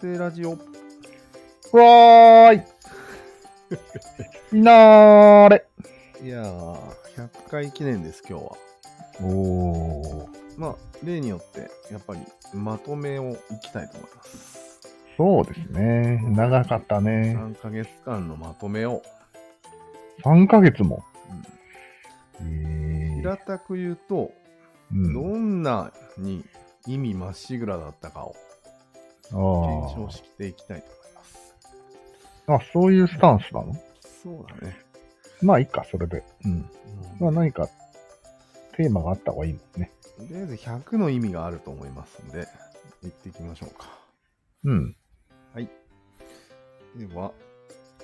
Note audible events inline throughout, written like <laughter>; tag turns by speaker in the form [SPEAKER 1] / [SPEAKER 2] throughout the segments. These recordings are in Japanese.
[SPEAKER 1] 声ラジオ。わーい。なーれ。
[SPEAKER 2] いやー、100回記念です、今日は。
[SPEAKER 1] おー。
[SPEAKER 2] まあ、例によって、やっぱり、まとめをいきたいと思います。
[SPEAKER 1] そうですね。長かったね。
[SPEAKER 2] 3ヶ月間のまとめを、
[SPEAKER 1] 3ヶ月も。え
[SPEAKER 2] うん
[SPEAKER 1] ー
[SPEAKER 2] 平たく言うと、
[SPEAKER 1] うん
[SPEAKER 2] どんなに意味まっしぐらだったかを
[SPEAKER 1] あ
[SPEAKER 2] 検証
[SPEAKER 1] ー
[SPEAKER 2] していきたいと思います。
[SPEAKER 1] あ、そういうスタンスなの
[SPEAKER 2] そうだね。
[SPEAKER 1] まあ、いいか、それで。うん。まあ、
[SPEAKER 2] うん
[SPEAKER 1] 何かテーマがあった方がいいもんね。
[SPEAKER 2] とりあえず100の意味があると思いますんで、行っていきましょうか。
[SPEAKER 1] うん。
[SPEAKER 2] では、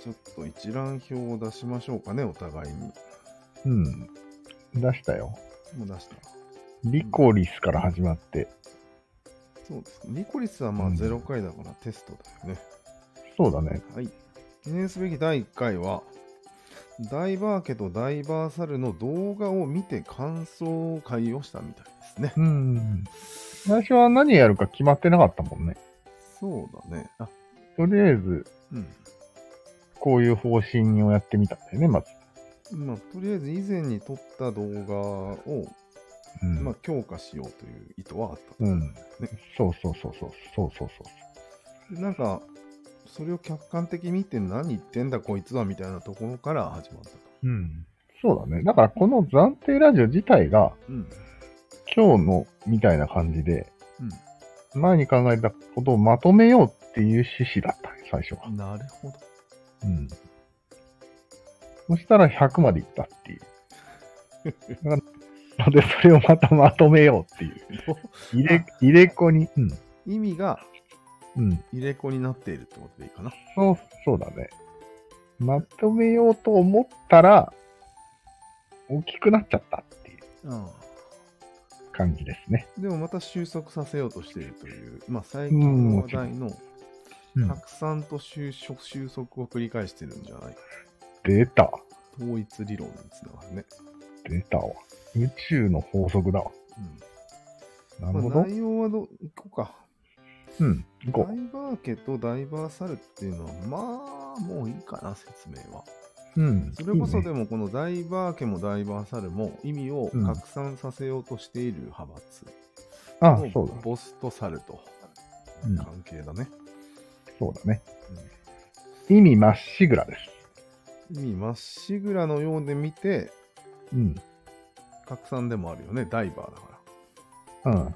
[SPEAKER 2] ちょっと一覧表を出しましょうかね、お互いに。
[SPEAKER 1] うん。出したよ。
[SPEAKER 2] もう出した。
[SPEAKER 1] リコリスから始まって。
[SPEAKER 2] そうですね。リコリスはまあ
[SPEAKER 1] うん
[SPEAKER 2] 0回だからテストだよね。
[SPEAKER 1] そうだね。
[SPEAKER 2] はい。記念すべき第1回は、ダイバー家とダイバーサルの動画を見て感想会をしたみたいですね。
[SPEAKER 1] うん。最初は何やるか決まってなかったもんね。
[SPEAKER 2] そうだね。あ、
[SPEAKER 1] とりあえず、
[SPEAKER 2] うん。
[SPEAKER 1] こういう方針をやってみたんだよね、まず。
[SPEAKER 2] まあ、とりあえず以前に撮った動画を、
[SPEAKER 1] うん。
[SPEAKER 2] まあ、強化しようという意図はあったと。
[SPEAKER 1] うん。そうそうそうそう。そうそうそう
[SPEAKER 2] でなんか、それを客観的に見て何言ってんだこいつはみたいなところから始まったと。
[SPEAKER 1] う。うん。そうだね。だから、この暫定ラジオ自体が、
[SPEAKER 2] うん。
[SPEAKER 1] 今日のみたいな感じで、
[SPEAKER 2] うん。
[SPEAKER 1] 前に考えたことをまとめようっていう趣旨だったね、最初は。
[SPEAKER 2] なるほど。
[SPEAKER 1] うん。そしたら100までいったっていう。 <laughs> だからで、それをまたまとめようっていう。入れ、入れ子に。うん。
[SPEAKER 2] <laughs> 意味が
[SPEAKER 1] うん。
[SPEAKER 2] 入れ子になっているってことでいいかな。
[SPEAKER 1] そう、そうだね。まとめようと思ったら、大きくなっちゃったっていう感じですね。
[SPEAKER 2] でもまた収束させようとしているという、まあ、最近の話題の
[SPEAKER 1] うん。
[SPEAKER 2] 拡散と収束収束を繰り返してるんじゃないか。
[SPEAKER 1] 出た。
[SPEAKER 2] 統一理論につながるね。
[SPEAKER 1] 出たわ。宇宙の法則だわ。
[SPEAKER 2] う
[SPEAKER 1] なんるほ
[SPEAKER 2] まあ
[SPEAKER 1] ど。
[SPEAKER 2] 内容はど、いこうか。
[SPEAKER 1] うん。
[SPEAKER 2] ダ
[SPEAKER 1] 行
[SPEAKER 2] イ
[SPEAKER 1] こ
[SPEAKER 2] バー家とダイバーサルっていうのは、まあ、もういいかな、説明は。
[SPEAKER 1] う。うん。
[SPEAKER 2] それこそ
[SPEAKER 1] いいね
[SPEAKER 2] でも、このダイバー家もダイバーサルも意味を拡散させようとしている派閥。
[SPEAKER 1] あ、そうだ。
[SPEAKER 2] ボスとサルと
[SPEAKER 1] うん
[SPEAKER 2] 関係だね。
[SPEAKER 1] そうだね。意味まっしぐらです。
[SPEAKER 2] 意味まっしぐらのようで見て、
[SPEAKER 1] うん。
[SPEAKER 2] 拡散でもあるよね、ダイバーだから。
[SPEAKER 1] うん。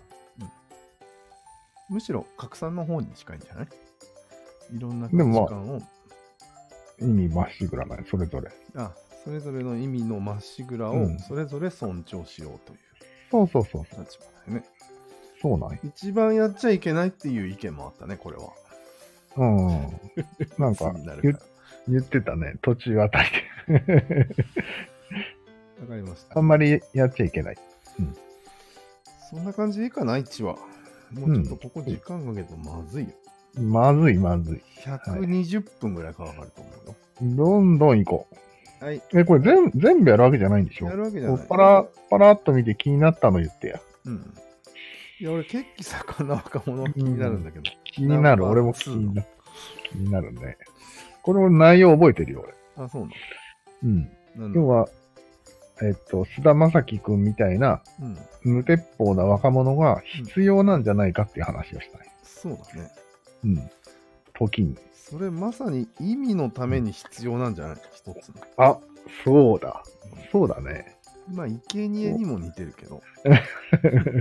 [SPEAKER 2] むしろ拡散の方に近いんじゃないいろんな価
[SPEAKER 1] で
[SPEAKER 2] 値
[SPEAKER 1] もまあ
[SPEAKER 2] 観を、
[SPEAKER 1] 意味まっしぐらだね、それぞれ。
[SPEAKER 2] あ、それぞれの意味のまっしぐら
[SPEAKER 1] う
[SPEAKER 2] を
[SPEAKER 1] ん
[SPEAKER 2] それぞれ尊重しようという
[SPEAKER 1] そうそうそうそう。
[SPEAKER 2] 立場だよね。
[SPEAKER 1] そうなんよ
[SPEAKER 2] 一番やっちゃいけないっていう意見もあったね、これは。
[SPEAKER 1] うん。なん
[SPEAKER 2] <laughs>
[SPEAKER 1] か
[SPEAKER 2] 鬱になる
[SPEAKER 1] 言
[SPEAKER 2] か、
[SPEAKER 1] 言ってたね。途中あたりで。 <laughs>
[SPEAKER 2] ら。わかりました
[SPEAKER 1] あ。んまりやっちゃいけない。
[SPEAKER 2] そんな感じでいいかな、一は。もうちょっとここ時間かけるとまずいよ。
[SPEAKER 1] まずいまずい。
[SPEAKER 2] 120分ぐらいかかると思うよ。
[SPEAKER 1] どんどん行こ
[SPEAKER 2] はい。
[SPEAKER 1] う。え、これ全全部やるわけじゃないんでしょ
[SPEAKER 2] やるわけじゃ
[SPEAKER 1] こ
[SPEAKER 2] な
[SPEAKER 1] う
[SPEAKER 2] い。
[SPEAKER 1] パラ、パラっと見て気になったの言ってや。
[SPEAKER 2] うん。いや、俺、血気盛んな若者は気になるんだけど。
[SPEAKER 1] 気になる。
[SPEAKER 2] ナンバー
[SPEAKER 1] 俺も気になる。気になるね。これも内容覚えてるよ、俺。
[SPEAKER 2] あ、そう
[SPEAKER 1] うん。
[SPEAKER 2] なの
[SPEAKER 1] 要は、えっと、菅田将暉くんみたいな
[SPEAKER 2] うん。
[SPEAKER 1] 無鉄砲な若者が必要なんじゃないかっていう話をしたい。
[SPEAKER 2] そうだね。
[SPEAKER 1] うん。時に。
[SPEAKER 2] それまさに意味のために必要なんじゃないか、一つの。
[SPEAKER 1] あ、そうだ。そうだね。
[SPEAKER 2] まあ、生贄にも似てるけど。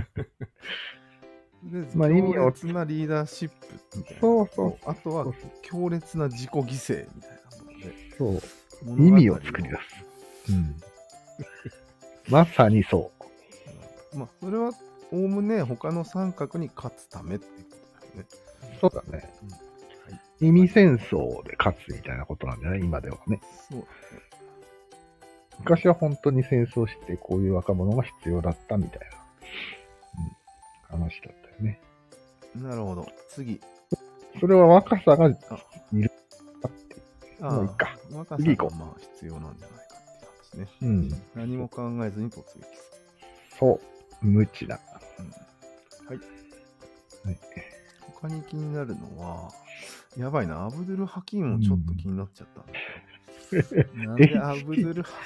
[SPEAKER 2] とりあえず
[SPEAKER 1] まあ意味
[SPEAKER 2] 強
[SPEAKER 1] を
[SPEAKER 2] 烈なリーダーシップみたいな。
[SPEAKER 1] そうそう。
[SPEAKER 2] あとは
[SPEAKER 1] そう
[SPEAKER 2] 強烈な自己犠牲みたいなもので
[SPEAKER 1] そう。
[SPEAKER 2] 物語。
[SPEAKER 1] 意味を作り出す。うん。まさにそ
[SPEAKER 2] まあ、それは、おおむね他の三角に勝つためっていうことだよね。
[SPEAKER 1] う。そうだね。
[SPEAKER 2] うんはい
[SPEAKER 1] 意味戦争で勝つみたいなことなんじゃない今ではね。
[SPEAKER 2] そう。
[SPEAKER 1] 昔は本当に戦争してこういう若者が必要だったみたいな、うん、話だったよね。
[SPEAKER 2] なるほど。次。
[SPEAKER 1] それは若さがいるっていう。
[SPEAKER 2] あ
[SPEAKER 1] もういいか。
[SPEAKER 2] 若さ
[SPEAKER 1] 次行
[SPEAKER 2] が
[SPEAKER 1] こ
[SPEAKER 2] まあ必要なんじゃないかっていう話ね。
[SPEAKER 1] うん。
[SPEAKER 2] 何も考えずに突撃する。
[SPEAKER 1] そう。無知だ。
[SPEAKER 2] うんはい。
[SPEAKER 1] はい <laughs>
[SPEAKER 2] 他に気になるのは、やばいな、アブドゥル・ハキームもちょっと気になっちゃった。
[SPEAKER 1] <laughs>
[SPEAKER 2] なん
[SPEAKER 1] HT
[SPEAKER 2] でアブドゥル・ハ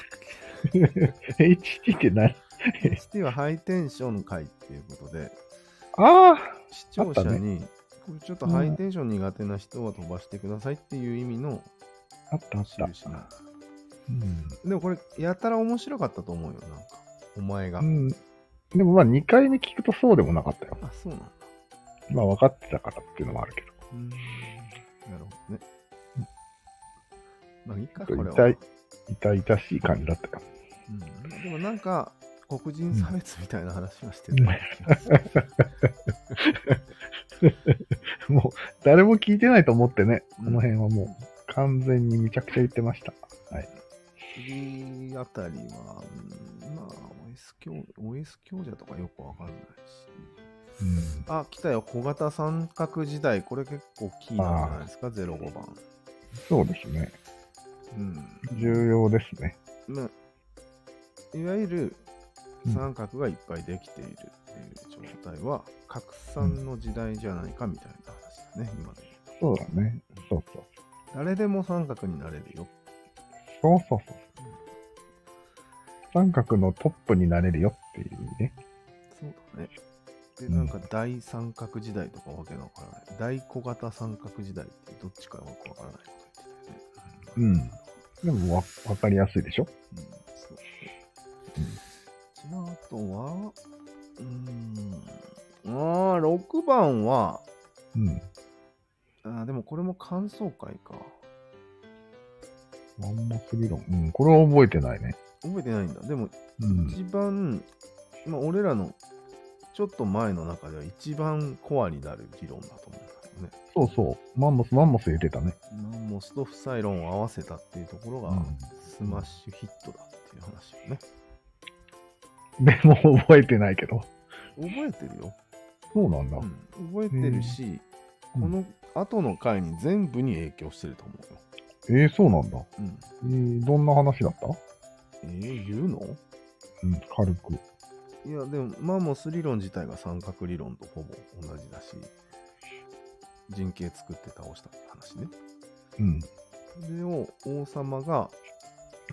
[SPEAKER 1] HT って何
[SPEAKER 2] キーム ?HT はハイテンション会っていうこと
[SPEAKER 1] <laughs>
[SPEAKER 2] で、
[SPEAKER 1] あ
[SPEAKER 2] 視聴者に、これちょっとハイテンション苦手な人は飛ばしてくださいっていう意味の
[SPEAKER 1] ああったあった。
[SPEAKER 2] 印な。
[SPEAKER 1] うん
[SPEAKER 2] でもこれ、やたら面白かったと思うよ、なんか。お前が。
[SPEAKER 1] うん、でもまあ2回目聞くとそうでもなかったよ。
[SPEAKER 2] あ、そうなんだ。
[SPEAKER 1] まあ分かってたからっていうのもあるけど。
[SPEAKER 2] うんなるほどね。まあいいか、
[SPEAKER 1] ちょ
[SPEAKER 2] こ
[SPEAKER 1] っと
[SPEAKER 2] れは。
[SPEAKER 1] 痛い痛々しい感じだったよ。
[SPEAKER 2] うんでもなんか、黒人差別みたいな話はしてたような気がする。
[SPEAKER 1] <laughs> もう誰も聞いてないと思ってね、
[SPEAKER 2] うん
[SPEAKER 1] この辺はもう完全にめちゃくちゃ言ってました。はい。
[SPEAKER 2] 次あたりは、うんまあ、OS 強 OS 強者とかよくわかんないし。
[SPEAKER 1] うん、
[SPEAKER 2] あ、来たよ。小型三角時代。これ結構キーなんじゃないですか、05番。
[SPEAKER 1] そうですね。
[SPEAKER 2] うん。
[SPEAKER 1] 重要ですね。
[SPEAKER 2] まあ、いわゆる
[SPEAKER 1] うん
[SPEAKER 2] 三角がいっぱいできているっていう状態は、拡散の時代じゃないかみたいな話だね、今ね。
[SPEAKER 1] そうだね。そうそう。
[SPEAKER 2] 誰でも三角になれるよ。
[SPEAKER 1] そうそうそう。三角のトップになれるよっていうね。
[SPEAKER 2] そうだね。で、
[SPEAKER 1] うん
[SPEAKER 2] なんか大三角時代とかわけのわからない。大小型三角時代ってどっちかよくわからないこと言ってたよね。
[SPEAKER 1] うんでもわ分かりやすいでしょ
[SPEAKER 2] うん、そう。あとは、うーん、ああ、6番は、
[SPEAKER 1] うん。
[SPEAKER 2] あーでもこれも感想会か。
[SPEAKER 1] ワンモス理論。うん。これは覚えてないね。
[SPEAKER 2] 覚えてないんだ。でも、
[SPEAKER 1] うん。
[SPEAKER 2] 一番、まあ、俺らのちょっと前の中では一番コアになる理論だと思うんだよね。
[SPEAKER 1] そうそう。マンモス、マンモス言ってたね。
[SPEAKER 2] マンモスと不採論を合わせたっていうところ
[SPEAKER 1] う
[SPEAKER 2] が
[SPEAKER 1] ん、
[SPEAKER 2] スマッシュヒットだっていう話よね。
[SPEAKER 1] でも覚えてないけど。
[SPEAKER 2] 覚えてるよ。
[SPEAKER 1] そうなんだ。
[SPEAKER 2] うん覚えてるし、
[SPEAKER 1] うん
[SPEAKER 2] この後の回に全部に影響してると思うよ。
[SPEAKER 1] えー、そうなんだ。
[SPEAKER 2] うん、
[SPEAKER 1] えー、どんな話だった
[SPEAKER 2] えー、言うの
[SPEAKER 1] うん、軽く。
[SPEAKER 2] いや、でも、マンモス理論自体が三角理論とほぼ同じだし、人形作って倒したって話ね。
[SPEAKER 1] うん。
[SPEAKER 2] それを王様が、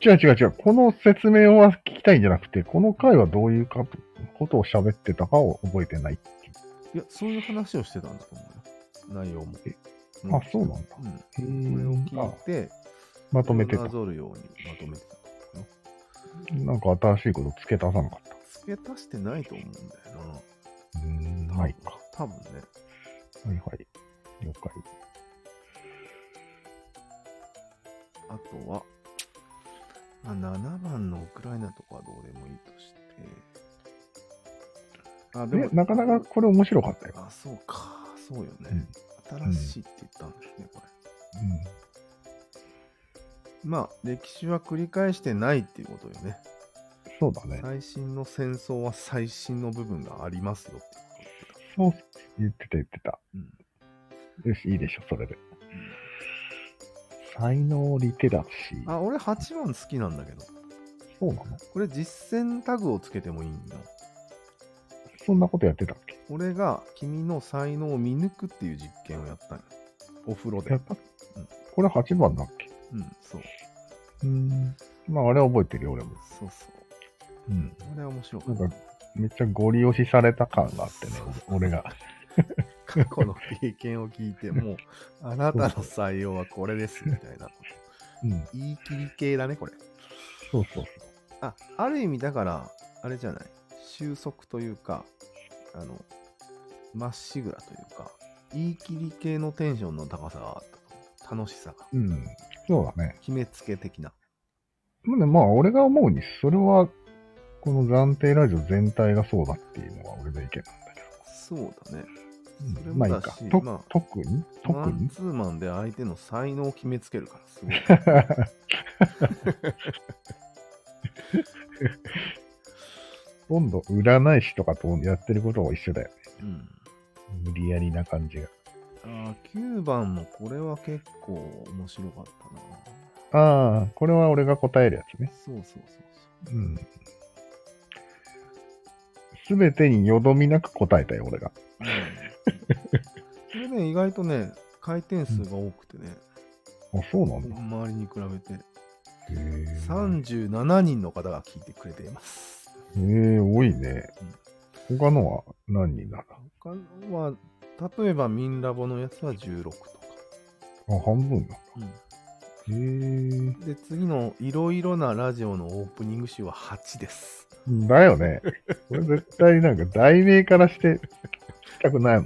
[SPEAKER 1] 違う違う違う。この説明は聞きたいんじゃなくて、この回はどういうかとことを喋ってたかを覚えてない。
[SPEAKER 2] いや、そういう話をしてたんだと思うよ。内容も
[SPEAKER 1] え。
[SPEAKER 2] うん
[SPEAKER 1] あそうなんだへ
[SPEAKER 2] うん。これを
[SPEAKER 1] ーあ
[SPEAKER 2] 聞いて、
[SPEAKER 1] まとめてた
[SPEAKER 2] な。ぞるようにまとめてたと思うよ。
[SPEAKER 1] なんか新しいこと付け足さなかっ
[SPEAKER 2] 付け足してないと思うんだよな。
[SPEAKER 1] た。うーんはい。は
[SPEAKER 2] 多分ね。
[SPEAKER 1] いはい。了解。
[SPEAKER 2] あとは、まあ、7番のウクライナとかはどうでもいいとして。あ、
[SPEAKER 1] で、なかなかこれ面白かったよ。
[SPEAKER 2] あ、そうか。そうよね。
[SPEAKER 1] うん
[SPEAKER 2] 新しいって言ったんですね、これ。まあ、歴史は繰り返してないっていうことよね。
[SPEAKER 1] うん。そうだね。
[SPEAKER 2] 最新の戦争は最新の部分がありますよっていうこと言ってた。
[SPEAKER 1] そう、言ってた言ってた。
[SPEAKER 2] うん
[SPEAKER 1] よし、いいでしょ、それで。才能リテラシー。
[SPEAKER 2] あ、俺8番好きなんだけど。
[SPEAKER 1] そうなの
[SPEAKER 2] これ実践タグをつけてもいいんよ。
[SPEAKER 1] そんなことやってたっけ
[SPEAKER 2] 俺が君の才能を見抜くっていう実験をやったんよ。お風呂で
[SPEAKER 1] や。った、これ8番だっけ
[SPEAKER 2] うん、そう。
[SPEAKER 1] うん。まあ、あれは覚えてるよ、俺も。
[SPEAKER 2] そうそう。
[SPEAKER 1] うん。
[SPEAKER 2] あれは面白かっ
[SPEAKER 1] なんかめっちゃゴリ押しされた感があ
[SPEAKER 2] <laughs>
[SPEAKER 1] ってね
[SPEAKER 2] そう、
[SPEAKER 1] 俺が。
[SPEAKER 2] た。過去の経験を聞いて、 <laughs> もう、あなたの採用はこれです、みたいな。
[SPEAKER 1] うん。
[SPEAKER 2] 言い切り系だね、これ。
[SPEAKER 1] そうそうそう。
[SPEAKER 2] あ、ある意味だから、あれじゃない。収束というか、あの、まっしぐらというか、言い切り系のテンションの高さがあったと思う。楽しさが。
[SPEAKER 1] うん。そうだね。
[SPEAKER 2] 決めつけ的な。
[SPEAKER 1] まあね、まあ、俺が思うに、それは、この暫定ラジオ全体がそうだっていうのは俺の意見なんだ
[SPEAKER 2] そうだね。
[SPEAKER 1] け
[SPEAKER 2] それ
[SPEAKER 1] ど。
[SPEAKER 2] も
[SPEAKER 1] まあいい
[SPEAKER 2] だ
[SPEAKER 1] か
[SPEAKER 2] し。
[SPEAKER 1] と
[SPEAKER 2] まあ
[SPEAKER 1] 特に
[SPEAKER 2] マ
[SPEAKER 1] 特
[SPEAKER 2] ン
[SPEAKER 1] に
[SPEAKER 2] ツーマンで相手の才能を決めつけるから、すごい。
[SPEAKER 1] <laughs> ほとんど占い師とかとやってることは一緒だよね。
[SPEAKER 2] うん。
[SPEAKER 1] 無理やりな感じが。
[SPEAKER 2] あー9番もこれは結構面白かったな。
[SPEAKER 1] ああ、これは俺が答えるやつね。
[SPEAKER 2] そうそうそう
[SPEAKER 1] うん。す <laughs> べてによどみなく答えたよ、俺が。
[SPEAKER 2] そう。うん、これね、意外とね、回転数が多くてね、
[SPEAKER 1] あ、そうなんだ。
[SPEAKER 2] 周りに比べて
[SPEAKER 1] へえ。
[SPEAKER 2] 37人の方が聞いてくれています。
[SPEAKER 1] えー、多いね。他のは何人なんだ
[SPEAKER 2] 他のは、例えばミンラボのやつは16とか。
[SPEAKER 1] あ、半分だ。へえー。
[SPEAKER 2] で、次のいろいろなラジオのオープニング集は8です。
[SPEAKER 1] だよ <laughs> ね。これ絶対なんか題名からして聞きたくないもん。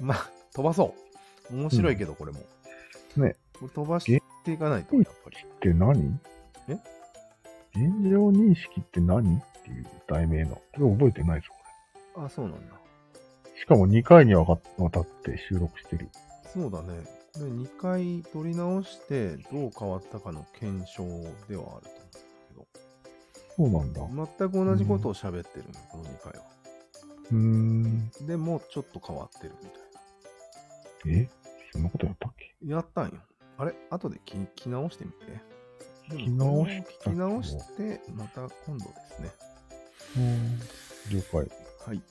[SPEAKER 2] まあ、飛ばそう。面白いけど、これも。
[SPEAKER 1] ね
[SPEAKER 2] これ飛ばしていかないと、やっぱり。
[SPEAKER 1] って何
[SPEAKER 2] え
[SPEAKER 1] 現状認識って何っていう題名の。これ覚えてないぞ、こ
[SPEAKER 2] あ、そうなんだ。
[SPEAKER 1] れ。しかも2回にわかわたって収録してる。
[SPEAKER 2] そうだね。これ2回取り直して、どう変わったかの検証ではあると思
[SPEAKER 1] そうなんだ。う
[SPEAKER 2] うんだけど、全く同じことを喋ってるの、この2回は。
[SPEAKER 1] ーん。
[SPEAKER 2] でも、ちょっと変わってるみたいな。
[SPEAKER 1] えそんなことやったっけ
[SPEAKER 2] やったんよ。あれ後で聞き直してみて。
[SPEAKER 1] 聞き直した
[SPEAKER 2] 聞き直して、また今度ですね。
[SPEAKER 1] うーん。了解。
[SPEAKER 2] はい。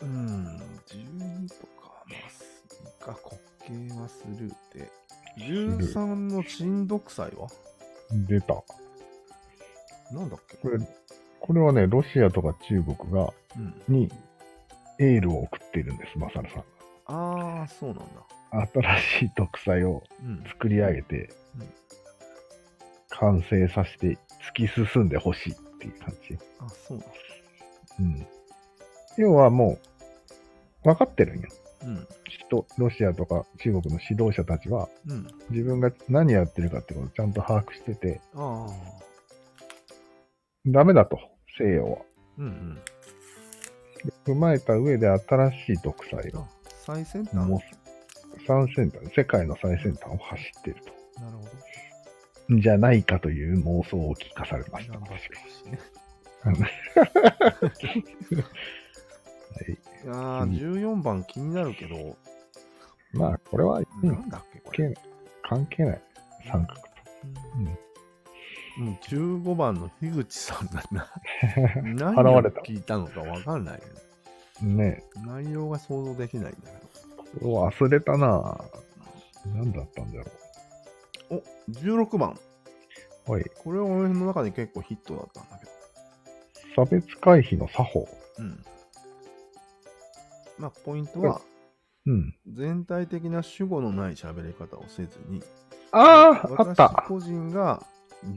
[SPEAKER 2] うーん、12とか、まあ、すいいか、滑稽はスルーで。13の沈毒祭は
[SPEAKER 1] 出た。
[SPEAKER 2] なんだっけ
[SPEAKER 1] これ、これはね、ロシアとか中国が、
[SPEAKER 2] うん。
[SPEAKER 1] にエールを送っているんです、マサルさん。
[SPEAKER 2] ああ、そうなんだ。
[SPEAKER 1] 新しい独裁を
[SPEAKER 2] うん。
[SPEAKER 1] 作り上げて
[SPEAKER 2] うん、
[SPEAKER 1] 完成させて突き進んでほしいっていう感じ。
[SPEAKER 2] あ、そうなんだ。
[SPEAKER 1] うん。要はもう、分かってるんよ。
[SPEAKER 2] うん。
[SPEAKER 1] 人、ロシアとか中国の指導者たちは、
[SPEAKER 2] うん。
[SPEAKER 1] 自分が何やってるかってことをちゃんと把握してて、
[SPEAKER 2] ああ。
[SPEAKER 1] ダメだと、西洋は。
[SPEAKER 2] うんうん。
[SPEAKER 1] 踏まえた上で新しい独裁を
[SPEAKER 2] あ、最先端。
[SPEAKER 1] もう最先端、世界の最先端を走ってる
[SPEAKER 2] なるほど。
[SPEAKER 1] と。じゃないかという妄想を聞かされました。
[SPEAKER 2] 頑
[SPEAKER 1] 確
[SPEAKER 2] 張
[SPEAKER 1] か
[SPEAKER 2] ってほしいね。
[SPEAKER 1] に。はい
[SPEAKER 2] <laughs> いやー、14番気になるけど、
[SPEAKER 1] まあ、これは、う
[SPEAKER 2] なんんだっけ、これ。
[SPEAKER 1] 関係関係ない。三角と。
[SPEAKER 2] うん、15番の樋口さんがな何
[SPEAKER 1] 現
[SPEAKER 2] を
[SPEAKER 1] れた
[SPEAKER 2] 聞いたのかわかんない、ね。
[SPEAKER 1] ね
[SPEAKER 2] 内容が想像できないんだけ
[SPEAKER 1] え、これ忘れたな何だったんだろ
[SPEAKER 2] ど。お16番。
[SPEAKER 1] う。はい。
[SPEAKER 2] これは俺の中で結構ヒットだったんだけど。
[SPEAKER 1] 差別回避の作法。
[SPEAKER 2] うん。まあ、ポイントは、
[SPEAKER 1] うん。
[SPEAKER 2] 全体的な主語のない喋り方をせずに、
[SPEAKER 1] あああっ
[SPEAKER 2] 私
[SPEAKER 1] た
[SPEAKER 2] 個人が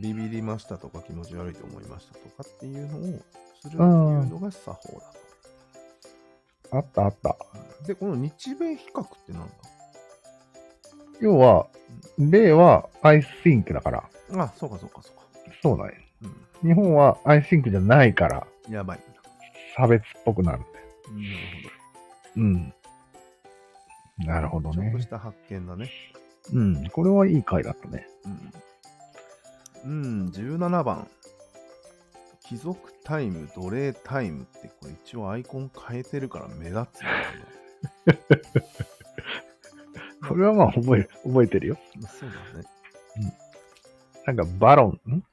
[SPEAKER 2] ビビりましたとか気持ち悪いと思いましたとかっていうのをするっていうのが作法だと。
[SPEAKER 1] あったあった。
[SPEAKER 2] で、この日米比較ってなんだ
[SPEAKER 1] 要は、例は I think だから。
[SPEAKER 2] あ、そうかそうかそうか。
[SPEAKER 1] そうなんや。
[SPEAKER 2] う
[SPEAKER 1] 日本は I think じゃないから、
[SPEAKER 2] ん、やばい。
[SPEAKER 1] 差別っぽくなるんだよ。
[SPEAKER 2] なる
[SPEAKER 1] うん。なるほ
[SPEAKER 2] ほ
[SPEAKER 1] ど
[SPEAKER 2] ど。ちょっと
[SPEAKER 1] ね
[SPEAKER 2] し。た発見だね。
[SPEAKER 1] うん。これはいい回だったね。
[SPEAKER 2] うん、うん、17番。貴族タイム、奴隷タイムって、これ一応アイコン変えてるから目立つよ
[SPEAKER 1] <laughs> これはまあ覚え、覚えてるよ。
[SPEAKER 2] ね。そうだね。
[SPEAKER 1] なんかバロン、ん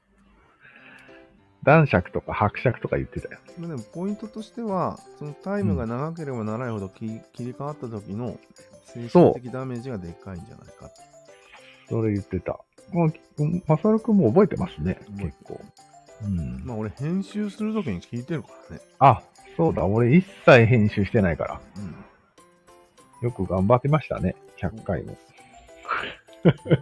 [SPEAKER 1] 男爵とか伯爵とか言ってたよ。
[SPEAKER 2] まあでもポイントとしては、そのタイムが長ければ長いほどき、切り替わった時の精神的ダメージがでかいんじゃないかって。
[SPEAKER 1] それ言ってた。まあ、マサル君も覚えてますね、
[SPEAKER 2] 覚え
[SPEAKER 1] 結
[SPEAKER 2] て
[SPEAKER 1] 構。うん。
[SPEAKER 2] まあ俺編集する時に聞いてるからね。
[SPEAKER 1] あ、そうだ、俺一切編集してないから。
[SPEAKER 2] うん。
[SPEAKER 1] よく頑張ってましたね、100回も。
[SPEAKER 2] そうだよ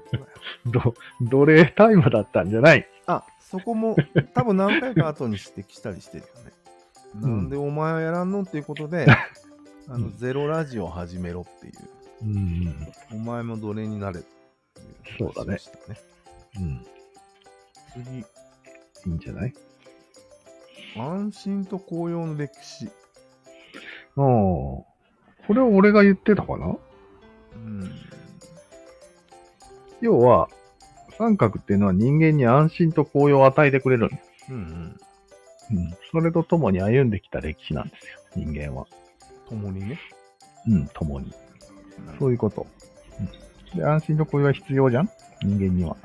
[SPEAKER 1] ど、奴隷タイムだったんじゃない
[SPEAKER 2] あそこも多分何回か後に指摘したりしてるよね。
[SPEAKER 1] うん
[SPEAKER 2] なんでお前はやらんのっていうこと
[SPEAKER 1] <laughs>
[SPEAKER 2] で、あのゼロラジオ始めろっていう、
[SPEAKER 1] うん。
[SPEAKER 2] お前も奴隷になれっていう
[SPEAKER 1] そうだね
[SPEAKER 2] 話をしたね。
[SPEAKER 1] うん。
[SPEAKER 2] 次、
[SPEAKER 1] いいんじゃない
[SPEAKER 2] 安心と紅葉の歴史。
[SPEAKER 1] ああ。これは俺が言ってたかな
[SPEAKER 2] うん。
[SPEAKER 1] 要は、三角っていうのは人間に安心と高揚を与えてくれるんだ
[SPEAKER 2] うんうん。
[SPEAKER 1] うん、それと共に歩んできた歴史なんですよ、人間は。
[SPEAKER 2] 共にね。
[SPEAKER 1] うん、共に。そうういうこと。うん、で、安心と雇用は必要じゃん人間には。
[SPEAKER 2] ん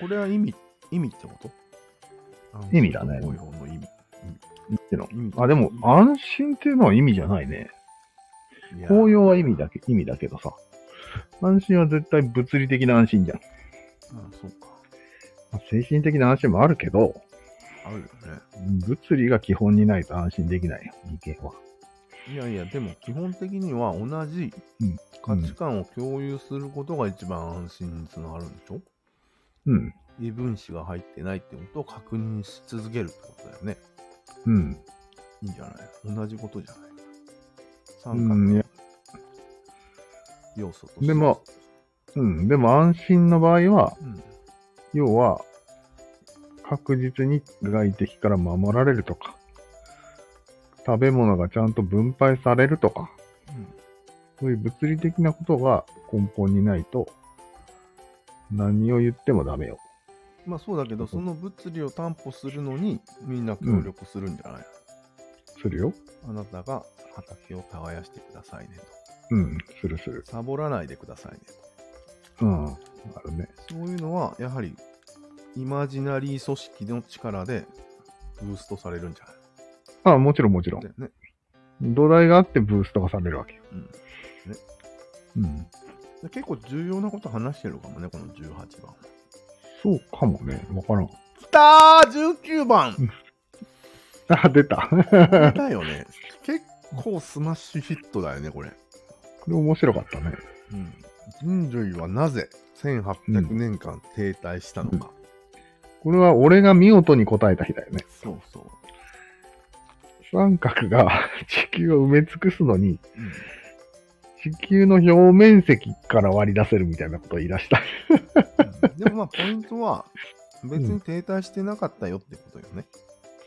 [SPEAKER 2] これは意味、意味ってこと
[SPEAKER 1] 意味だね
[SPEAKER 2] 安心と紅葉の意味。
[SPEAKER 1] もちろん
[SPEAKER 2] 意味
[SPEAKER 1] あ、でも、安心っていうのは意味じゃないね。
[SPEAKER 2] いや
[SPEAKER 1] 紅葉は意味だけ、意味だけどさ。安心は絶対物理的な安心じゃん。
[SPEAKER 2] うん、そうか。
[SPEAKER 1] まあ精神的な安心もあるけど、
[SPEAKER 2] あるよね。
[SPEAKER 1] 物理が基本にないと安心できないよ、人間は。
[SPEAKER 2] いやいや、でも基本的には同じ
[SPEAKER 1] うん
[SPEAKER 2] 価値観を共有することが一番安心につながるんでしょ、
[SPEAKER 1] うん。
[SPEAKER 2] 異分子が入ってないってことを確認し続けるってことだよね。
[SPEAKER 1] うん。
[SPEAKER 2] いいんじゃない同じことじゃない
[SPEAKER 1] う
[SPEAKER 2] 三角
[SPEAKER 1] ん、いや
[SPEAKER 2] 要素として。
[SPEAKER 1] でも、うん。でも安心の場合は、
[SPEAKER 2] うん、
[SPEAKER 1] 要は、確実に外敵から守られるとか、食べ物がちゃんと分配されるとか、そういう物理的なことが根本にないと、何を言ってもダメよ。
[SPEAKER 2] まあそうだけど、その物理を担保するのにみんな協力するんじゃない、
[SPEAKER 1] するよ。
[SPEAKER 2] あなたが畑を耕してくださいね
[SPEAKER 1] うん、するする
[SPEAKER 2] と。。サボらないでくださいね
[SPEAKER 1] うん、あるね。
[SPEAKER 2] と。そういうのは、やはり、イマジナリー組織の力でブーストされるんじゃない
[SPEAKER 1] あもちろんもちろん
[SPEAKER 2] だ。よね。
[SPEAKER 1] 土台があってブーストがされるわけよ。
[SPEAKER 2] うん
[SPEAKER 1] うん。
[SPEAKER 2] で結構重要なこと話してるかもね、この18番。
[SPEAKER 1] そうかもね。わからん。
[SPEAKER 2] きたー !19 番
[SPEAKER 1] あ、出た。 <laughs> こ
[SPEAKER 2] だよね。 <laughs> 結構スマッシュヒットだよね、これ。
[SPEAKER 1] れ面白かったね。
[SPEAKER 2] うん、人類はなぜ1800年間停滞したのか。
[SPEAKER 1] これは俺が見事に答えた日だよね。
[SPEAKER 2] そうそう。
[SPEAKER 1] 三角が地球を埋め尽くすのに、
[SPEAKER 2] うん
[SPEAKER 1] 地球の表面積から割り出せるみたいなことを言い出した。
[SPEAKER 2] うんでもまあ、ポイントは、別に停滞してなかったよってことよね。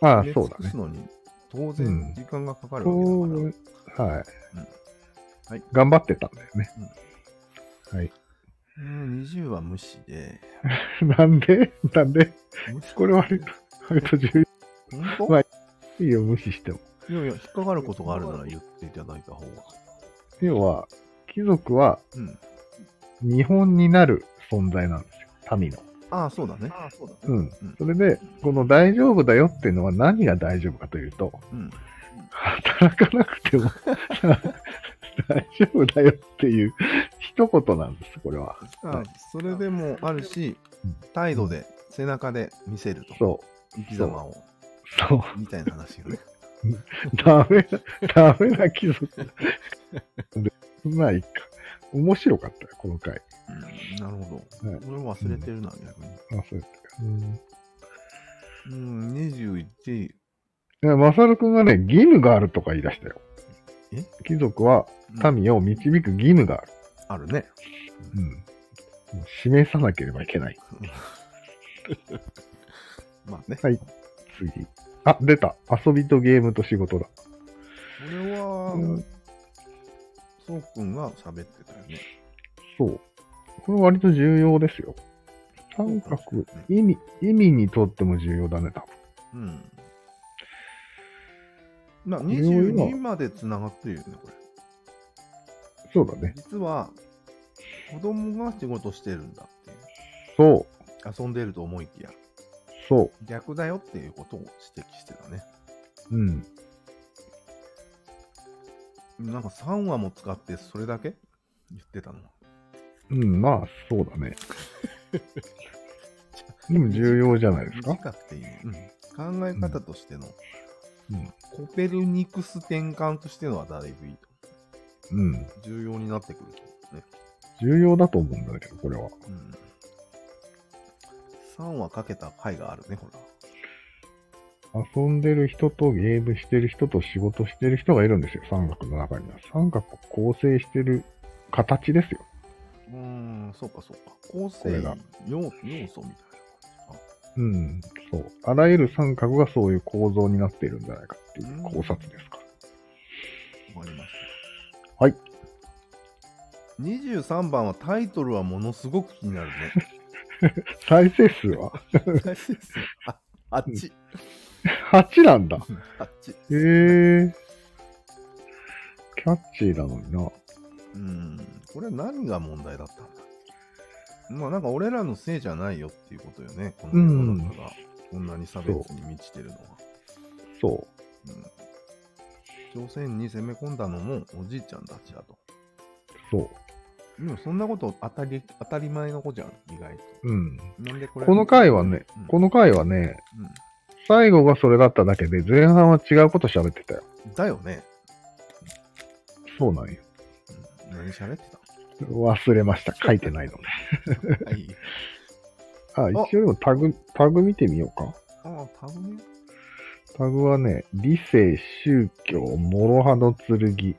[SPEAKER 1] ああ
[SPEAKER 2] で、
[SPEAKER 1] そう
[SPEAKER 2] 尽
[SPEAKER 1] だ
[SPEAKER 2] く
[SPEAKER 1] ね
[SPEAKER 2] す。のに、当
[SPEAKER 1] う
[SPEAKER 2] 然
[SPEAKER 1] ん
[SPEAKER 2] 時間がかかるわけだから。
[SPEAKER 1] そうはい、
[SPEAKER 2] はい
[SPEAKER 1] 頑張ってたんだよね。
[SPEAKER 2] うん、20は無視で。
[SPEAKER 1] なんでなんで
[SPEAKER 2] 無視
[SPEAKER 1] これ割と、割と重
[SPEAKER 2] 本
[SPEAKER 1] まあ要いいよ、無視しても。
[SPEAKER 2] 当いやいや、引っかかることがあるなら言っていただいた方が。
[SPEAKER 1] 要は、貴族は
[SPEAKER 2] うん。
[SPEAKER 1] 日本になる存在なんですよ。民の。
[SPEAKER 2] ああ、そうだね。ああ、そうだ
[SPEAKER 1] う
[SPEAKER 2] ね。
[SPEAKER 1] ん。それで、この大丈夫だよっていうのは何が大丈夫かというと、
[SPEAKER 2] うん。
[SPEAKER 1] 働かなくても大丈夫だよっていう一言なんです、これは。
[SPEAKER 2] あそれでもあるし
[SPEAKER 1] うん、
[SPEAKER 2] 態度で、背中で見せると。
[SPEAKER 1] そ
[SPEAKER 2] 生き様を、
[SPEAKER 1] う。そう。
[SPEAKER 2] みたいな話よね。
[SPEAKER 1] ダメな、ダメな貴族。でまあいいか。面白かったよ、この回。
[SPEAKER 2] うんなるほど。
[SPEAKER 1] はい
[SPEAKER 2] 俺忘れてるな、逆に。
[SPEAKER 1] あ、そうですか。うん
[SPEAKER 2] うん、21。
[SPEAKER 1] いや。マサル君がね、義務があるとか言い出したよ。
[SPEAKER 2] え
[SPEAKER 1] 貴族は
[SPEAKER 2] うん
[SPEAKER 1] 民を導く義務がある。
[SPEAKER 2] あるね。
[SPEAKER 1] うん。もう示さなければいけない。
[SPEAKER 2] まあね。
[SPEAKER 1] はい次。あ、出た。遊びとゲームと仕事だ。
[SPEAKER 2] これは
[SPEAKER 1] う、ん
[SPEAKER 2] そうくんが喋ってたよね。
[SPEAKER 1] そう。これ割と重要ですよ。三角、意味、意味にとっても重要だね、多分。
[SPEAKER 2] うん。まあ、
[SPEAKER 1] れを今
[SPEAKER 2] 22まで繋がってるよね、これ。
[SPEAKER 1] そうだね。
[SPEAKER 2] 実は、子供が仕事してるんだっていう。
[SPEAKER 1] そう。
[SPEAKER 2] 遊んでると思いきや、
[SPEAKER 1] そ
[SPEAKER 2] 逆だよっていうことを指摘してたね。
[SPEAKER 1] う。うん。
[SPEAKER 2] なんか3話も使ってそれだけ言ってたの。
[SPEAKER 1] うん、まあ、そうだね。でも重要じゃないですか。
[SPEAKER 2] 短くていいね。うん、考え方としての、
[SPEAKER 1] うん
[SPEAKER 2] コペルニクス転換としてのはだいぶいいと。
[SPEAKER 1] うん。
[SPEAKER 2] 重要になってくると。ね。
[SPEAKER 1] 重要だと思うんだけど、これは。
[SPEAKER 2] うん。3話かけた回があるね、ほら。
[SPEAKER 1] 遊んでる人とゲームしてる人と仕事してる人がいるんですよ、三角の中には。三角を構成してる形ですよ。
[SPEAKER 2] うーん、そうかそうか。構
[SPEAKER 1] こ
[SPEAKER 2] 成
[SPEAKER 1] れが
[SPEAKER 2] 要要素みたいな感
[SPEAKER 1] うん、そう。あらゆる三角がそういう構造になっているんじゃないかっていう
[SPEAKER 2] うん
[SPEAKER 1] 考察ですか。
[SPEAKER 2] じか。わかりました。
[SPEAKER 1] はい。
[SPEAKER 2] 23番はタイトルはものすごく気にな
[SPEAKER 1] <laughs>
[SPEAKER 2] るね。
[SPEAKER 1] 再生数は
[SPEAKER 2] 大切ですああっち。
[SPEAKER 1] 8なんだ。
[SPEAKER 2] あっち。
[SPEAKER 1] へえー。キャッチーなのにな。
[SPEAKER 2] うん。これ何が問題だったんだまあなんか俺らのせいじゃないよっていうことよね。この世の中がこんなに差別に満ちてるのは。
[SPEAKER 1] そう。
[SPEAKER 2] うんち朝鮮に攻め込んだのもおじいちゃんたちだと。
[SPEAKER 1] そう。
[SPEAKER 2] でもそんなこと当たり当たり前のことじゃん、意外と。
[SPEAKER 1] うん。
[SPEAKER 2] なんでこれ
[SPEAKER 1] この回はね、
[SPEAKER 2] うん
[SPEAKER 1] この回はね、
[SPEAKER 2] うん
[SPEAKER 1] 最後がそれだっただけで、前半は違うこと喋ってたよ。
[SPEAKER 2] だよね。
[SPEAKER 1] そうなんよ。
[SPEAKER 2] うん何喋って
[SPEAKER 1] <laughs> 忘れました。書いてないので。
[SPEAKER 2] たはい。
[SPEAKER 1] あ、一応でもタグ、タグ見てみようか。
[SPEAKER 2] ああ、タグね。
[SPEAKER 1] タグはね、理性、宗教、諸刃の剣、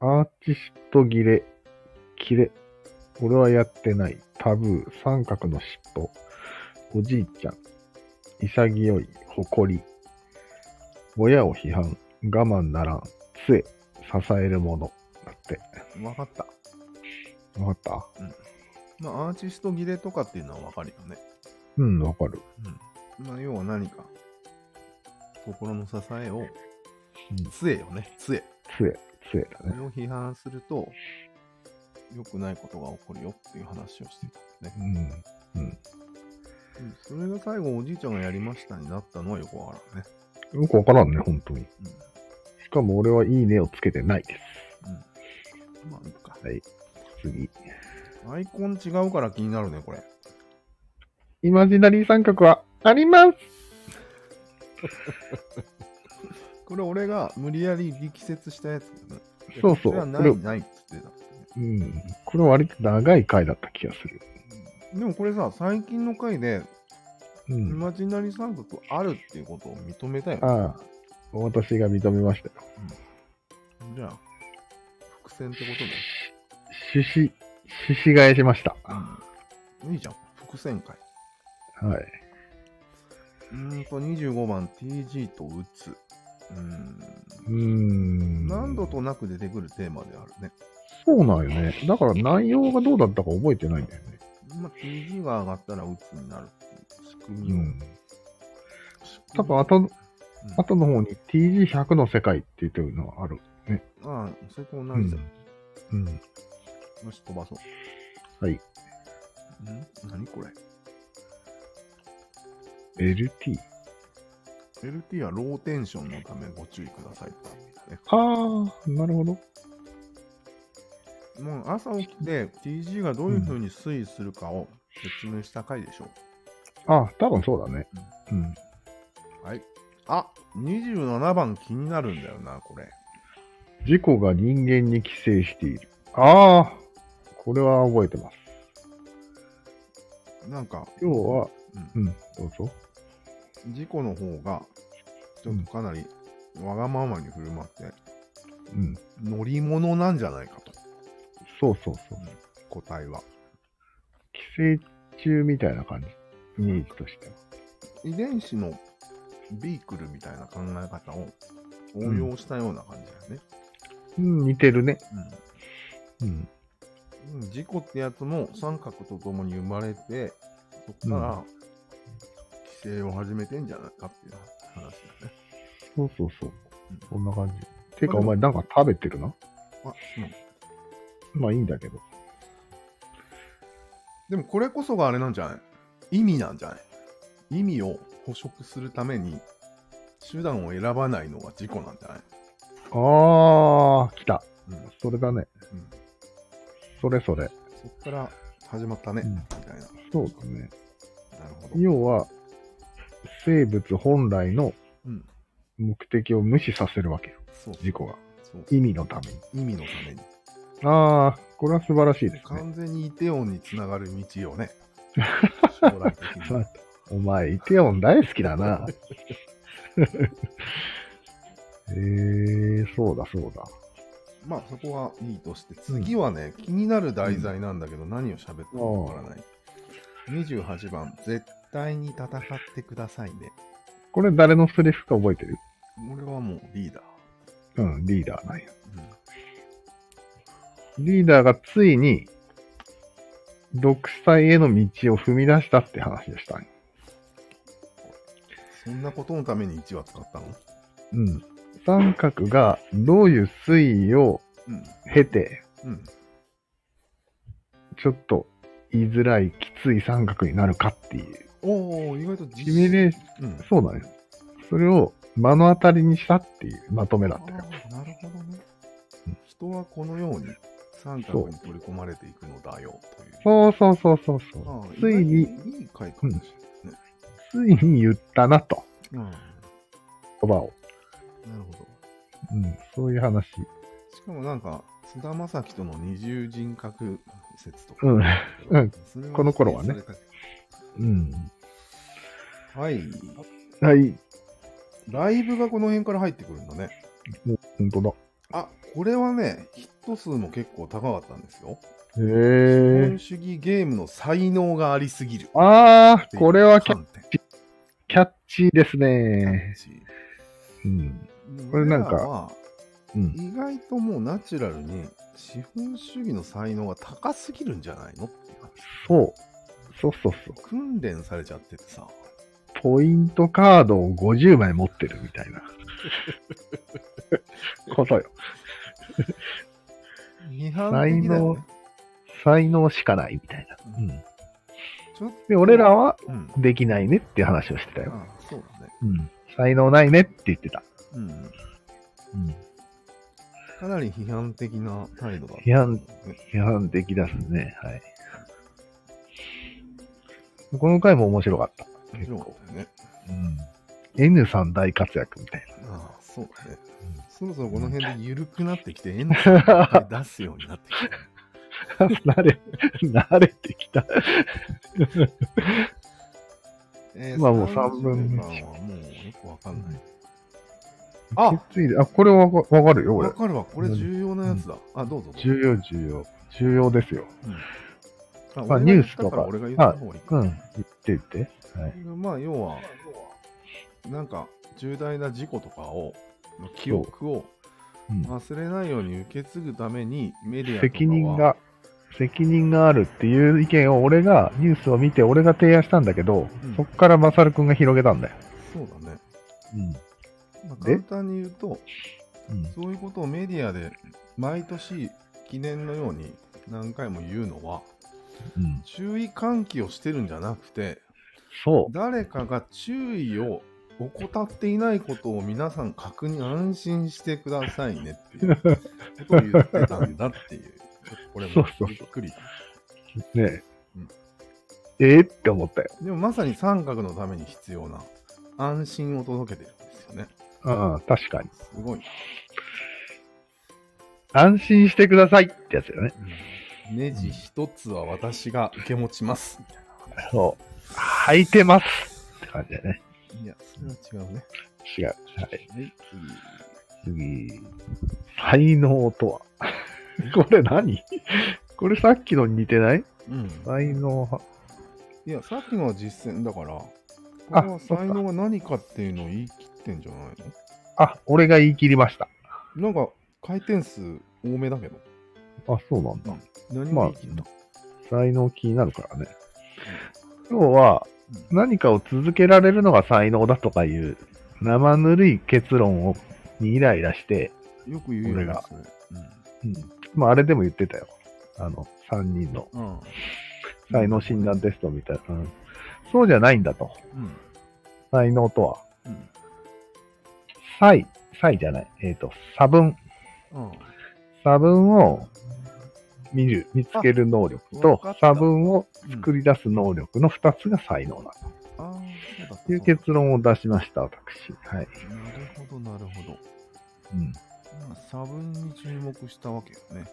[SPEAKER 1] アーティスト切れ、切れ、俺はやってない、タブー、三角の尻尾、おじいちゃん、潔い、誇り、親を批判、我慢ならん、杖、支えるもの、だって。
[SPEAKER 2] わかった。
[SPEAKER 1] わかった
[SPEAKER 2] まあ、アーティスト切れとかっていうのはわかるよね。
[SPEAKER 1] うん、わかる。
[SPEAKER 2] まあ、要は何か、心の支えを
[SPEAKER 1] うん、
[SPEAKER 2] 杖よね、杖。
[SPEAKER 1] 杖、杖
[SPEAKER 2] こ
[SPEAKER 1] だね。
[SPEAKER 2] れを批判すると、良くないことが起こるよっていう話をしてたね
[SPEAKER 1] う。ん。
[SPEAKER 2] うんそれが最後、おじいちゃんがやりましたになったのはよくわからんね。
[SPEAKER 1] よくわからんね、本当に。
[SPEAKER 2] うん。
[SPEAKER 1] しかも俺はいいねをつけてないです。
[SPEAKER 2] うん。まあ、いいか。
[SPEAKER 1] 次。
[SPEAKER 2] アイコン違うから気になるね、これ。
[SPEAKER 1] イマジナリー三角はあります
[SPEAKER 2] これ、俺が無理やり力説したやつだよね。
[SPEAKER 1] そうそう
[SPEAKER 2] いやこれはな
[SPEAKER 1] これを
[SPEAKER 2] い、ないって言ってたんだよね。
[SPEAKER 1] うん。これ割と長い回だった気がする。
[SPEAKER 2] でもこれさ、最近の回で、
[SPEAKER 1] う
[SPEAKER 2] イ
[SPEAKER 1] ん。
[SPEAKER 2] マジナリ三角あるっていうことを認めたよね。
[SPEAKER 1] ああ、私が認めましたよ。
[SPEAKER 2] じゃあ、伏線ってことね。
[SPEAKER 1] 獅子、獅子替えしました。はい
[SPEAKER 2] いいじゃん、伏線回。
[SPEAKER 1] い。
[SPEAKER 2] うーんと、25番、TG と打つ。うーん。
[SPEAKER 1] うーん。
[SPEAKER 2] 何度となく出てくるテーマであるね。
[SPEAKER 1] そうなんよね。だから内容がどうだったか覚えてないんだよね。
[SPEAKER 2] まあ、TG が上がったら打つになるっていう仕組み
[SPEAKER 1] う
[SPEAKER 2] を。仕
[SPEAKER 1] ん。
[SPEAKER 2] 組み
[SPEAKER 1] 多分後、
[SPEAKER 2] うん
[SPEAKER 1] 後の方に TG100 の世界っていうのがある。
[SPEAKER 2] ああ、それと同
[SPEAKER 1] う
[SPEAKER 2] じだ。
[SPEAKER 1] ん。うん。
[SPEAKER 2] よし、飛ばそう。
[SPEAKER 1] はい
[SPEAKER 2] ん何これ
[SPEAKER 1] LT。
[SPEAKER 2] ?LT はローテンションのためご注意くださいって意味だね。
[SPEAKER 1] ああ、なるほど。
[SPEAKER 2] もう朝起きて TG がどういうふうに推移するかを説明した回でしょう。
[SPEAKER 1] ああ、多分そうだね。うん。
[SPEAKER 2] はい。あ、27番気になるんだよな、これ。
[SPEAKER 1] 事故が人間に寄生している。ああ、これは覚えてます。
[SPEAKER 2] なんか、
[SPEAKER 1] 要は、
[SPEAKER 2] う
[SPEAKER 1] うん、どうぞ。
[SPEAKER 2] ん、事故の方が、ちょっとかなりわがままに振る舞って、
[SPEAKER 1] うん。
[SPEAKER 2] 乗り物なんじゃないかと、
[SPEAKER 1] そうそうそう。
[SPEAKER 2] 個体は。
[SPEAKER 1] 寄生虫みたいな感じ。イメージとしては。
[SPEAKER 2] 遺伝子のビークルみたいな考え方を応用したような感じだよね。
[SPEAKER 1] うん、似てるね。うん。
[SPEAKER 2] うんうん、事故ってやつも三角と共に生まれて、そこから規制を始めてんじゃないかっていう話だね。
[SPEAKER 1] そうそうそう。
[SPEAKER 2] うん
[SPEAKER 1] こんな感じ。てか、
[SPEAKER 2] あでも
[SPEAKER 1] お前なんか食べてるな。
[SPEAKER 2] あ、うん
[SPEAKER 1] まあいいんだけど。
[SPEAKER 2] でもこれこそがあれなんじゃない意味なんじゃない意味を捕食するために手段を選ばないのが事故なんじゃない、
[SPEAKER 1] ああ、来た。
[SPEAKER 2] うん
[SPEAKER 1] それだね。
[SPEAKER 2] うん
[SPEAKER 1] それそれ。
[SPEAKER 2] そっから始まったね、
[SPEAKER 1] うん
[SPEAKER 2] みたいな。
[SPEAKER 1] そうだね。
[SPEAKER 2] なるほど。
[SPEAKER 1] 要は、生物本来の
[SPEAKER 2] うん、
[SPEAKER 1] 目的を無視させるわけよ。
[SPEAKER 2] そう
[SPEAKER 1] 事故が。
[SPEAKER 2] そう
[SPEAKER 1] 意味のために。
[SPEAKER 2] 意味のために。
[SPEAKER 1] ああ、これは素晴らしいですね。
[SPEAKER 2] 完全にイテオンにつながる道を <laughs> ね、将来的に。
[SPEAKER 1] お前、イテオン大好きだな。えー、そうだそうだ。
[SPEAKER 2] まあそこはいいとして、次はね、気になる題材なんだけど、何を喋ったかわからない。28番、絶対に戦ってくださいね。
[SPEAKER 1] これ誰のセリフか覚えてる
[SPEAKER 2] 俺はもうリーダー。
[SPEAKER 1] うん、リーダーなんや。
[SPEAKER 2] うん
[SPEAKER 1] リーダーがついに、独裁への道を踏み出したって話でしたね。
[SPEAKER 2] そんなことのために1話使ったの
[SPEAKER 1] うん。三角がどういう推移を
[SPEAKER 2] うん。
[SPEAKER 1] 経て、
[SPEAKER 2] うん。
[SPEAKER 1] ちょっと言いづらいきつい三角になるかっていう。
[SPEAKER 2] おお、意外と
[SPEAKER 1] シミュレーシ
[SPEAKER 2] うん。
[SPEAKER 1] そうだね。それを目の当たりにしたっていうまとめだったよ。
[SPEAKER 2] あーなるほどね
[SPEAKER 1] うん。
[SPEAKER 2] 人はこのように三角に取り込まれていくのだよという。
[SPEAKER 1] そうそうそうそうそ
[SPEAKER 2] あー
[SPEAKER 1] う。つい
[SPEAKER 2] 意
[SPEAKER 1] に、
[SPEAKER 2] 外いい回かもしれない
[SPEAKER 1] ついに言ったなと、
[SPEAKER 2] ですね。
[SPEAKER 1] 言葉を。
[SPEAKER 2] うん、なるほど。
[SPEAKER 1] うん、そういう話。
[SPEAKER 2] しかもなんか、菅田将暉との二重人格説とか。
[SPEAKER 1] うんうん
[SPEAKER 2] それは
[SPEAKER 1] この頃はね
[SPEAKER 2] それだ
[SPEAKER 1] うん。
[SPEAKER 2] けはい。
[SPEAKER 1] はい、
[SPEAKER 2] ライブがこの辺から入ってくるんだね。
[SPEAKER 1] 本当だ。
[SPEAKER 2] あ、これはね、ヒット数も結構高かったんですよ。
[SPEAKER 1] へ
[SPEAKER 2] 資
[SPEAKER 1] え
[SPEAKER 2] 本。主義ゲームの才能がありすぎる。
[SPEAKER 1] あー、これはキャ
[SPEAKER 2] 観点
[SPEAKER 1] キャッチーです
[SPEAKER 2] 感
[SPEAKER 1] ね。
[SPEAKER 2] じ
[SPEAKER 1] うん。これなんか
[SPEAKER 2] 俺らは
[SPEAKER 1] うん。
[SPEAKER 2] 意外ともうナチュラルに資本主義の才能が高すぎるんじゃないのっていう感じ
[SPEAKER 1] そう。そうそうそう。
[SPEAKER 2] 訓練されちゃっててさ
[SPEAKER 1] ポイントカードを50枚持ってるみたい
[SPEAKER 2] <laughs>
[SPEAKER 1] な。ことよ。
[SPEAKER 2] 批判的だよね
[SPEAKER 1] 才能しかないみたい
[SPEAKER 2] う
[SPEAKER 1] な。う
[SPEAKER 2] ん
[SPEAKER 1] ん。
[SPEAKER 2] ちょっと
[SPEAKER 1] で、俺らは
[SPEAKER 2] うん
[SPEAKER 1] できないねっていう話をしてたよ。
[SPEAKER 2] あそうだね
[SPEAKER 1] うん。才能ないねって言ってた。
[SPEAKER 2] うん
[SPEAKER 1] うん。
[SPEAKER 2] かなり批判的な態度だった
[SPEAKER 1] 批判
[SPEAKER 2] ね
[SPEAKER 1] 批判的ですね。はい。この回も面白かった。
[SPEAKER 2] 面白かったよね
[SPEAKER 1] うん。N さん大活躍みたい
[SPEAKER 2] ああそうだね
[SPEAKER 1] うん
[SPEAKER 2] そろそろこの辺で緩くなってきて円の形
[SPEAKER 1] <laughs>
[SPEAKER 2] 出すようになってきて
[SPEAKER 1] な。 <laughs> 慣れ、慣れてきた。
[SPEAKER 2] え
[SPEAKER 1] まあもう三分の一
[SPEAKER 2] 30番はもうよくわかんない。
[SPEAKER 1] あ
[SPEAKER 2] あ
[SPEAKER 1] ついで、あ、これわかわかるよ、俺
[SPEAKER 2] わ。かるわ、これ重要なやつだ。あ、どうぞどうぞ。
[SPEAKER 1] 重要、重要。重要ですよ。
[SPEAKER 2] あ
[SPEAKER 1] まあ
[SPEAKER 2] 俺が言
[SPEAKER 1] ニュ
[SPEAKER 2] っ
[SPEAKER 1] ース
[SPEAKER 2] た
[SPEAKER 1] とから
[SPEAKER 2] 俺が言った方がいいか
[SPEAKER 1] うん。言って言って。はい。
[SPEAKER 2] まあ、要は、なんか、重大な事故とかを、の記憶を
[SPEAKER 1] うん
[SPEAKER 2] 忘れないように受け継ぐために、メディアとかは
[SPEAKER 1] 責任が、責任があるっていう意見を俺が、ニュースを見て俺が提案したんだけど、
[SPEAKER 2] うん
[SPEAKER 1] そっからマサルくんが広げたんだよ。
[SPEAKER 2] そうだね。
[SPEAKER 1] うん。
[SPEAKER 2] まあ、
[SPEAKER 1] で
[SPEAKER 2] 簡単に言うと、そういうことをメディアで毎年記念のように何回も言うのは、
[SPEAKER 1] うん。
[SPEAKER 2] 注意喚起をしてるんじゃなくて、
[SPEAKER 1] そう。
[SPEAKER 2] 誰かが注意を怠っていないことを皆さん確認安心してくださいねっていうことを言ってたんだっていう。これ
[SPEAKER 1] <laughs> そ
[SPEAKER 2] も
[SPEAKER 1] うそう
[SPEAKER 2] びっくり。
[SPEAKER 1] ね
[SPEAKER 2] うん
[SPEAKER 1] え。えーって思ったよ。
[SPEAKER 2] でもまさに三角のために必要な安心を届けてるんですよね。
[SPEAKER 1] ああ、確かに。
[SPEAKER 2] すごい。
[SPEAKER 1] 安心してくださいってやつよね。
[SPEAKER 2] ネジ一つは私が受け持ちます。みたい
[SPEAKER 1] そう。履いてますって感じだね。
[SPEAKER 2] ないや、それは違うね。
[SPEAKER 1] 違う。はい。
[SPEAKER 2] はい、
[SPEAKER 1] 次。才能とは。 <laughs> これ何これさっきのに似てない
[SPEAKER 2] 次。うん。
[SPEAKER 1] 才能は。
[SPEAKER 2] いや、さっきのは実践だから、こ
[SPEAKER 1] あ
[SPEAKER 2] れは才能が何かっていうのを言い切ってんじゃないの
[SPEAKER 1] あ、俺が言い切りました。
[SPEAKER 2] なんか回転数多めだけど。
[SPEAKER 1] あ、そうなんだ。
[SPEAKER 2] 何
[SPEAKER 1] まあ
[SPEAKER 2] もできんの、
[SPEAKER 1] 才能気になるからね。今日は何かを続けられるのが才能だとかいう生ぬるい結論をにイライラして、
[SPEAKER 2] よく言うよ
[SPEAKER 1] 俺
[SPEAKER 2] ね
[SPEAKER 1] が。
[SPEAKER 2] それ
[SPEAKER 1] うん、まああれでも言ってたよ。あの、3人の
[SPEAKER 2] うん。うん
[SPEAKER 1] 才能診断テストみたいな。うんそうじゃないんだと。
[SPEAKER 2] うん。
[SPEAKER 1] 才能とは。
[SPEAKER 2] うん。
[SPEAKER 1] 才、才じゃない。えっ、と、差分。
[SPEAKER 2] うん。
[SPEAKER 1] 差分を見る、見つける能力
[SPEAKER 2] あわ
[SPEAKER 1] と
[SPEAKER 2] かった
[SPEAKER 1] 差分を作り出す能力の2つが才能だ
[SPEAKER 2] ああ、そうだった
[SPEAKER 1] という結論を出しました、私。はい。
[SPEAKER 2] そうだなるほど、なるほど。
[SPEAKER 1] うん
[SPEAKER 2] まあ、差分に注目したわけよね。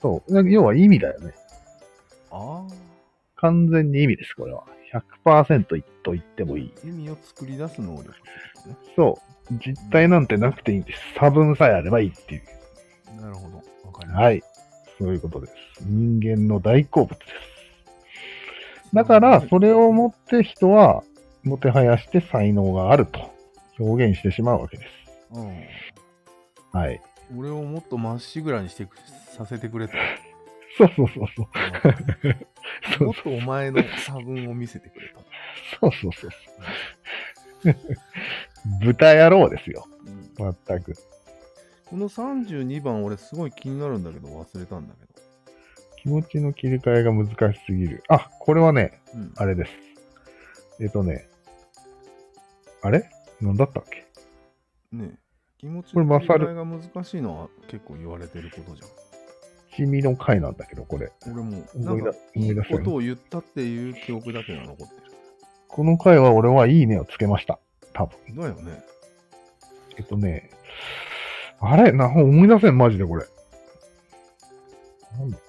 [SPEAKER 1] そう。要は意味だよね。
[SPEAKER 2] ああ。
[SPEAKER 1] 完全に意味です、これは。100%と言ってもいい。
[SPEAKER 2] 意味を作り出す能力ってことね。
[SPEAKER 1] そう。実体なんてなくていいんです。差分さえあればいいっていう。
[SPEAKER 2] なるほど。わかりまし
[SPEAKER 1] はい。そういうことです。人間の大好物です。
[SPEAKER 2] た。
[SPEAKER 1] だから、それをもって人は、もてはやして才能があると表現してしまうわけです。
[SPEAKER 2] うん。
[SPEAKER 1] はい。
[SPEAKER 2] 俺をもっとまっしぐらにしてくさせてくれ
[SPEAKER 1] <laughs>
[SPEAKER 2] と。
[SPEAKER 1] そうそうそうそう。
[SPEAKER 2] もっとお前の差分を見せてくれと。
[SPEAKER 1] そうそうそう。豚野郎ですよ。
[SPEAKER 2] うん
[SPEAKER 1] まったく。
[SPEAKER 2] この32番俺すごい気になるんだけど忘れたんだけど。
[SPEAKER 1] 気持ちの切り替えが難しすぎる。あ、これはね、
[SPEAKER 2] うん、
[SPEAKER 1] あれです。えっとね、あれ何だったっけ
[SPEAKER 2] ねえ気持ち
[SPEAKER 1] こ
[SPEAKER 2] の
[SPEAKER 1] れマ
[SPEAKER 2] 切
[SPEAKER 1] サ
[SPEAKER 2] り
[SPEAKER 1] ル
[SPEAKER 2] 替えが難しいのは結構言われてることじゃん。
[SPEAKER 1] 君の回なんだけど、これ。
[SPEAKER 2] 俺もなん
[SPEAKER 1] 思い
[SPEAKER 2] か
[SPEAKER 1] 出思い出せ
[SPEAKER 2] こ
[SPEAKER 1] る
[SPEAKER 2] とを言ったっていう記憶だけが残って
[SPEAKER 1] この回は俺はいいねをつけました。多分。
[SPEAKER 2] る。だよね。
[SPEAKER 1] えっとね、あれな、思い出せん、マジでこれ。なんだった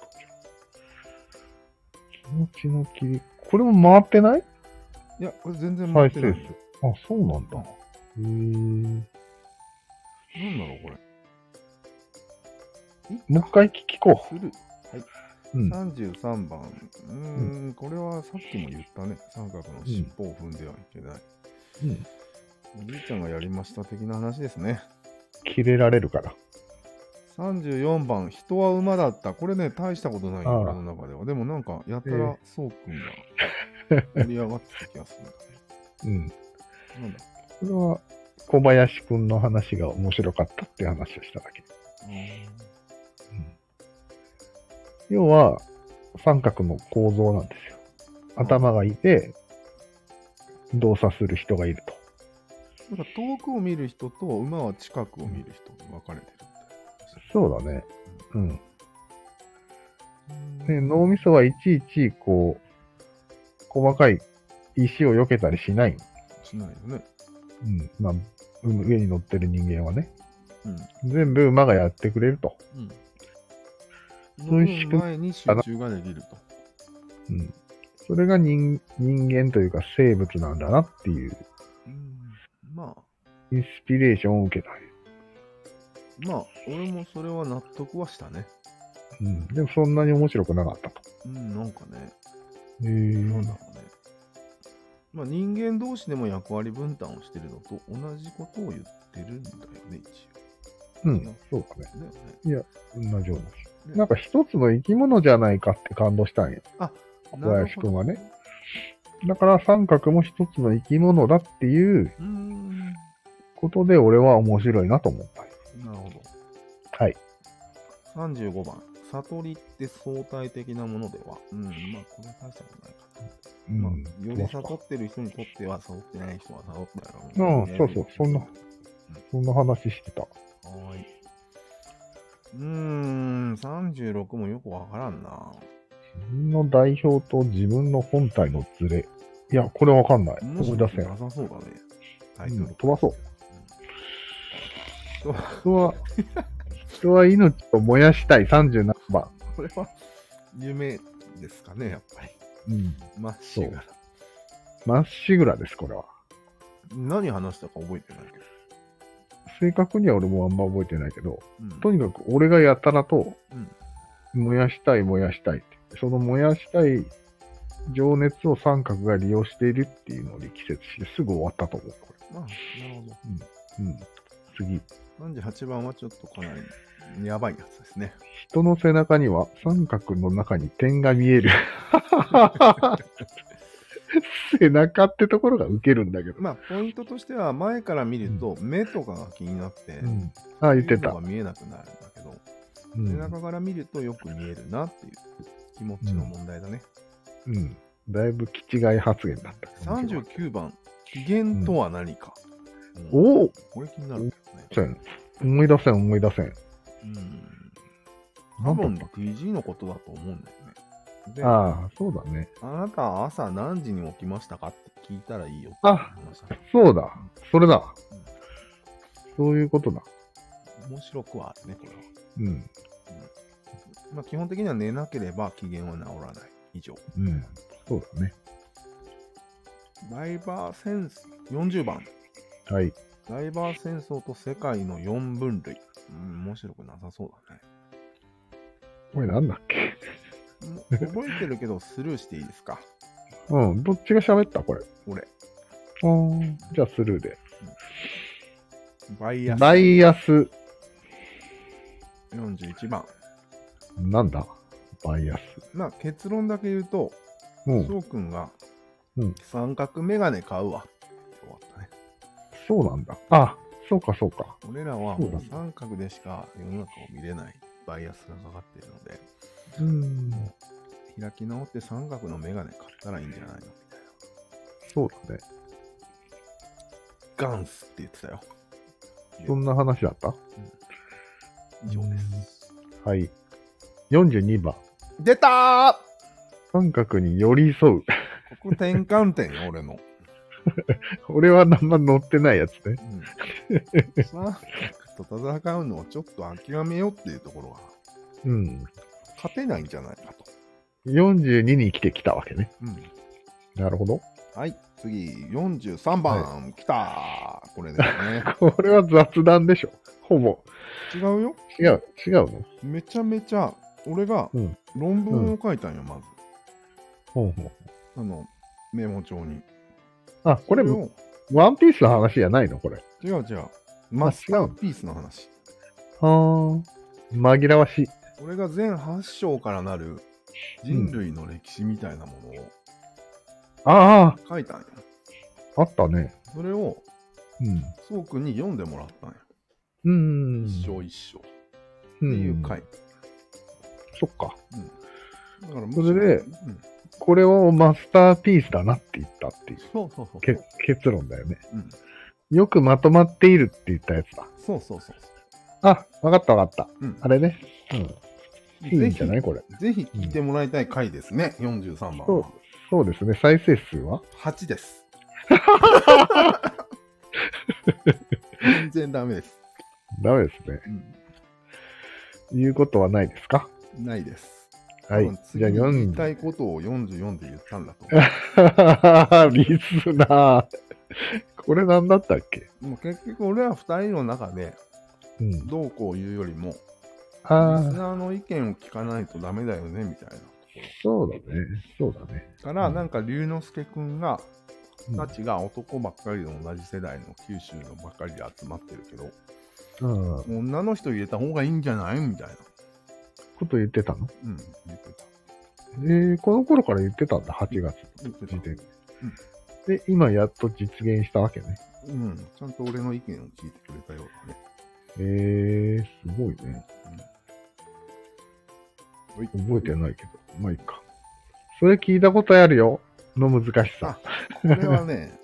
[SPEAKER 1] っけ気持ちの切り、これも回ってない
[SPEAKER 2] いや、これ全然回
[SPEAKER 1] 再
[SPEAKER 2] ってな
[SPEAKER 1] 生数
[SPEAKER 2] い。。
[SPEAKER 1] あ、そうなんだ。へえ。
[SPEAKER 2] なんだろう、これ。
[SPEAKER 1] もう一回聞こ
[SPEAKER 2] する。
[SPEAKER 1] う。うん。
[SPEAKER 2] 33番。うーん、これはさっきも言ったね。三角の尻尾を踏んではいけない。
[SPEAKER 1] うん
[SPEAKER 2] おじいちゃんがやりました的な話ですね。
[SPEAKER 1] 切れられるから。
[SPEAKER 2] 34番、人は馬だった。これね、大したことないよ、
[SPEAKER 1] ああ
[SPEAKER 2] 俺の中では。でもなんか、やた
[SPEAKER 1] え
[SPEAKER 2] ら
[SPEAKER 1] え、
[SPEAKER 2] そうくんが
[SPEAKER 1] <laughs>
[SPEAKER 2] 盛り上がってた気がするんだ
[SPEAKER 1] うん。
[SPEAKER 2] ね。なんだ
[SPEAKER 1] これは、小林くんの話が面白かったって話をしただけ。要は、三角の構造なんですよ。頭がいて、動作する人がいると。
[SPEAKER 2] なんか遠くを見る人と馬は近くを見る人に分かれてる
[SPEAKER 1] そうだね。うん。
[SPEAKER 2] みたい
[SPEAKER 1] ね、
[SPEAKER 2] な。
[SPEAKER 1] 脳みそはいちいち、こう、細かい石を避けたりしない。
[SPEAKER 2] しないよね。
[SPEAKER 1] うん。まあ、うん上に乗ってる人間はね。
[SPEAKER 2] うん。
[SPEAKER 1] 全部馬がやってくれると。
[SPEAKER 2] うん。
[SPEAKER 1] そういう仕組み
[SPEAKER 2] 前に集中ができると。
[SPEAKER 1] うん。それが人人間というか生物なんだなっていう、
[SPEAKER 2] うん、まあ、
[SPEAKER 1] インスピレーションを受けた
[SPEAKER 2] まあ、俺もそれは納得はしたね。
[SPEAKER 1] うん。でもそんなに面白くなかったと。
[SPEAKER 2] うん、なんかね、
[SPEAKER 1] へえ
[SPEAKER 2] なんだろうね。まあ、人間同士でも役割分担をしてるのと同じことを言ってるんだよね、一
[SPEAKER 1] うん。そうだね。
[SPEAKER 2] 応。だよね。
[SPEAKER 1] 同じような。なんか一つの生き物じゃないかって感動したんや。小林くんはね。だから三角も一つの生き物だっていう
[SPEAKER 2] うーん、な
[SPEAKER 1] ことで俺は面白いなと思ったんや。
[SPEAKER 2] るほど。
[SPEAKER 1] はい。
[SPEAKER 2] 35番、悟りって相対的なものでは、うん、まあ、これは大したことないかな。ま
[SPEAKER 1] うん
[SPEAKER 2] あ、より悟ってる人にとっては、悟ってない人は悟ったら、
[SPEAKER 1] うんそうそうそんなそんな話してた。
[SPEAKER 2] はーい。うーん、36もよくわからんな。
[SPEAKER 1] 自分の代表と自分の本体のズレ。いや、これわかんない。
[SPEAKER 2] 面
[SPEAKER 1] 思
[SPEAKER 2] 白
[SPEAKER 1] い
[SPEAKER 2] く
[SPEAKER 1] 出せん。
[SPEAKER 2] なさそうだね。タイト
[SPEAKER 1] う
[SPEAKER 2] ル
[SPEAKER 1] ん飛ばそう。
[SPEAKER 2] うん
[SPEAKER 1] 人は、 <laughs> 人は命を燃やしたい37番。
[SPEAKER 2] これは夢ですかね、やっぱり。
[SPEAKER 1] うん。
[SPEAKER 2] まっしぐら。
[SPEAKER 1] まっしぐらです、これは。
[SPEAKER 2] 何話したか覚えてないけど。
[SPEAKER 1] 正確には俺もあんま覚えてないけど、
[SPEAKER 2] うん
[SPEAKER 1] とにかく俺がやたらと
[SPEAKER 2] うん、
[SPEAKER 1] 燃やしたい、燃やしたいって。その燃やしたい情熱を三角が利用しているっていうのを力説して、すぐ終わったと思う、こ
[SPEAKER 2] まあ、なるほ
[SPEAKER 1] れ。うん。次。
[SPEAKER 2] ど。38番はちょっとかなりやばいやつですね。
[SPEAKER 1] 人の背中には三角の中に点が見
[SPEAKER 2] <laughs>
[SPEAKER 1] える。背中ってところがウケるんだけど。
[SPEAKER 2] まあ、ポイントとしては、前から見ると、目とかが気になって、
[SPEAKER 1] うん、ああ、言って
[SPEAKER 2] 目
[SPEAKER 1] た
[SPEAKER 2] が。見えなくなるんだけど、
[SPEAKER 1] う
[SPEAKER 2] 背
[SPEAKER 1] ん
[SPEAKER 2] 中から見るとよく見えるなっていう気持ちの問題だね。
[SPEAKER 1] うん、だいぶ気違い発言だった。
[SPEAKER 2] 39番、機嫌とは何か。うん
[SPEAKER 1] おお
[SPEAKER 2] これ気になるけ
[SPEAKER 1] そ
[SPEAKER 2] ど
[SPEAKER 1] う
[SPEAKER 2] ね。
[SPEAKER 1] やね思い出せん、思い出せん。
[SPEAKER 2] うん。
[SPEAKER 1] な
[SPEAKER 2] 多
[SPEAKER 1] んだ
[SPEAKER 2] 分
[SPEAKER 1] った
[SPEAKER 2] TG のことだと思うんだよね。で、あ
[SPEAKER 1] ああ、そうだね。
[SPEAKER 2] なた朝何時に起きましたかって聞いたらいいよって
[SPEAKER 1] あ
[SPEAKER 2] 話だね
[SPEAKER 1] そうだ。それだ。そういうことだ。
[SPEAKER 2] 面白くはあるね、これは。
[SPEAKER 1] うん。
[SPEAKER 2] まあ、基本的には寝なければ機嫌は治らない。以上。
[SPEAKER 1] うん。そうだね。
[SPEAKER 2] ダイバーセンス、40番。
[SPEAKER 1] はい。
[SPEAKER 2] ダイバー戦争と世界の4分類。うん、面白くなさそうだね。
[SPEAKER 1] これなんだっけ
[SPEAKER 2] もう覚えてるけ
[SPEAKER 1] <laughs>
[SPEAKER 2] どスルーしていいですか
[SPEAKER 1] うん。どっちが喋ったこれ。
[SPEAKER 2] 俺。
[SPEAKER 1] ああ。じゃあスルーで。
[SPEAKER 2] バイアス
[SPEAKER 1] バイアス。
[SPEAKER 2] 41番。
[SPEAKER 1] なんだバイアス。
[SPEAKER 2] まあ結論だけ言うと、
[SPEAKER 1] う
[SPEAKER 2] 翔
[SPEAKER 1] ん。
[SPEAKER 2] くんが
[SPEAKER 1] うん
[SPEAKER 2] 三角メガネ買うわって終わったね。
[SPEAKER 1] そうなんだ。あ、そうかそうか。
[SPEAKER 2] 俺らは
[SPEAKER 1] そう
[SPEAKER 2] も
[SPEAKER 1] だ
[SPEAKER 2] う三角でしか世の中を見れないバイアスがかかっているので、
[SPEAKER 1] うん。
[SPEAKER 2] 開き直って三角のメガネ買ったらいいんじゃないのみたいな。
[SPEAKER 1] そうだね。
[SPEAKER 2] ガンスって言ってたよ。
[SPEAKER 1] そんな話だった
[SPEAKER 2] 以上です。
[SPEAKER 1] はい。42番。
[SPEAKER 2] 出たー
[SPEAKER 1] 三角に寄り添う。 <laughs>
[SPEAKER 2] ここ転換点よ、俺の。
[SPEAKER 1] 俺はあんま乗ってないやつね。
[SPEAKER 2] うん、サークと戦うのをちょっと諦めようっていうところは、
[SPEAKER 1] うん。
[SPEAKER 2] 勝てないんじゃないかと。
[SPEAKER 1] 42に来てきたわけね。
[SPEAKER 2] うん
[SPEAKER 1] なるほど。
[SPEAKER 2] はい、次、43番、来たーこれですね。 <laughs>
[SPEAKER 1] これは雑談でしょ。ほぼ。
[SPEAKER 2] 違うよ。
[SPEAKER 1] 違う、違うの
[SPEAKER 2] めちゃめちゃ、俺が
[SPEAKER 1] うん
[SPEAKER 2] 論文を書いたんよ、まず。
[SPEAKER 1] ほうほう。
[SPEAKER 2] あの、メモ帳に。
[SPEAKER 1] あ、これ、
[SPEAKER 2] そを
[SPEAKER 1] ワンピースの話じゃないのこれ。
[SPEAKER 2] 違う違う。マスターピースの話。
[SPEAKER 1] はー紛らわしい。
[SPEAKER 2] 俺が全8章からなる人類の歴史みたいなものを
[SPEAKER 1] あ
[SPEAKER 2] 書いたんよ。
[SPEAKER 1] あ、あったね。
[SPEAKER 2] それを、
[SPEAKER 1] うん。
[SPEAKER 2] そうくんに読んでもらったんよ。
[SPEAKER 1] うん。
[SPEAKER 2] 一章一章っていう回。
[SPEAKER 1] そっか。
[SPEAKER 2] だからむし
[SPEAKER 1] そ
[SPEAKER 2] ろ、
[SPEAKER 1] れで
[SPEAKER 2] うん、
[SPEAKER 1] これをマスターピースだなって言ったっていう
[SPEAKER 2] そうそうそう。
[SPEAKER 1] け結論だよね。
[SPEAKER 2] うん
[SPEAKER 1] よくまとまっているって言ったやつだ。
[SPEAKER 2] そうそうそう。
[SPEAKER 1] あ、わかったわかった。
[SPEAKER 2] うん
[SPEAKER 1] あれね。うん。いいんじゃない
[SPEAKER 2] ぜ
[SPEAKER 1] これ。
[SPEAKER 2] ひ、ぜひ聞いてもらいたい回ですね、43番
[SPEAKER 1] そう
[SPEAKER 2] は。
[SPEAKER 1] そうですね。再生数は
[SPEAKER 2] 8です。全然ダメです、
[SPEAKER 1] ダメですね。
[SPEAKER 2] う
[SPEAKER 1] 言うことはないですか
[SPEAKER 2] ん。ないです。
[SPEAKER 1] はい
[SPEAKER 2] 多分。
[SPEAKER 1] じゃ
[SPEAKER 2] 次
[SPEAKER 1] あ
[SPEAKER 2] に言いた
[SPEAKER 1] 4。
[SPEAKER 2] いことを44で言ったんだと思
[SPEAKER 1] <laughs> リスナー。これ何だったっけ
[SPEAKER 2] う。もう結局俺ら2人の中で
[SPEAKER 1] うん。
[SPEAKER 2] どうこう言うよりも、リス
[SPEAKER 1] ああ、
[SPEAKER 2] ナーの意見を聞かないとダメだよねみたいな。
[SPEAKER 1] そうだね。そうだね。
[SPEAKER 2] から、
[SPEAKER 1] うん
[SPEAKER 2] なんか龍之介くんが、
[SPEAKER 1] うん
[SPEAKER 2] たちが男ばっかりの同じ世代の九州のばっかりで集まってるけど、
[SPEAKER 1] うん。こ
[SPEAKER 2] 女の人入れた方がいいんじゃないみたいな。
[SPEAKER 1] と言ってたの
[SPEAKER 2] うん、言ってた。
[SPEAKER 1] えー、この頃から言ってたんだ。8月
[SPEAKER 2] 言って
[SPEAKER 1] 時
[SPEAKER 2] た。
[SPEAKER 1] 点で。で、今やっと実現したわけね。
[SPEAKER 2] うん、ちゃんと俺の意見を聞いてくれたようだね。
[SPEAKER 1] えー、すごいね。
[SPEAKER 2] うん
[SPEAKER 1] 覚えてないけど。まあいいか。それ聞いたことあるよ。の難しさ。
[SPEAKER 2] これは <laughs> ね、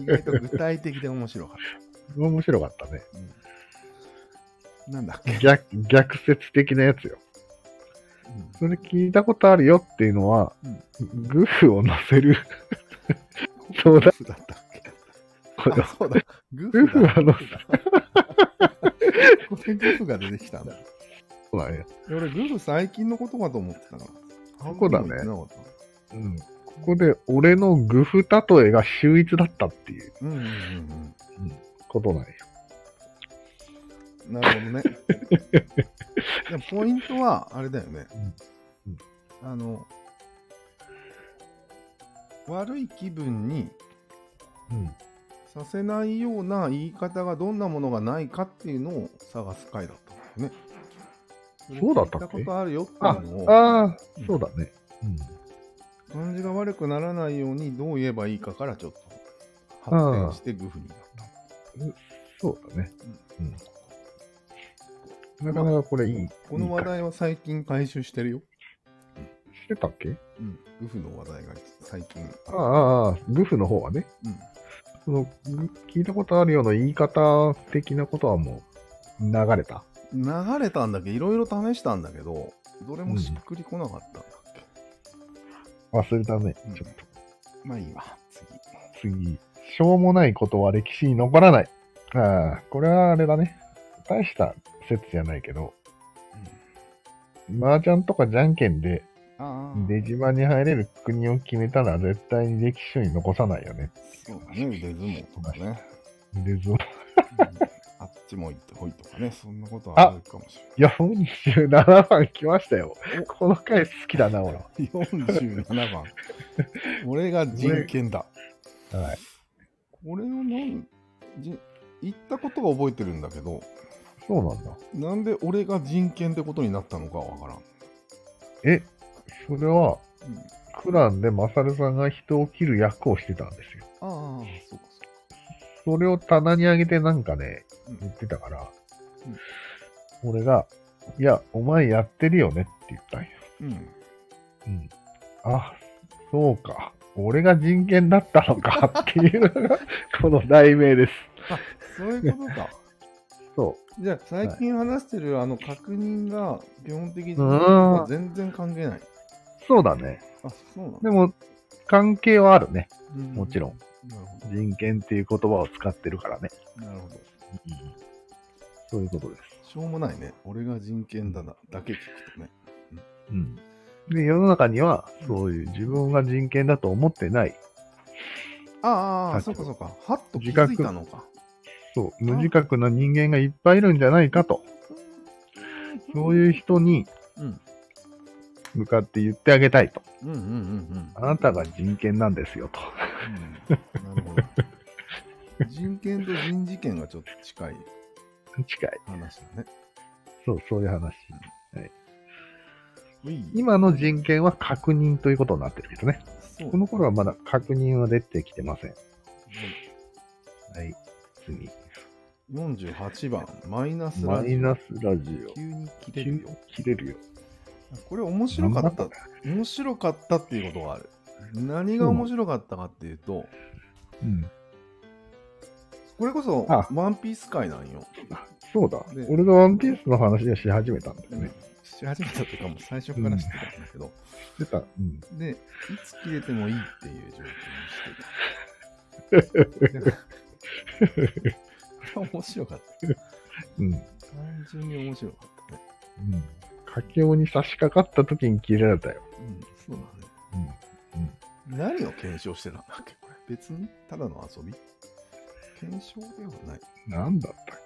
[SPEAKER 2] 意外と具体的で面白かっ
[SPEAKER 1] 面白かったね。
[SPEAKER 2] た。うん、なんだっけ、
[SPEAKER 1] 逆、逆説的なやつよ。それ聞いたことあるよっていうのは、グフを乗せる。そう
[SPEAKER 2] グ
[SPEAKER 1] だ
[SPEAKER 2] フだったっけあ、そうだ。グ
[SPEAKER 1] グフ
[SPEAKER 2] フだ。
[SPEAKER 1] は乗
[SPEAKER 2] これグフが出てきたん <laughs> だ。
[SPEAKER 1] せないや。
[SPEAKER 2] 俺、グフ最近のことかと思ってたから。
[SPEAKER 1] そうだね
[SPEAKER 2] 半分も言ってなかっ
[SPEAKER 1] うん。ここで俺のグフ例えが秀逸だったっていう
[SPEAKER 2] た。うんうんうん
[SPEAKER 1] ことなんよ。
[SPEAKER 2] うん。なるほど
[SPEAKER 1] <laughs>
[SPEAKER 2] ね。でもポイントは、あれだよね
[SPEAKER 1] うんうん。
[SPEAKER 2] あの、悪い気分に
[SPEAKER 1] うん。
[SPEAKER 2] させないような言い方がどんなものがないかっていうのを探す回だったんだよね。
[SPEAKER 1] そうだったっけ
[SPEAKER 2] 聞いたことあるよって
[SPEAKER 1] あ
[SPEAKER 2] いうのを、
[SPEAKER 1] あー、そうだね。うん。
[SPEAKER 2] 感じが悪くならないようにどう言えばいいかからちょっと発展してグフになった。
[SPEAKER 1] そうだね。うん。なかなかこれいい。
[SPEAKER 2] この話
[SPEAKER 1] いいか
[SPEAKER 2] 題は最近回収してるよ。
[SPEAKER 1] してたっけ
[SPEAKER 2] うん。グフの話題が最近。
[SPEAKER 1] ああああ、グフの方はね。
[SPEAKER 2] うん。
[SPEAKER 1] そのぐ聞いたことあるような言い方的なことはもう流れた。
[SPEAKER 2] 流れたんだけど、いろいろ試したんだけど、どれもしっくりこなかったんだっ
[SPEAKER 1] 忘れたね。
[SPEAKER 2] うん
[SPEAKER 1] ちょっと
[SPEAKER 2] け。まあいいわ、次。
[SPEAKER 1] 次。しょうもないことは歴史に残らない。ああ、これはあれだね。大した説じゃないけど、麻雀とかじゃんけんで
[SPEAKER 2] ああ、
[SPEAKER 1] 出島に入れる国を決めたら絶対に歴史書に残さないよね。
[SPEAKER 2] そうだね、腕相撲とかね。
[SPEAKER 1] で <laughs> ずい
[SPEAKER 2] <laughs> あっちも行ってほいとかね、そんなことはあるかもし
[SPEAKER 1] や、47番来ましたよ
[SPEAKER 2] お。
[SPEAKER 1] この回好きだな、俺は。
[SPEAKER 2] れない。47番。俺が人権だ。
[SPEAKER 1] はい。
[SPEAKER 2] 俺のなんじ言ったことが覚えてるんだけど、
[SPEAKER 1] そうなんだ。
[SPEAKER 2] なんで俺が人権ってことになったのかわからん。
[SPEAKER 1] え、それは、
[SPEAKER 2] うん、あ
[SPEAKER 1] クランでマサルさんが人を切る役をしてたんですよ。
[SPEAKER 2] あ、そうかそうか。
[SPEAKER 1] それを棚に上げてなんかね、
[SPEAKER 2] うん
[SPEAKER 1] 言ってたから、俺が、いや、お前やってるよねって言ったんよ。
[SPEAKER 2] うん。
[SPEAKER 1] うん。あ、そうか。俺が人権だったの
[SPEAKER 2] <laughs>
[SPEAKER 1] かっていうのが、この題名です。
[SPEAKER 2] あ、そういうことか。
[SPEAKER 1] そ
[SPEAKER 2] じゃあ、最近話してるあの確認が基本的に
[SPEAKER 1] うん
[SPEAKER 2] 全然関係ない。
[SPEAKER 1] う。そうだね。
[SPEAKER 2] あ、そうなんだ
[SPEAKER 1] でも、関係はあるね。も
[SPEAKER 2] も
[SPEAKER 1] ちろん。
[SPEAKER 2] なるほ
[SPEAKER 1] 人権っていう言葉を使ってるからね。
[SPEAKER 2] ど。なるほど。
[SPEAKER 1] そういうことです。
[SPEAKER 2] しょうもないね。俺が人権だな、だけ聞くとね。
[SPEAKER 1] うん。で、世の中には、そういう自分が人権だと思ってない、
[SPEAKER 2] ああ、そ
[SPEAKER 1] さっ
[SPEAKER 2] う
[SPEAKER 1] き
[SPEAKER 2] かそうか。はっと気づいたのか。
[SPEAKER 1] そう、無自覚な人間がいっぱいいるんじゃないかと、そういう人に
[SPEAKER 2] うん。
[SPEAKER 1] 向かって言ってあげたいと。
[SPEAKER 2] うんうんうんうん。
[SPEAKER 1] あなたが人権なんですよと。
[SPEAKER 2] うんなるほど。人権と人事権がちょっと近い
[SPEAKER 1] 近い。
[SPEAKER 2] 話だね。
[SPEAKER 1] そう、そういう話。
[SPEAKER 2] うい
[SPEAKER 1] 今の人権は確認ということになってるけどね。
[SPEAKER 2] そう
[SPEAKER 1] この頃はまだ確認は出てきてません。はい。次。
[SPEAKER 2] 48番、マイナス
[SPEAKER 1] マ
[SPEAKER 2] ラジ
[SPEAKER 1] イ
[SPEAKER 2] オ
[SPEAKER 1] ナスラジ
[SPEAKER 2] 急に切
[SPEAKER 1] オ。
[SPEAKER 2] れるよ。
[SPEAKER 1] 切れるよ。
[SPEAKER 2] これ面白か
[SPEAKER 1] なん
[SPEAKER 2] っ
[SPEAKER 1] だ
[SPEAKER 2] た
[SPEAKER 1] こ。
[SPEAKER 2] 面白かったっていうことがある。何が面白かったかっていうと、
[SPEAKER 1] れうん。
[SPEAKER 2] これこそ
[SPEAKER 1] あ
[SPEAKER 2] ワンピース界なんよ。
[SPEAKER 1] そうだ
[SPEAKER 2] ね。
[SPEAKER 1] 俺がワンピースの話をし始めたんだよね。
[SPEAKER 2] し始めたっていうかもう最初から知ってたんだけど、
[SPEAKER 1] してた。うん。
[SPEAKER 2] で、いつ切れてもいいっていう状況に <laughs> してた。で面白かった。
[SPEAKER 1] うん。
[SPEAKER 2] 単純に面白かったね。
[SPEAKER 1] うん。佳境に差し掛かった時に切れられたよ。
[SPEAKER 2] うん、そうだね。
[SPEAKER 1] うん。
[SPEAKER 2] 何を検証してたんだっけこれ別にただの遊び検証ではない。
[SPEAKER 1] なんだったっ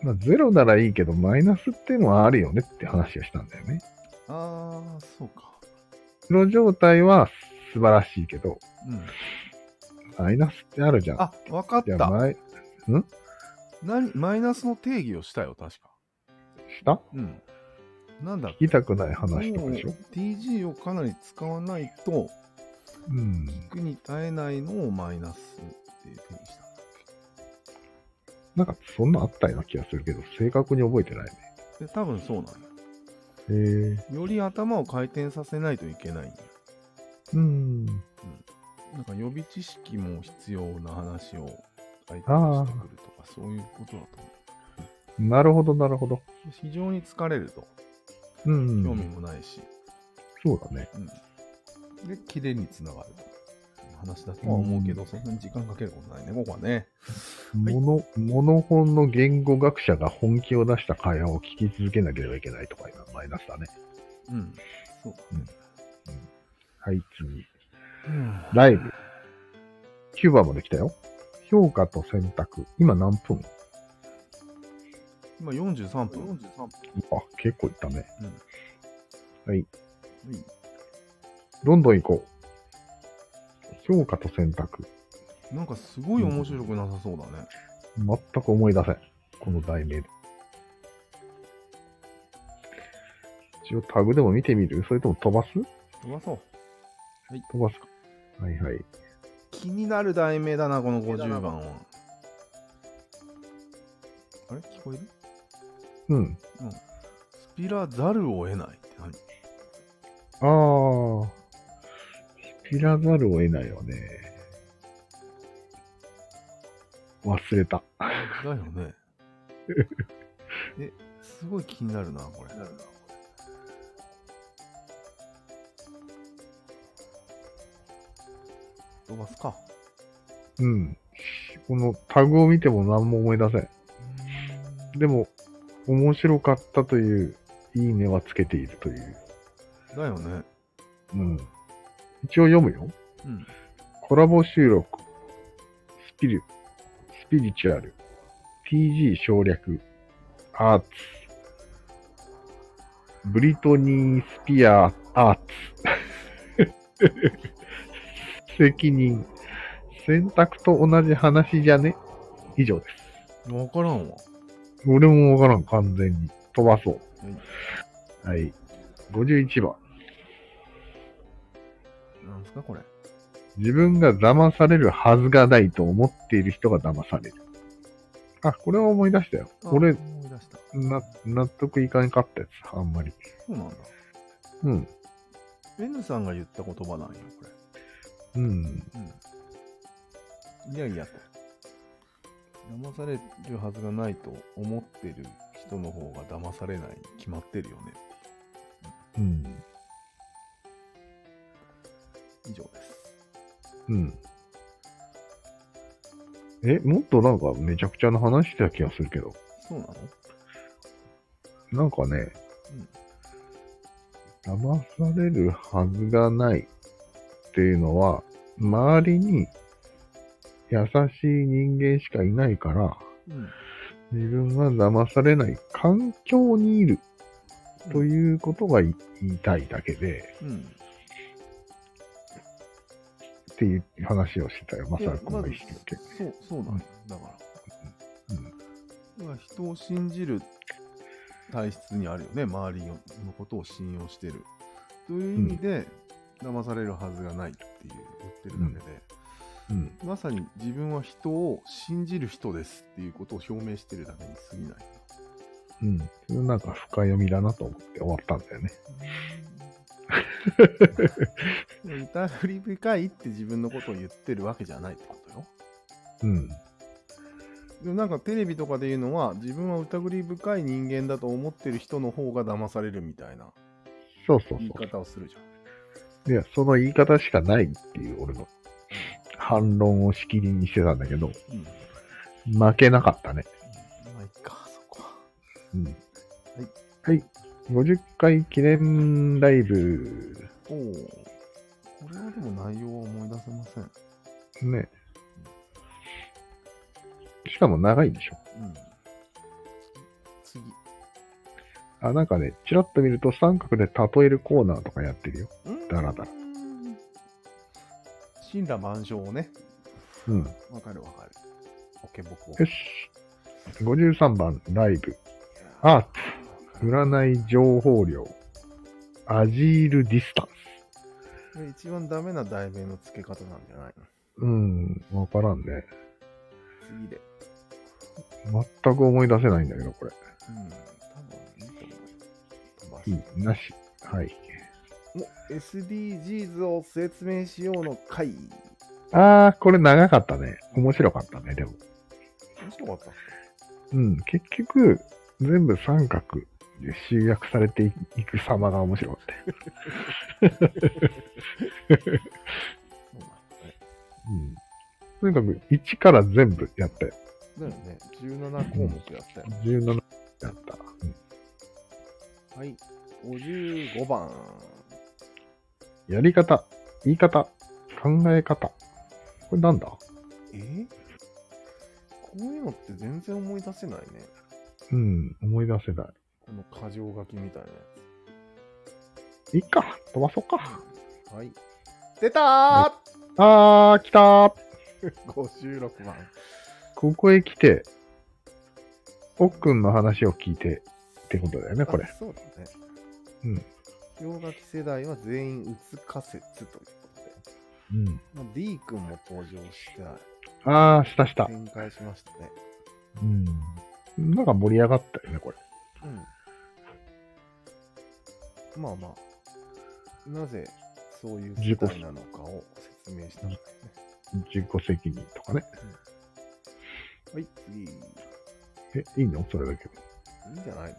[SPEAKER 1] け。まあ、ゼロならいいけど、マイナスっていうのはあるよねって話をしたんだよね。
[SPEAKER 2] あー、そうか。
[SPEAKER 1] ゼロ状態は素晴らしいけど、
[SPEAKER 2] うん。
[SPEAKER 1] マイナスってあるじゃん。
[SPEAKER 2] あ、わかっ
[SPEAKER 1] じゃあ、
[SPEAKER 2] た。
[SPEAKER 1] 前、
[SPEAKER 2] 何マイナスの定義をしたよ、確か。
[SPEAKER 1] した
[SPEAKER 2] うん。なんだっ
[SPEAKER 1] 聞
[SPEAKER 2] け
[SPEAKER 1] きたくない話とかでしょ
[SPEAKER 2] も。う ?DG をかなり使わないと、
[SPEAKER 1] うん。
[SPEAKER 2] 苦に耐えないのをマイナスっていう定義した。
[SPEAKER 1] なんか、そんなあったような気がするけど、正確に覚えてないね。
[SPEAKER 2] で、多分そうなんよ。
[SPEAKER 1] へえ。
[SPEAKER 2] より頭を回転させないといけないんよ。
[SPEAKER 1] うん。
[SPEAKER 2] なんか予備知識も必要な話を回転
[SPEAKER 1] あー
[SPEAKER 2] してくるとか、そういうことだと思う。
[SPEAKER 1] なるほど、なるほど。
[SPEAKER 2] 非常に疲れると、
[SPEAKER 1] う
[SPEAKER 2] 興味
[SPEAKER 1] ん。
[SPEAKER 2] もないし、
[SPEAKER 1] そうだね。
[SPEAKER 2] うんで、キレにつながると。話だとは思うけど、そんなに時間かけることないね、ここはね。はい
[SPEAKER 1] モノ、モノ本の言語学者が本気を出した会話を聞き続けなければいけないとか今、マイナスだね。
[SPEAKER 2] うん、そうだね。
[SPEAKER 1] はい、次。
[SPEAKER 2] うん
[SPEAKER 1] ライブ。9番まで来たよ。評価と選択。今何分
[SPEAKER 2] 今43分。
[SPEAKER 1] あ、結構いったね。
[SPEAKER 2] うん
[SPEAKER 1] どんどん行こう。評価と選択。
[SPEAKER 2] なんかすごい面白くなさそうだね。
[SPEAKER 1] 全く思い出せん。この題名で。一応タグでも見てみるそれとも飛ばす
[SPEAKER 2] 飛ばそう。
[SPEAKER 1] 飛ばすか。はいはい。
[SPEAKER 2] 気になる題名だな、この50番は。あれ聞こえる
[SPEAKER 1] うん。
[SPEAKER 2] スピラざるを得ないって何
[SPEAKER 1] あー。切らざるを得ないよね。忘れた。
[SPEAKER 2] だよ <laughs> ね。え、すごい気になるな、これ。飛ばすか。
[SPEAKER 1] うん。このタグを見ても何も思い出せん。でも、面白かったという、いいねはつけているという。
[SPEAKER 2] だよね。
[SPEAKER 1] うん。一応読むよ。
[SPEAKER 2] うん。
[SPEAKER 1] コラボ収録。スピリ、スピリチュアル。PG 省略。アーツ。ブリトニー・スピアアーツ。 <laughs> 責任。選択と同じ話じゃね以上です。
[SPEAKER 2] わからんわ。
[SPEAKER 1] 俺もわからん、完全に。飛ばそう。はい。51番。
[SPEAKER 2] なんすか、これ。
[SPEAKER 1] 自分が騙されるはずがないと思っている人が騙される。あ、これは思い出したよ。
[SPEAKER 2] あ
[SPEAKER 1] 俺、
[SPEAKER 2] 思い出した。そ
[SPEAKER 1] な、納得いかんかったやつ、あんまり。
[SPEAKER 2] うなんだ。
[SPEAKER 1] うん。
[SPEAKER 2] N さんが言った言葉なんよ、これ。
[SPEAKER 1] う
[SPEAKER 2] う
[SPEAKER 1] ん。
[SPEAKER 2] ん、いやいやと。騙されるはずがないと思ってる人の方が騙されないに決まってるよね。
[SPEAKER 1] うん。
[SPEAKER 2] 以上です。
[SPEAKER 1] うん。え、もっとなんかめちゃくちゃな話してた気がするけど。
[SPEAKER 2] そうなの
[SPEAKER 1] なんかね、騙されるはずがないっていうのは、周りに優しい人間しかいないから、
[SPEAKER 2] うん。
[SPEAKER 1] 自分は騙されない環境にいると
[SPEAKER 2] う。
[SPEAKER 1] いうことが言いたいだけで、
[SPEAKER 2] うん。
[SPEAKER 1] っていう話をしてたよ。ま
[SPEAKER 2] いや
[SPEAKER 1] さこ
[SPEAKER 2] ま
[SPEAKER 1] の
[SPEAKER 2] ず
[SPEAKER 1] 一瞬け。
[SPEAKER 2] そう、そうなんだ。だから。だから人を信じる体質にあるよね。周りのことを信用してる。という意味で、騙されるはずがないっていう言ってるだけで、
[SPEAKER 1] うん。
[SPEAKER 2] まさに自分は人を信じる人ですっていうことを表明してるだけに過ぎない。
[SPEAKER 1] うん。それなんか深読みだなと思って終わったんだよね。
[SPEAKER 2] <laughs> でも疑り深いって自分のことを言ってるわけじゃないってことよ。
[SPEAKER 1] うん。
[SPEAKER 2] でもなんかテレビとかで言うのは自分は疑り深い人間だと思ってる人の方が騙されるみたいな
[SPEAKER 1] そうそう
[SPEAKER 2] 言い
[SPEAKER 1] そ
[SPEAKER 2] 方をするじゃん。
[SPEAKER 1] う。いや、その言い方しかないっていう俺の反論をしきりにしてたんだけど、
[SPEAKER 2] うん。
[SPEAKER 1] 負けなかったね。
[SPEAKER 2] まあいっか、そこは。
[SPEAKER 1] うん。はい。はい。50回記念ライブ。
[SPEAKER 2] おお。これはでも内容は思い出せません。
[SPEAKER 1] ね。しかも長いでしょ。
[SPEAKER 2] うん。次。
[SPEAKER 1] あ、なんかね、ちらっと見ると三角で例えるコーナーとかやってるよ。
[SPEAKER 2] うん
[SPEAKER 1] だらだら。
[SPEAKER 2] 神羅万象をね。
[SPEAKER 1] うん。
[SPEAKER 2] わかるわかる。オケボコ。
[SPEAKER 1] よし。53番、ライブ。アーツ。占い情報量。アジールディスタン
[SPEAKER 2] これ一番ダメな題名の付け方なんじゃないの
[SPEAKER 1] ス。うん、わからんね。
[SPEAKER 2] 次で。
[SPEAKER 1] 全く思い出せないんだけど、これ。
[SPEAKER 2] うん、多分いいと思うよ飛ばす。
[SPEAKER 1] いい、なし。はい。
[SPEAKER 2] お SDGs を説明しようの回。面
[SPEAKER 1] あー、これ長かったね。面白かったね、でも。
[SPEAKER 2] 白かった。
[SPEAKER 1] うん、結局、全部三角で集約されていく様が面白かったよ。
[SPEAKER 2] そうなんだね。
[SPEAKER 1] うん。とにかく、1から全部やったよ。
[SPEAKER 2] だよね。17項目やったよ。
[SPEAKER 1] 17やった。うん
[SPEAKER 2] はい。55番。
[SPEAKER 1] やり方、言い方、考え方。これなんだ
[SPEAKER 2] えこういうのって全然思い出せないね。
[SPEAKER 1] うん、思い出せな
[SPEAKER 2] この箇条書きみたいなや
[SPEAKER 1] い。いいか、飛ばそうか。
[SPEAKER 2] つ。はい。出たー、
[SPEAKER 1] あー、来たー。
[SPEAKER 2] !56 番。
[SPEAKER 1] ここへ来て、おっくんの話を聞いてってことだよね、これ
[SPEAKER 2] あ。そうだね。
[SPEAKER 1] うん。
[SPEAKER 2] 氷河期世代は全員うつ仮説ということで。
[SPEAKER 1] うん。
[SPEAKER 2] まあ、D 君も登場して
[SPEAKER 1] あー、したした。
[SPEAKER 2] 展開しましたね。
[SPEAKER 1] うん。なんか盛り上がったよね、これ。
[SPEAKER 2] うん。まあまあ、なぜそういう
[SPEAKER 1] 自
[SPEAKER 2] 事
[SPEAKER 1] 己
[SPEAKER 2] 態なのかを説明したんだよね。
[SPEAKER 1] 自己責任とかね。
[SPEAKER 2] はい、次。いい
[SPEAKER 1] え、いいのそれだけ。
[SPEAKER 2] んじゃないの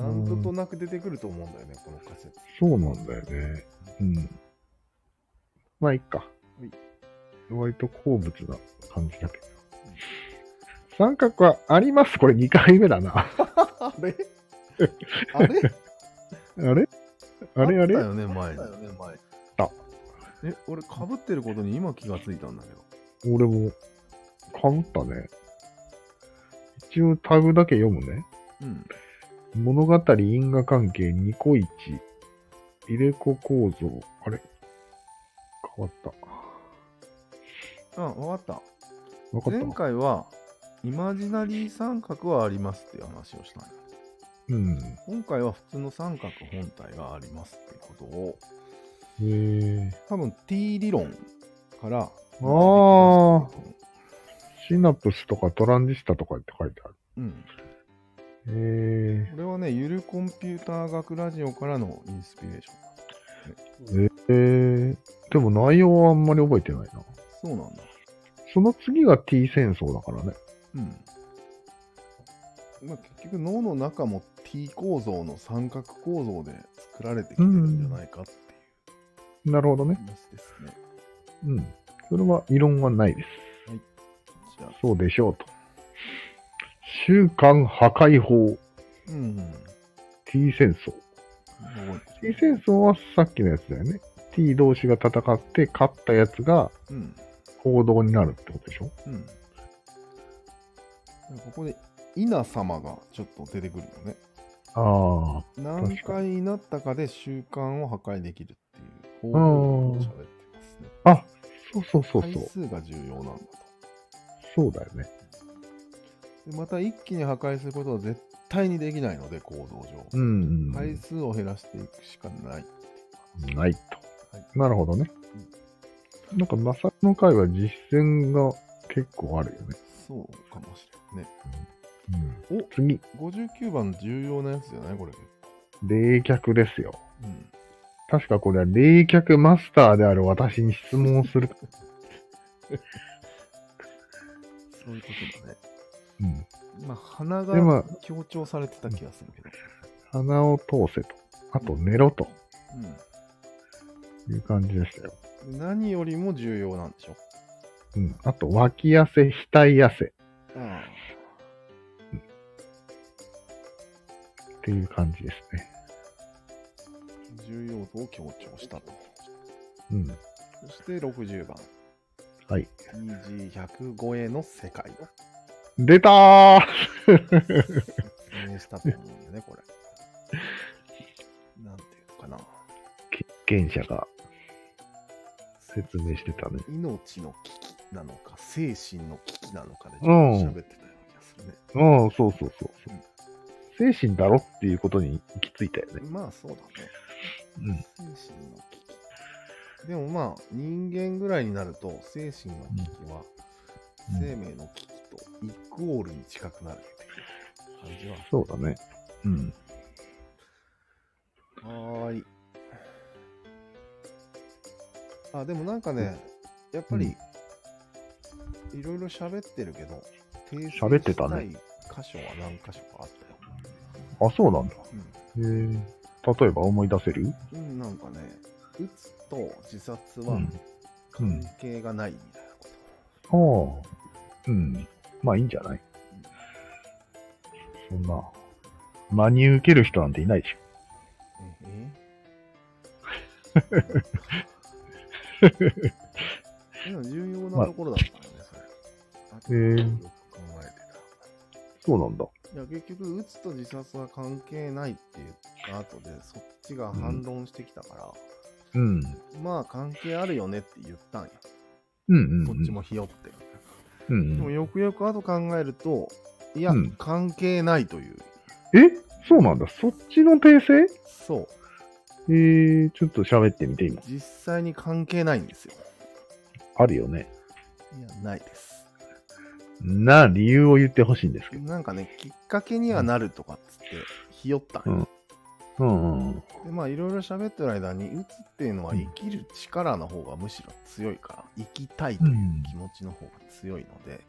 [SPEAKER 2] なんととなく出てくると思うんだよね、この仮説。
[SPEAKER 1] そうなんだよね。うん。まあ、いっか。
[SPEAKER 2] い
[SPEAKER 1] 割と好物な感じだけど。三角はあります。これ2回目だな。
[SPEAKER 2] あれ <laughs> あれ
[SPEAKER 1] あれあれあれ
[SPEAKER 2] ったよね、前に。
[SPEAKER 1] あ
[SPEAKER 2] え、俺、かぶってることに今気がついたんだけど。
[SPEAKER 1] 俺も、かぶったね。一応タグだけ読むね。
[SPEAKER 2] うん。
[SPEAKER 1] 物語因果関係ニコイチ。入れ子構造。あれ変わった。
[SPEAKER 2] あ、わかった。
[SPEAKER 1] わかった
[SPEAKER 2] 前回は、イマジナリー三角はありますっていう話をしたんよ
[SPEAKER 1] うん。へ
[SPEAKER 2] 今回は普通の三角本体がありますっていうことを、
[SPEAKER 1] え。
[SPEAKER 2] 多分 T 理論から、
[SPEAKER 1] あーシナプスとかトランジスタとかって書いてある。
[SPEAKER 2] うん。
[SPEAKER 1] へ
[SPEAKER 2] これはね、ゆるコンピューター学ラジオからのインスピレーション。
[SPEAKER 1] え。へえ。でも内容はあんまり覚えてないな。
[SPEAKER 2] そうなんだ。
[SPEAKER 1] その次が T 戦争だからね。
[SPEAKER 2] うん。まあ、結局脳の中も T 構造の三角構造で作られてきてるんじゃないかって
[SPEAKER 1] なるほど
[SPEAKER 2] いう
[SPEAKER 1] ね。
[SPEAKER 2] 話ですね。
[SPEAKER 1] うん。それは異論はないです。
[SPEAKER 2] じゃあ、
[SPEAKER 1] そうでしょうと。週刊破壊法
[SPEAKER 2] うん、うん。
[SPEAKER 1] T 戦争。
[SPEAKER 2] 覚えて
[SPEAKER 1] T
[SPEAKER 2] る。
[SPEAKER 1] 戦争はさっきのやつだよね。T 同士が戦って勝ったやつが
[SPEAKER 2] うん。
[SPEAKER 1] 行動になるってことでしょ
[SPEAKER 2] うん。ここで、稲様がちょっと出てくるよね。
[SPEAKER 1] ああ。
[SPEAKER 2] 何回になったかで習慣を破壊できるっていう方法を喋ってますね。
[SPEAKER 1] あ、そうそうそう
[SPEAKER 2] 回
[SPEAKER 1] そう。
[SPEAKER 2] 数が重要なんだと。
[SPEAKER 1] そうだよね。
[SPEAKER 2] でまた一気に破壊することは絶対にできないので、構造上。
[SPEAKER 1] うん。
[SPEAKER 2] 回数を減らしていくしかない。
[SPEAKER 1] ないと。
[SPEAKER 2] はい
[SPEAKER 1] なるほどね。なんか、マサルの回は実践が結構あるよね。
[SPEAKER 2] そうかもしれんね。
[SPEAKER 1] お次、
[SPEAKER 2] 59番重要なやつじゃないこれ。
[SPEAKER 1] 冷却ですよ。
[SPEAKER 2] うん。
[SPEAKER 1] 確かこれは冷却マスターである私に質問をする。
[SPEAKER 2] そういうことだね。
[SPEAKER 1] うん、
[SPEAKER 2] まあ、鼻
[SPEAKER 1] でも
[SPEAKER 2] が強調されてた気がするけど。
[SPEAKER 1] 鼻を通せと。あと寝ろという感じでした
[SPEAKER 2] うん。
[SPEAKER 1] よ。
[SPEAKER 2] で何よりも重要なんでしょ
[SPEAKER 1] うん、あと、脇汗、額汗
[SPEAKER 2] あ
[SPEAKER 1] っていう感じですね。
[SPEAKER 2] あ。重要度を強調したと。
[SPEAKER 1] うん。
[SPEAKER 2] そして60番。
[SPEAKER 1] はい。
[SPEAKER 2] EG105 への世界。
[SPEAKER 1] 出たー
[SPEAKER 2] 説明したと思うんよね、これ。なんていうのかな。
[SPEAKER 1] 経験者が説明してたね。
[SPEAKER 2] 命の危機なのか、精神の危機なのかで、ち
[SPEAKER 1] うん
[SPEAKER 2] ょっと喋ってたような気がするね。
[SPEAKER 1] うん、そうそうそうそう。精神だろっていうことに行き着いたよね。
[SPEAKER 2] まあそうだね。
[SPEAKER 1] うん。
[SPEAKER 2] 精神の危機。でもまあ人間ぐらいになると精神の危機は
[SPEAKER 1] うん
[SPEAKER 2] 生命の危機とイクオールに近くなるっていう感じは
[SPEAKER 1] そうだね。うん。
[SPEAKER 2] はーい。あ、でもなんかね、やっぱり、いろいろ喋ってるけど、訂正
[SPEAKER 1] 喋ってたね
[SPEAKER 2] したい箇所は何箇所かあったよ。
[SPEAKER 1] あ、そうなんだ。へ
[SPEAKER 2] う
[SPEAKER 1] え。例えば思い出せる
[SPEAKER 2] ん、うん、なんかね、うつと自殺
[SPEAKER 1] う
[SPEAKER 2] は
[SPEAKER 1] ん
[SPEAKER 2] 関係がないみたいなこと。
[SPEAKER 1] ああ。うん。まあいいんじゃないそんな、真に受ける人なんていないでしょ。
[SPEAKER 2] ええでも重要なところだったよね、それ。あと
[SPEAKER 1] へえ
[SPEAKER 2] よく考えてた。
[SPEAKER 1] そうなんだ。
[SPEAKER 2] いや結局、打つと自殺は関係ないって言った後で、そっちが反論してきたから、
[SPEAKER 1] うん。
[SPEAKER 2] まあ関係あるよねって言ったんや。
[SPEAKER 1] うんうん、うん。
[SPEAKER 2] こっちも。ひよって。
[SPEAKER 1] う
[SPEAKER 2] で
[SPEAKER 1] んう
[SPEAKER 2] も
[SPEAKER 1] ん、
[SPEAKER 2] よくよく後考えると、いや、
[SPEAKER 1] うん
[SPEAKER 2] 関係ないという。
[SPEAKER 1] えそうなんだ。そっちの訂正
[SPEAKER 2] そう。
[SPEAKER 1] えー、ちょっと喋ってみて、今。
[SPEAKER 2] 実際に関係ないんですよ。
[SPEAKER 1] あるよね。
[SPEAKER 2] いや、ないです。
[SPEAKER 1] な、理由を言ってほしいんですけど。
[SPEAKER 2] なんかね、きっかけにはなるとかっつって、ひよったんよ。
[SPEAKER 1] うんうん。
[SPEAKER 2] で、まあいろいろ喋ってる間に、打つっていうのは
[SPEAKER 1] うん
[SPEAKER 2] 生きる力の方がむしろ強いから、生きたいという気持ちの方が強いので、
[SPEAKER 1] うん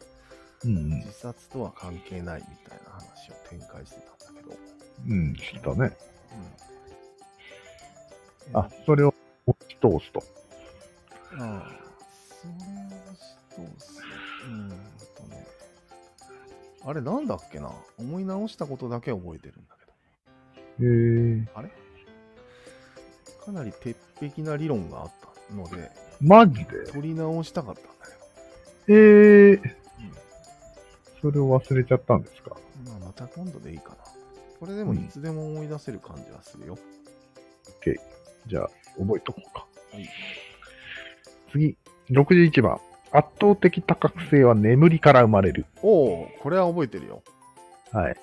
[SPEAKER 2] 自殺とは関係ないみたいな話を展開してたんだけど。
[SPEAKER 1] うん。うん、知ったね。
[SPEAKER 2] うん、
[SPEAKER 1] あ、それを押し通すと。
[SPEAKER 2] ああ、それをし通す。うーんとね。あれなんだっけな思い直したことだけ覚えてるんだけ
[SPEAKER 1] へえ。
[SPEAKER 2] ど。かなり鉄壁な理論があったので、
[SPEAKER 1] マジで
[SPEAKER 2] 取り直したかったんだけ
[SPEAKER 1] ええー、
[SPEAKER 2] ど。
[SPEAKER 1] それを忘れちゃったんですか
[SPEAKER 2] うん、まあまた今度でいいかな。これでもいつでも思い出せる感じはするよ。
[SPEAKER 1] じゃあ、覚えとこうか。
[SPEAKER 2] はい。
[SPEAKER 1] 次、61番。圧倒的多角性は眠りから生まれる。
[SPEAKER 2] おお、これは覚えてるよ。
[SPEAKER 1] はい。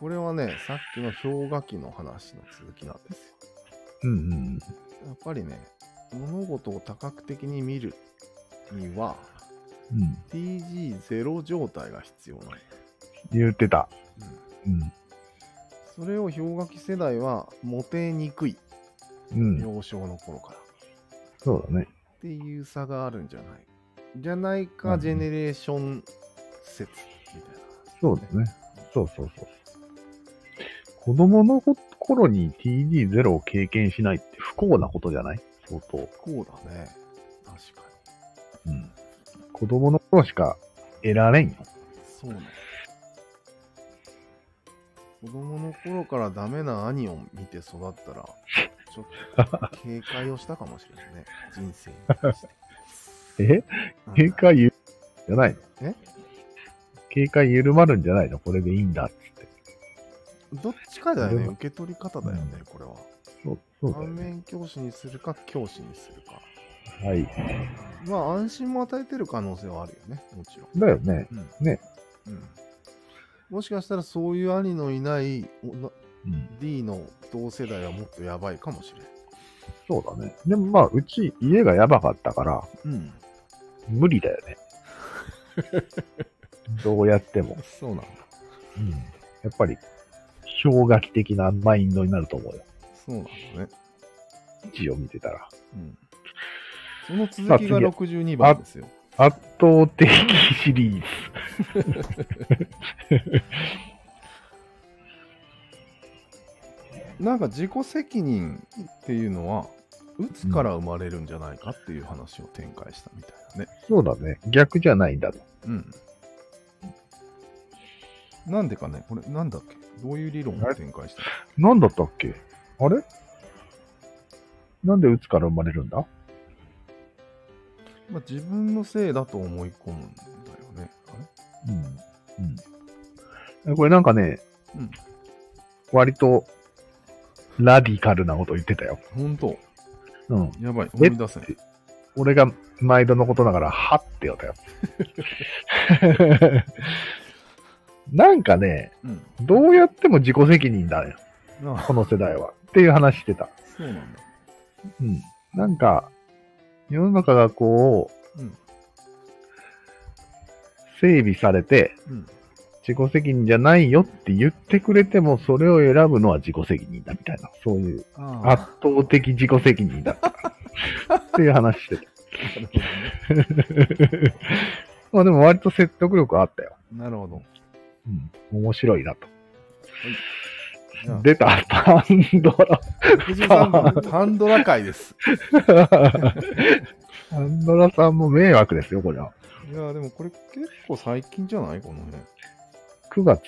[SPEAKER 2] これはね、さっきの氷河期の話の続きなんですよ。
[SPEAKER 1] うんうん。
[SPEAKER 2] やっぱりね、物事を多角的に見るには、
[SPEAKER 1] うん。
[SPEAKER 2] TG0 状態が必要なの、
[SPEAKER 1] 言ってた。うん。
[SPEAKER 2] それを氷河期世代は持てにくい、
[SPEAKER 1] うん。
[SPEAKER 2] 幼少の頃から。
[SPEAKER 1] そうだね。
[SPEAKER 2] っていう差があるんじゃないじゃない
[SPEAKER 1] うんう
[SPEAKER 2] か、
[SPEAKER 1] ん
[SPEAKER 2] ジェネレーション説みたいな。
[SPEAKER 1] そうだね。そうそうそう。子供の頃に TD0 を経験しないって不幸なことじゃない相当。
[SPEAKER 2] こうだね。確か
[SPEAKER 1] うん。子供の頃しか得られん
[SPEAKER 2] に。
[SPEAKER 1] よ。
[SPEAKER 2] そうね。子供の頃からダメな兄を見て育ったら、ちょっと警戒をしたかもしれないね。人生に対して。
[SPEAKER 1] え
[SPEAKER 2] うん
[SPEAKER 1] 警戒ゆ、じゃないの
[SPEAKER 2] え
[SPEAKER 1] 警戒緩まるんじゃないのこれでいいんだっつって。
[SPEAKER 2] どっちかだよ
[SPEAKER 1] で
[SPEAKER 2] ね。
[SPEAKER 1] も
[SPEAKER 2] 受け取り方だよね
[SPEAKER 1] う、
[SPEAKER 2] これは。
[SPEAKER 1] そう、そうだよ
[SPEAKER 2] 反
[SPEAKER 1] ね。
[SPEAKER 2] 面教師にするか、教師にするか。
[SPEAKER 1] はい。
[SPEAKER 2] まあ、安心も与えてる可能性はあるよね、もちろん。
[SPEAKER 1] だよね。
[SPEAKER 2] うん
[SPEAKER 1] ね。
[SPEAKER 2] うん。もしかしたら、そういう兄のいないおな
[SPEAKER 1] うん。
[SPEAKER 2] D の同世代はもっとやばいかもしれない。
[SPEAKER 1] そうだね。でもまあ、うち家がやばかったから、
[SPEAKER 2] うん。
[SPEAKER 1] 無理
[SPEAKER 2] <laughs>
[SPEAKER 1] だよね。どうやっても。
[SPEAKER 2] そうなんだ。
[SPEAKER 1] うん。やっぱり、氷河期的なマインドになると思うよ。
[SPEAKER 2] そうなんだね。
[SPEAKER 1] 字を見てたら。
[SPEAKER 2] うん。その
[SPEAKER 1] さ
[SPEAKER 2] 続
[SPEAKER 1] あ
[SPEAKER 2] き
[SPEAKER 1] 次
[SPEAKER 2] が62番ですよ。
[SPEAKER 1] 圧倒的シリーズ。
[SPEAKER 2] なんか自己責任っていうのは、打つから生まれるんじゃないかっていう話を展開したみたいだね。
[SPEAKER 1] そうだね。逆じゃないんだと。
[SPEAKER 2] うん。なんでかね、これなんだっけどういう理論を展開した
[SPEAKER 1] なんだったっけあれなんで打つから生まれるんだ
[SPEAKER 2] まあ、自分のせいだと思い込むんだよね。あ
[SPEAKER 1] うん。うん。これなんかね、
[SPEAKER 2] うん
[SPEAKER 1] 割と、ラディカルなこと言ってたよ。
[SPEAKER 2] れ本当
[SPEAKER 1] うん。
[SPEAKER 2] やばい、思い出せない。
[SPEAKER 1] 俺が毎度のことながら、はってよ <laughs> だよ。なんかね、
[SPEAKER 2] うん。
[SPEAKER 1] どうやっても自己責任だよ、
[SPEAKER 2] あ
[SPEAKER 1] この世代は。っていう話してた。
[SPEAKER 2] そうなんだ。
[SPEAKER 1] うん。なんか、世の中がこう、
[SPEAKER 2] うん。
[SPEAKER 1] 整備されて、
[SPEAKER 2] うん。
[SPEAKER 1] 自己責任じゃないよって言ってくれても、それを選ぶのは自己責任だみたいな、そういう
[SPEAKER 2] あ
[SPEAKER 1] 圧倒的自己責任だったっていう話してた。
[SPEAKER 2] なるほどね
[SPEAKER 1] <laughs> まあでも割と説得力あったよ。
[SPEAKER 2] なるほど。
[SPEAKER 1] うん。面白いなと。
[SPEAKER 2] じゃあ
[SPEAKER 1] 出た、パンドラ。
[SPEAKER 2] 63番、 <laughs> パンドラ会です。
[SPEAKER 1] <laughs> パンドラさんも迷惑ですよ、これは。
[SPEAKER 2] いや、でもこれ結構最近じゃないこの辺。
[SPEAKER 1] 9月、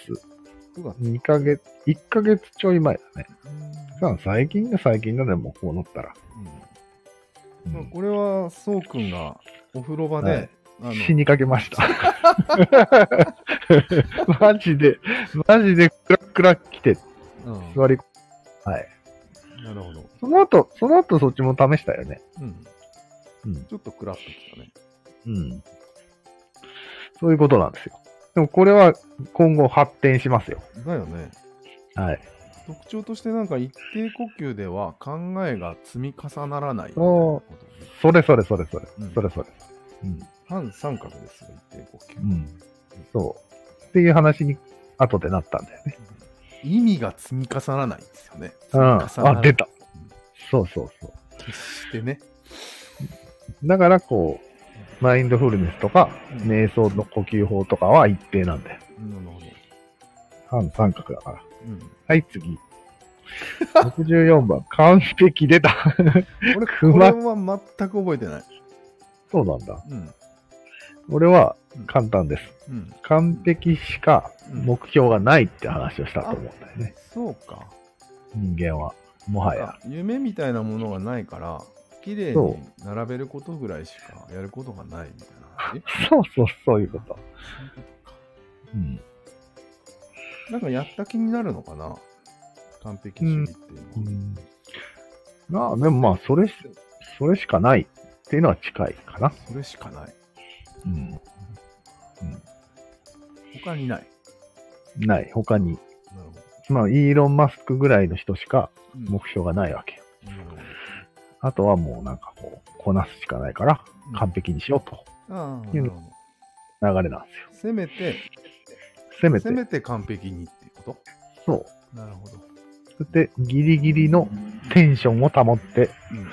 [SPEAKER 2] 9月。
[SPEAKER 1] 2ヶ月、1ヶ月ちょい前だね。
[SPEAKER 2] うん
[SPEAKER 1] さあ、最近が最近だね、もうこうなったら。
[SPEAKER 2] うんまあこれは、そうくんがお風呂場で、
[SPEAKER 1] はい
[SPEAKER 2] あの
[SPEAKER 1] 死にかけました。 <laughs> マジで、マジでクラックラ来て、
[SPEAKER 2] うん
[SPEAKER 1] 座り込、はい。
[SPEAKER 2] なるほど。
[SPEAKER 1] その後、その後そっちも試したよね。
[SPEAKER 2] うん。
[SPEAKER 1] うん
[SPEAKER 2] ちょっとクラッときたね。
[SPEAKER 1] うん。そういうことなんですよ。でもこれは今後発展しますよ。
[SPEAKER 2] だよね。
[SPEAKER 1] はい。
[SPEAKER 2] 特徴としてなんか一定呼吸では考えが積み重ならないみたいな
[SPEAKER 1] おー
[SPEAKER 2] ことね
[SPEAKER 1] それそれそれそれ。
[SPEAKER 2] うん
[SPEAKER 1] それそれ。うん。
[SPEAKER 2] 半三角ですよ、一定呼吸。
[SPEAKER 1] うん。そう。っていう話に後でなったんだよね。
[SPEAKER 2] 意味が積み重ならないんですよね。
[SPEAKER 1] うん。
[SPEAKER 2] 積み重ならな
[SPEAKER 1] あ、
[SPEAKER 2] い
[SPEAKER 1] 出た。そうそうそう。
[SPEAKER 2] 決してね。
[SPEAKER 1] だからこう、マインドフルネスとか、
[SPEAKER 2] うん
[SPEAKER 1] 瞑想の呼吸法とかは一定なんだよ。
[SPEAKER 2] なるほど。
[SPEAKER 1] 半三角だから。
[SPEAKER 2] うん。
[SPEAKER 1] はい、
[SPEAKER 2] <laughs>
[SPEAKER 1] 次。64番、完璧出た。 <laughs>
[SPEAKER 2] 俺、
[SPEAKER 1] 熊
[SPEAKER 2] これは全く覚えてない。
[SPEAKER 1] そうなんだ。
[SPEAKER 2] うん。
[SPEAKER 1] 俺は簡単です。
[SPEAKER 2] うん。
[SPEAKER 1] 完璧しか
[SPEAKER 2] うん
[SPEAKER 1] 目標がないって話をしたと思うんだよね。
[SPEAKER 2] そうか。
[SPEAKER 1] 人間は。もはや。
[SPEAKER 2] あ夢みたいなものがないから、綺麗
[SPEAKER 1] そ
[SPEAKER 2] に並べることぐらいしかやることがないみたいな話。
[SPEAKER 1] そうそう、そういうこと。うん。
[SPEAKER 2] なんかやった気になるのかな完璧主義っていうのは。
[SPEAKER 1] まあ、でもまあ、それし、それしかないっていうのは近いかな。
[SPEAKER 2] それしかない。
[SPEAKER 1] うん。
[SPEAKER 2] 他にない。
[SPEAKER 1] ない。他に。
[SPEAKER 2] なるほど。
[SPEAKER 1] まあ、イーロン・マスクぐらいの人しか
[SPEAKER 2] うん
[SPEAKER 1] 目標がないわけよ。
[SPEAKER 2] なるほど
[SPEAKER 1] あとはもうなんかこう、こなすしかないから、
[SPEAKER 2] うん
[SPEAKER 1] 完璧にしようと
[SPEAKER 2] ああ、
[SPEAKER 1] い
[SPEAKER 2] なる
[SPEAKER 1] うの
[SPEAKER 2] ほど。
[SPEAKER 1] 流れなんです
[SPEAKER 2] せ
[SPEAKER 1] よ。
[SPEAKER 2] めて、
[SPEAKER 1] せめて
[SPEAKER 2] せ、めて完璧にっていうこと
[SPEAKER 1] そう。
[SPEAKER 2] なるほど。
[SPEAKER 1] そして、ギリギリのテンションを保って、
[SPEAKER 2] うん。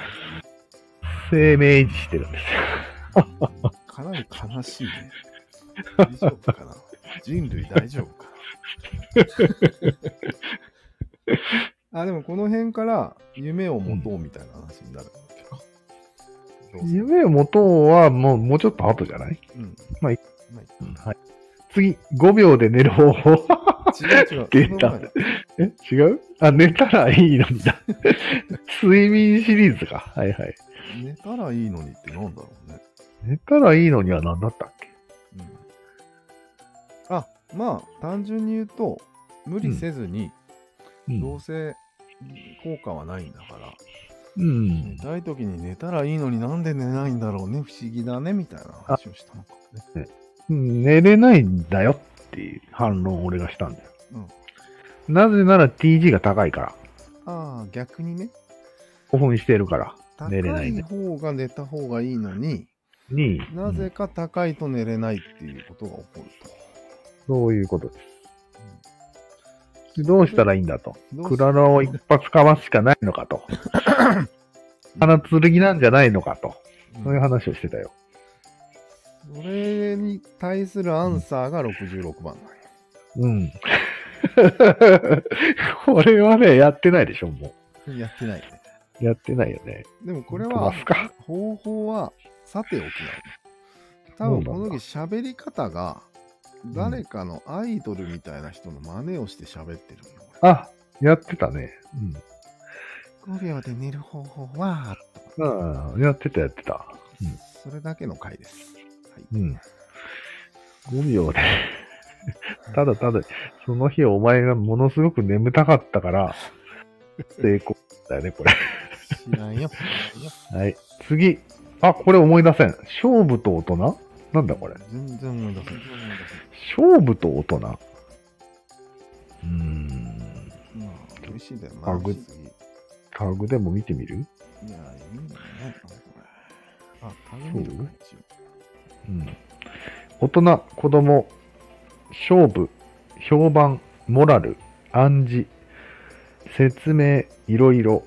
[SPEAKER 1] 生命維持してるんですよ。
[SPEAKER 2] かなり悲しいね。大丈夫かな人類大丈夫
[SPEAKER 1] <laughs>
[SPEAKER 2] かなあ、でもこの辺から夢を持とうみたいな話になるわけか。どうする
[SPEAKER 1] 夢を持とうはもう、もうちょっと後じゃない
[SPEAKER 2] うん。
[SPEAKER 1] まあい
[SPEAKER 2] まあいい
[SPEAKER 1] はい。次、5秒で寝る方法。 <laughs>
[SPEAKER 2] 違う違う。
[SPEAKER 1] 出た
[SPEAKER 2] その前だ
[SPEAKER 1] え違うあ、寝たらいいのにだ。 <laughs> 睡眠シリーズか。はいはい。
[SPEAKER 2] 寝たらいいのにってなんだろうね。
[SPEAKER 1] 寝たらいいのには何だったっけ
[SPEAKER 2] うん、あ、まあ、単純に言うと、無理せずに、
[SPEAKER 1] うん
[SPEAKER 2] どうせ効果はないんだから、
[SPEAKER 1] うん
[SPEAKER 2] 寝。たい時に寝たらいいのになんで寝ないんだろうね、不思議だね、みたいな話をしたのかもね。
[SPEAKER 1] うん寝れないんだよっていう反論を俺がしたんだよ。
[SPEAKER 2] うん
[SPEAKER 1] なぜなら TG が高いから。
[SPEAKER 2] ああ、逆にね、
[SPEAKER 1] 興奮してるから。
[SPEAKER 2] 高
[SPEAKER 1] 寝れないん
[SPEAKER 2] い
[SPEAKER 1] だよ
[SPEAKER 2] 方が寝た方がいいのに、
[SPEAKER 1] に、
[SPEAKER 2] な
[SPEAKER 1] う
[SPEAKER 2] ぜ
[SPEAKER 1] ん
[SPEAKER 2] か高いと寝れないっていうことが起こる
[SPEAKER 1] そういうことで
[SPEAKER 2] と。
[SPEAKER 1] す。どうしたらいいんだと。
[SPEAKER 2] うんどう
[SPEAKER 1] ク
[SPEAKER 2] した
[SPEAKER 1] ララを一発かますしかないのか
[SPEAKER 2] <laughs>
[SPEAKER 1] と。花剣なんじゃないのかと。そういう話をしてたよ。
[SPEAKER 2] それに対するアンサーが66番なんや。
[SPEAKER 1] うん。 <laughs> これはね、やってないでしょ、も
[SPEAKER 2] やってないね。
[SPEAKER 1] う。やってないよね。
[SPEAKER 2] でもこれ
[SPEAKER 1] 飛
[SPEAKER 2] は
[SPEAKER 1] ばすか。
[SPEAKER 2] 方法はさておきなの。多分この時喋り方が誰かのアイドルみたいな人の真似をして喋ってるの。
[SPEAKER 1] あ、やってたね。うん。
[SPEAKER 2] 5秒で寝る方法は、
[SPEAKER 1] ああ、やってた、やってた。うん
[SPEAKER 2] それだけの回です。はい、
[SPEAKER 1] うん。5秒で。 <laughs> ただただ、その日お前がものすごく眠たかっ
[SPEAKER 2] <laughs>
[SPEAKER 1] たから、成功だよね、これ。
[SPEAKER 2] 知らんよ。知らんよ
[SPEAKER 1] はい。次。あ、これ思い出せん。勝負と大人なんだこれ。
[SPEAKER 2] 全然思い出せない。
[SPEAKER 1] 勝負と大人。うーん。
[SPEAKER 2] まあ、美味しいだよ。
[SPEAKER 1] あ
[SPEAKER 2] 美
[SPEAKER 1] ぐ
[SPEAKER 2] 味しすぎ。
[SPEAKER 1] タグでも見てみる
[SPEAKER 2] いや、いいんだよね、これ。あ、食べるか、一応。
[SPEAKER 1] うん。大人、子供、勝負、評判、モラル、暗示、説明、いろいろ、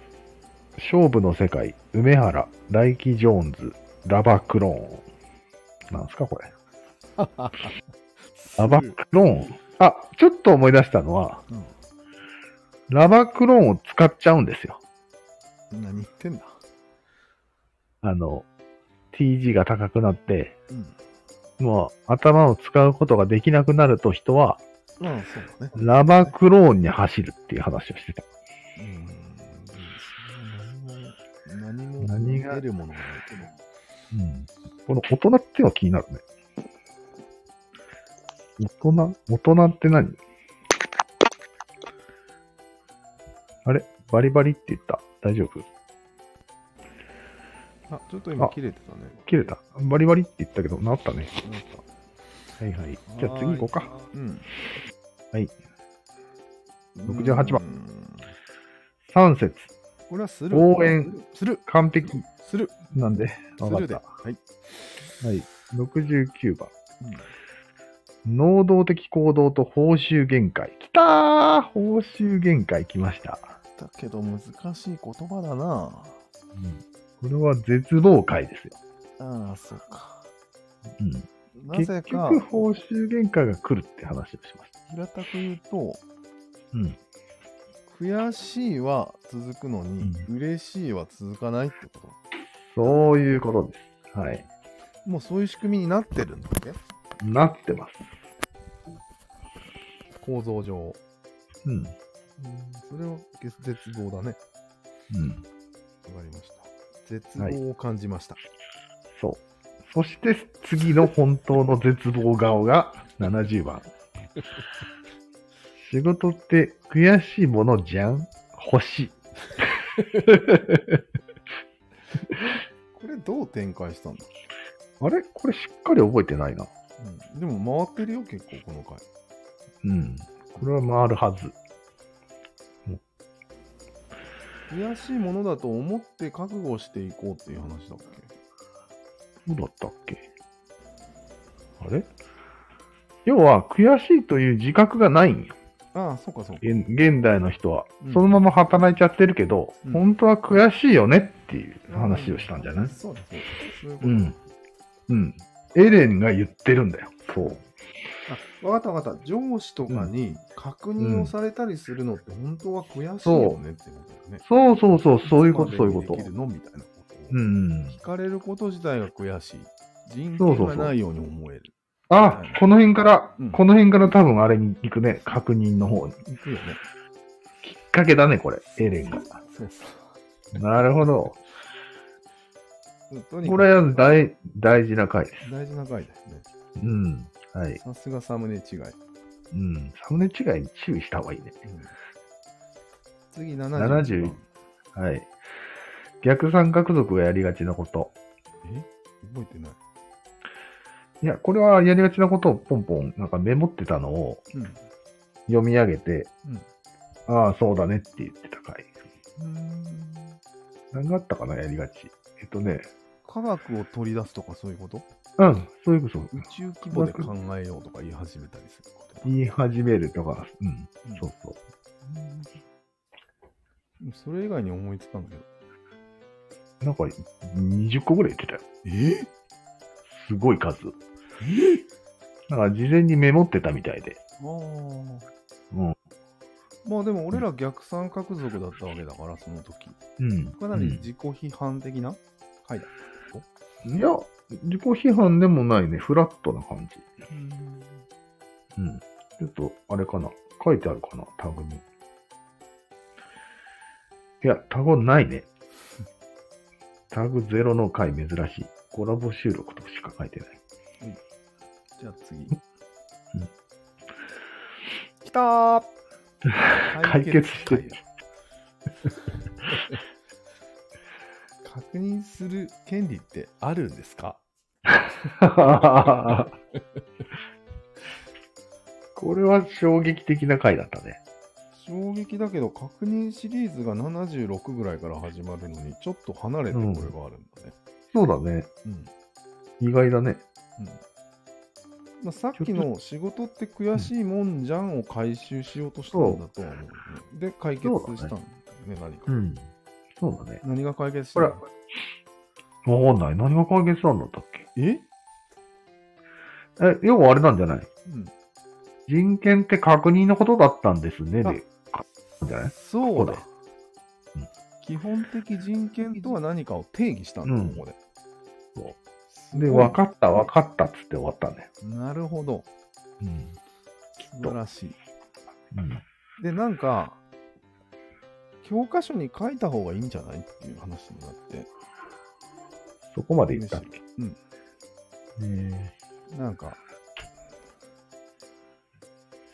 [SPEAKER 1] 勝負の世界、梅原、大輝ジョーンズ、ラバクローン。なんすかこれ。ラバクローン。あ、ちょっと思い出したのは、
[SPEAKER 2] うん
[SPEAKER 1] ラバクローンを使っちゃうんですよ。
[SPEAKER 2] 何言ってんだ。
[SPEAKER 1] あの、TG が高くなって、
[SPEAKER 2] うん。
[SPEAKER 1] もう頭を使うことができなくなると人は、
[SPEAKER 2] まあ、そうだね。
[SPEAKER 1] ラバクローンに走るっていう話をしてた。
[SPEAKER 2] うーん、それは何も、何
[SPEAKER 1] 何
[SPEAKER 2] も
[SPEAKER 1] が
[SPEAKER 2] 得るものがないけど。
[SPEAKER 1] この大人っていうのは気になるね。大人大人って何あれバリバリって言った。大丈夫
[SPEAKER 2] あ、ちょっと今
[SPEAKER 1] あ
[SPEAKER 2] 切れてたね。
[SPEAKER 1] 切れた。バリバリって言ったけど、なったね。
[SPEAKER 2] なんか
[SPEAKER 1] はいはい。じゃあ次行こうか。。
[SPEAKER 2] うん。
[SPEAKER 1] はい。68番
[SPEAKER 2] うーん。
[SPEAKER 1] 3節。
[SPEAKER 2] これはする。
[SPEAKER 1] 応援。
[SPEAKER 2] する。
[SPEAKER 1] 完璧。
[SPEAKER 2] する。
[SPEAKER 1] なんで。
[SPEAKER 2] す
[SPEAKER 1] わか
[SPEAKER 2] る
[SPEAKER 1] っ
[SPEAKER 2] で。
[SPEAKER 1] た。
[SPEAKER 2] はい。
[SPEAKER 1] はい。69番。
[SPEAKER 2] うん
[SPEAKER 1] 能動的行動と報酬限界。きたー報酬限界来ました。
[SPEAKER 2] だけど難しい言葉だな
[SPEAKER 1] これは絶望界ですよ。
[SPEAKER 2] ああ、そうか。
[SPEAKER 1] うん、
[SPEAKER 2] な
[SPEAKER 1] 結
[SPEAKER 2] ぜか
[SPEAKER 1] 局、、報酬限界が来るって話をしました。
[SPEAKER 2] 平たく言うと、
[SPEAKER 1] うん、
[SPEAKER 2] 悔しいは続くのに、
[SPEAKER 1] う
[SPEAKER 2] 嬉しいは続かないってこと。
[SPEAKER 1] そういうことです。はい。
[SPEAKER 2] もうそういう仕組みになってるんだね。
[SPEAKER 1] なってます。
[SPEAKER 2] 構造上。
[SPEAKER 1] うん。
[SPEAKER 2] それは絶絶望だね。
[SPEAKER 1] うん。
[SPEAKER 2] わかりました。絶望を感じました。
[SPEAKER 1] そう。そして、次の本当の絶望顔が70番。仕事って悔しいものじゃん星。
[SPEAKER 2] これどう展開したんだ、
[SPEAKER 1] あれこれしっかり覚えてないな。
[SPEAKER 2] でも回ってるよ、結構この回。
[SPEAKER 1] うん。これは回るはず。
[SPEAKER 2] 悔しいものだと思って覚悟していこうっていう話だっけ
[SPEAKER 1] どうだったっけあれ要は、悔しいという自覚がないんよ。
[SPEAKER 2] ああ、そうかそうか。
[SPEAKER 1] 現現代の人は
[SPEAKER 2] うん。
[SPEAKER 1] そのまま働いちゃってるけど、
[SPEAKER 2] うん
[SPEAKER 1] 本当は悔しいよねっていう話をしたんじゃない
[SPEAKER 2] そうだそうだ。そういうこ
[SPEAKER 1] う
[SPEAKER 2] と
[SPEAKER 1] ん。うん。エレンが言ってるんだよ。そう。
[SPEAKER 2] あ、わかったわかった。上司とかに確認をされたりするのって本当は悔しいよねってことだよね。
[SPEAKER 1] そうそうそう、そういうこと、そういうこ
[SPEAKER 2] いつまでにで
[SPEAKER 1] と
[SPEAKER 2] き。るのみたいなことを。
[SPEAKER 1] うん。
[SPEAKER 2] 聞かれること自体が悔しい。人
[SPEAKER 1] そう
[SPEAKER 2] 権
[SPEAKER 1] そうそ
[SPEAKER 2] が
[SPEAKER 1] う
[SPEAKER 2] ないように思える。
[SPEAKER 1] あ、この辺から、
[SPEAKER 2] うん
[SPEAKER 1] この辺から多分あれに行くね。確認の方に。
[SPEAKER 2] いくよね。
[SPEAKER 1] きっかけだね、これ。エレンが。
[SPEAKER 2] そうそ
[SPEAKER 1] なるほど。
[SPEAKER 2] う。とにか
[SPEAKER 1] こ
[SPEAKER 2] く
[SPEAKER 1] れは大、大事な回です。
[SPEAKER 2] 大事な回だよね。
[SPEAKER 1] うん。はい。
[SPEAKER 2] さすがサムネ違い。
[SPEAKER 1] うん。サムネ違いに注意した方がいいね。
[SPEAKER 2] 次70。
[SPEAKER 1] 71はい。逆三角族がやりがちなこと。
[SPEAKER 2] え覚えてない。
[SPEAKER 1] いや、これはやりがちなことをポンポン、なんかメモってたのを
[SPEAKER 2] うん。
[SPEAKER 1] 読み上げて、ああ、そうだねって言ってた回。
[SPEAKER 2] うん。
[SPEAKER 1] 何があったかな、やりがち。えっとね、
[SPEAKER 2] 科学を取り出すとかそういうこと
[SPEAKER 1] うん、そういうこと。
[SPEAKER 2] 宇宙規模で考えようとか言い始めたりすること。
[SPEAKER 1] 言い始めるとか、うん、
[SPEAKER 2] うん
[SPEAKER 1] そうそう。
[SPEAKER 2] うんそれ以外に思いつかんけど。
[SPEAKER 1] なんか、20個ぐらい言ってたよ。
[SPEAKER 2] え
[SPEAKER 1] すごい数。なんか、事前にメモってたみたいで。
[SPEAKER 2] ああ。
[SPEAKER 1] うん。
[SPEAKER 2] まあでも俺ら逆三角族だったわけだから、その時。
[SPEAKER 1] うん。
[SPEAKER 2] かなり自己批判的な回だ。
[SPEAKER 1] うんいや、自己批判でもないね。フラットな感じ。うん。ちょっと、あれかな。書いてあるかな、タグに。いや、タグない
[SPEAKER 2] <laughs>
[SPEAKER 1] ね。タグゼロの回珍しい。コラボ収録としか書いてない。
[SPEAKER 2] じゃあ次。
[SPEAKER 1] きたー解決して
[SPEAKER 2] <laughs> 解決会だ <laughs> 確認する権利ってあるんですか
[SPEAKER 1] <laughs> これは衝撃的な回だったね。
[SPEAKER 2] 衝撃だけど確認シリーズが76ぐらいから始まるのにちょっと離れてこれがあるんだね。
[SPEAKER 1] そうだね。
[SPEAKER 2] うん
[SPEAKER 1] 意外だね。
[SPEAKER 2] うんまあ、さっきの仕事って悔しいもんじゃんを回収しようとしたんだとは思うね、で解決したんだよね何か、
[SPEAKER 1] ん。そうだね。
[SPEAKER 2] 何が解決し
[SPEAKER 1] こ
[SPEAKER 2] た
[SPEAKER 1] れ
[SPEAKER 2] の
[SPEAKER 1] は、わかんない。何が解決なんだったっ
[SPEAKER 2] え、
[SPEAKER 1] けえ、要はあれなんじゃな
[SPEAKER 2] う
[SPEAKER 1] い
[SPEAKER 2] ん、
[SPEAKER 1] 人権って確認のことだったんですね。
[SPEAKER 2] あ
[SPEAKER 1] で、かじゃない
[SPEAKER 2] そうだ
[SPEAKER 1] こ。うん
[SPEAKER 2] 基本的人権とは何かを定義したんだ、
[SPEAKER 1] うん
[SPEAKER 2] ここで。
[SPEAKER 1] そう
[SPEAKER 2] すごい
[SPEAKER 1] で、分かった、分かったっつって終わったね。
[SPEAKER 2] なるほど。
[SPEAKER 1] うん。
[SPEAKER 2] 素晴らしい。で、なんか、教科書に書いた方がいいんじゃないっていう話になって、
[SPEAKER 1] そこまで言ったっけ
[SPEAKER 2] うん。
[SPEAKER 1] え
[SPEAKER 2] なんか、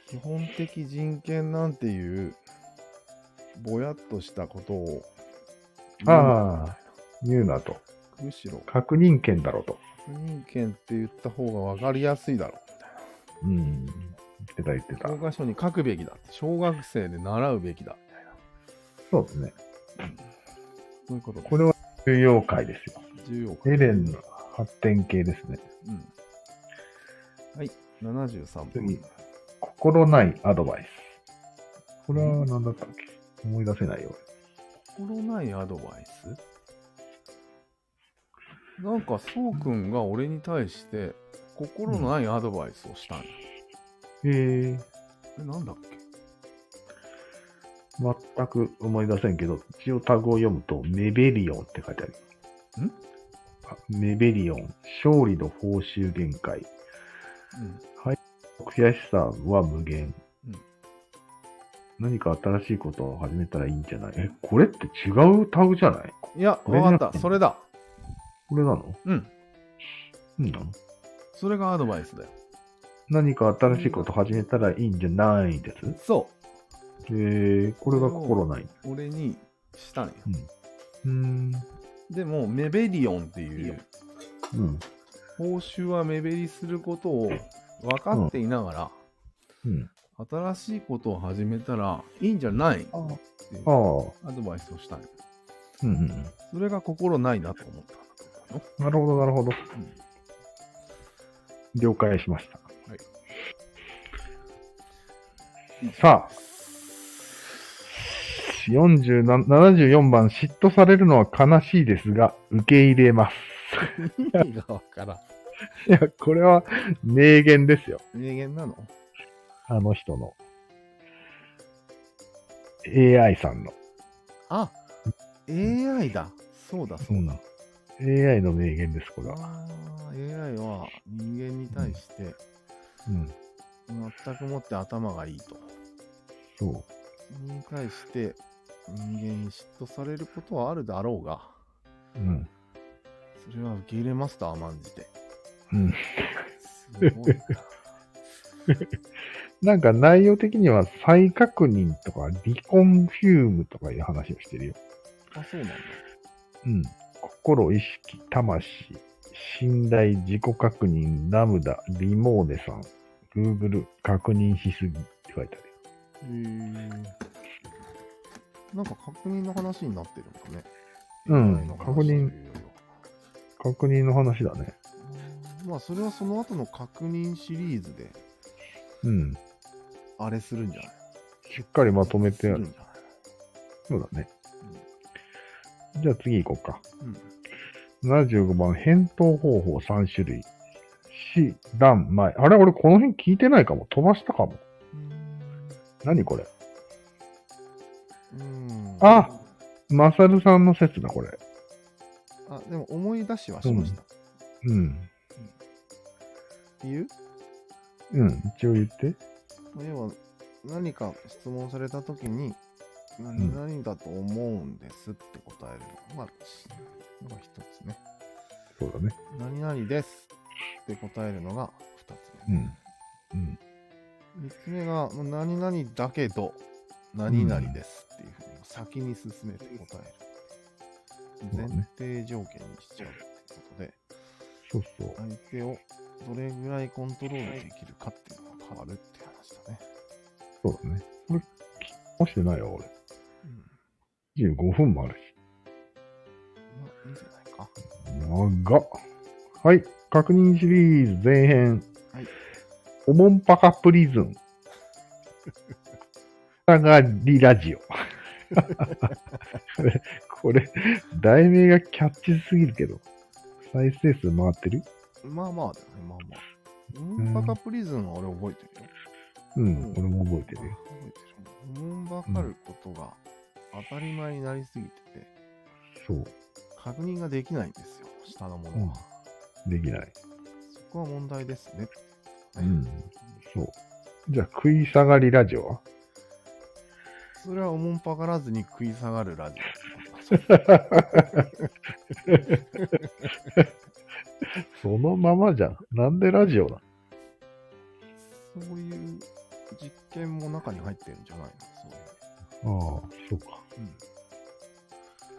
[SPEAKER 2] 基本的人権なんていう、ぼやっとしたことを、
[SPEAKER 1] ー、ああ、言うなと。
[SPEAKER 2] むしろ、
[SPEAKER 1] 確認権だろうと。
[SPEAKER 2] 確認権って言った方が分かりやすいだろう。
[SPEAKER 1] うん。言ってた言ってた
[SPEAKER 2] 教。科書に書くべきだって小学生で習うべきだみたいな
[SPEAKER 1] そうですね。
[SPEAKER 2] そういうことです
[SPEAKER 1] これは重要回ですよ。
[SPEAKER 2] 重要か
[SPEAKER 1] エレンの発展系ですね。
[SPEAKER 2] うんはい73分
[SPEAKER 1] 次心ないアドバイス。これは何だったっけ思い出せないよ。
[SPEAKER 2] 心ないアドバイスなんかそうくんが俺に対して心ないアドバイスをしたんや、
[SPEAKER 1] へえ。
[SPEAKER 2] えなんだっけ
[SPEAKER 1] 全く思い出せんけど、一応タグを読むと、メベリオンって書いてある。
[SPEAKER 2] ん
[SPEAKER 1] あメベリオン。勝利の報酬限界。
[SPEAKER 2] うん
[SPEAKER 1] 悔しさは無限。
[SPEAKER 2] うん
[SPEAKER 1] 何か新しいことを始めたらいいんじゃないえ、これって違うタグじゃない
[SPEAKER 2] いや
[SPEAKER 1] これ
[SPEAKER 2] わかっ
[SPEAKER 1] じゃな
[SPEAKER 2] た
[SPEAKER 1] くて
[SPEAKER 2] それだ
[SPEAKER 1] これなの
[SPEAKER 2] うん
[SPEAKER 1] うんなの
[SPEAKER 2] それがアドバイスだよ
[SPEAKER 1] 何か新しいこと始めたらいいんじゃないです。
[SPEAKER 2] そ
[SPEAKER 1] えー、これが心ない。
[SPEAKER 2] う俺にしたんや
[SPEAKER 1] うーん。
[SPEAKER 2] でもメベリオンっていう
[SPEAKER 1] うん。
[SPEAKER 2] 報酬は目減りすることを分かっていながら、
[SPEAKER 1] うん。
[SPEAKER 2] 新しいことを始めたらいいんじゃないって
[SPEAKER 1] ああ。
[SPEAKER 2] いう
[SPEAKER 1] ああ。
[SPEAKER 2] アドバイスをしたい。
[SPEAKER 1] うんうんうん。
[SPEAKER 2] それが心ないなと思ったんだと思
[SPEAKER 1] なるほど、なるほど。了解しました。
[SPEAKER 2] はい
[SPEAKER 1] さあ、47 74番、嫉妬されるのは悲しいですが、受け入れます。 <laughs>
[SPEAKER 2] 意味がわから
[SPEAKER 1] いや、これは名言ですよ。
[SPEAKER 2] ん。名言なの
[SPEAKER 1] あの人の。AI さんの。
[SPEAKER 2] あ、AI だ。そうだ、そうだ。
[SPEAKER 1] AI の名言です、これは。
[SPEAKER 2] あー AI は人間に対して
[SPEAKER 1] うん。
[SPEAKER 2] 全くもって頭がいいと。
[SPEAKER 1] そう。
[SPEAKER 2] に対して人間に嫉妬されることはあるだろうが、
[SPEAKER 1] うん。
[SPEAKER 2] それは受け入れますと甘んじて。
[SPEAKER 1] うん。
[SPEAKER 2] すごいな。
[SPEAKER 1] なんか内容的には再確認とか、リコンフュームとかいう話をしてるよ。
[SPEAKER 2] あ、そうなんだ。
[SPEAKER 1] うん。心、意識、魂、信頼、自己確認、ラムダ、リモーネさん、Google、確認しすぎって書いてある。
[SPEAKER 2] へえ。なんか確認の話になってるのかね。
[SPEAKER 1] うん
[SPEAKER 2] AI の話というより
[SPEAKER 1] 確認の話だね。
[SPEAKER 2] は。まあ、それはその後の確認シリーズで、
[SPEAKER 1] うん。
[SPEAKER 2] あれするんじゃない
[SPEAKER 1] しっかりまとめて
[SPEAKER 2] す
[SPEAKER 1] や
[SPEAKER 2] るん
[SPEAKER 1] る。
[SPEAKER 2] じゃない
[SPEAKER 1] そうだね。じゃあ次行こうか。
[SPEAKER 2] うん。
[SPEAKER 1] 75番、返答方法3種類。し、段、前。あれ俺この辺聞いてないかも。飛ばしたかも。何これ
[SPEAKER 2] うん。
[SPEAKER 1] あマサルさんの説だ、これ。
[SPEAKER 2] あでも思い出しはしました。
[SPEAKER 1] うん。
[SPEAKER 2] っていう
[SPEAKER 1] うん。一応言って。
[SPEAKER 2] 要は何か質問された時にな
[SPEAKER 1] うん
[SPEAKER 2] 何だと思うんですって答えるのが、しのが一つね。
[SPEAKER 1] そうだね。
[SPEAKER 2] 何々ですって答えるのが二つ
[SPEAKER 1] う
[SPEAKER 2] 目。
[SPEAKER 1] ん。うん。
[SPEAKER 2] 三つ目がもう何々だけど何々ですっていうふうに先に進めて答え
[SPEAKER 1] そうだ
[SPEAKER 2] る。
[SPEAKER 1] ね
[SPEAKER 2] 前提条件にしちゃうってことで、
[SPEAKER 1] そうそう。
[SPEAKER 2] 相手をどれぐらいコントロールできるかっていうのが変わるっていう話だね。
[SPEAKER 1] そうだね。これ、押してないよ、俺。
[SPEAKER 2] うん
[SPEAKER 1] 25分もあるし。
[SPEAKER 2] まあ、いいんじゃないか。
[SPEAKER 1] 長っ。はい。確認シリーズ前編。
[SPEAKER 2] はい。
[SPEAKER 1] おもんぱかプリズン。さがりラジオ。 <laughs> これ、これ、題名がキャッチすぎるけど。再生数回ってる
[SPEAKER 2] まあまあだよね、まあまあ。ムーンバカプリズンは俺覚えてるよ。
[SPEAKER 1] うん、
[SPEAKER 2] うん
[SPEAKER 1] 俺も覚えてるよ。
[SPEAKER 2] 覚えてる。ムーンバカることが当たり前になりすぎてて、
[SPEAKER 1] そう。
[SPEAKER 2] 確認ができないんですよ、下のものは。
[SPEAKER 1] できない。
[SPEAKER 2] そこは問題ですね。
[SPEAKER 1] うん。そう。じゃあ、食い下がりラジオは
[SPEAKER 2] それはおもんぱからずに食い下がるラジ
[SPEAKER 1] そのままじゃん。なんでラジオだ
[SPEAKER 2] オ。そういう実験も中に入ってるんじゃないのそういう。
[SPEAKER 1] ああ、そうか。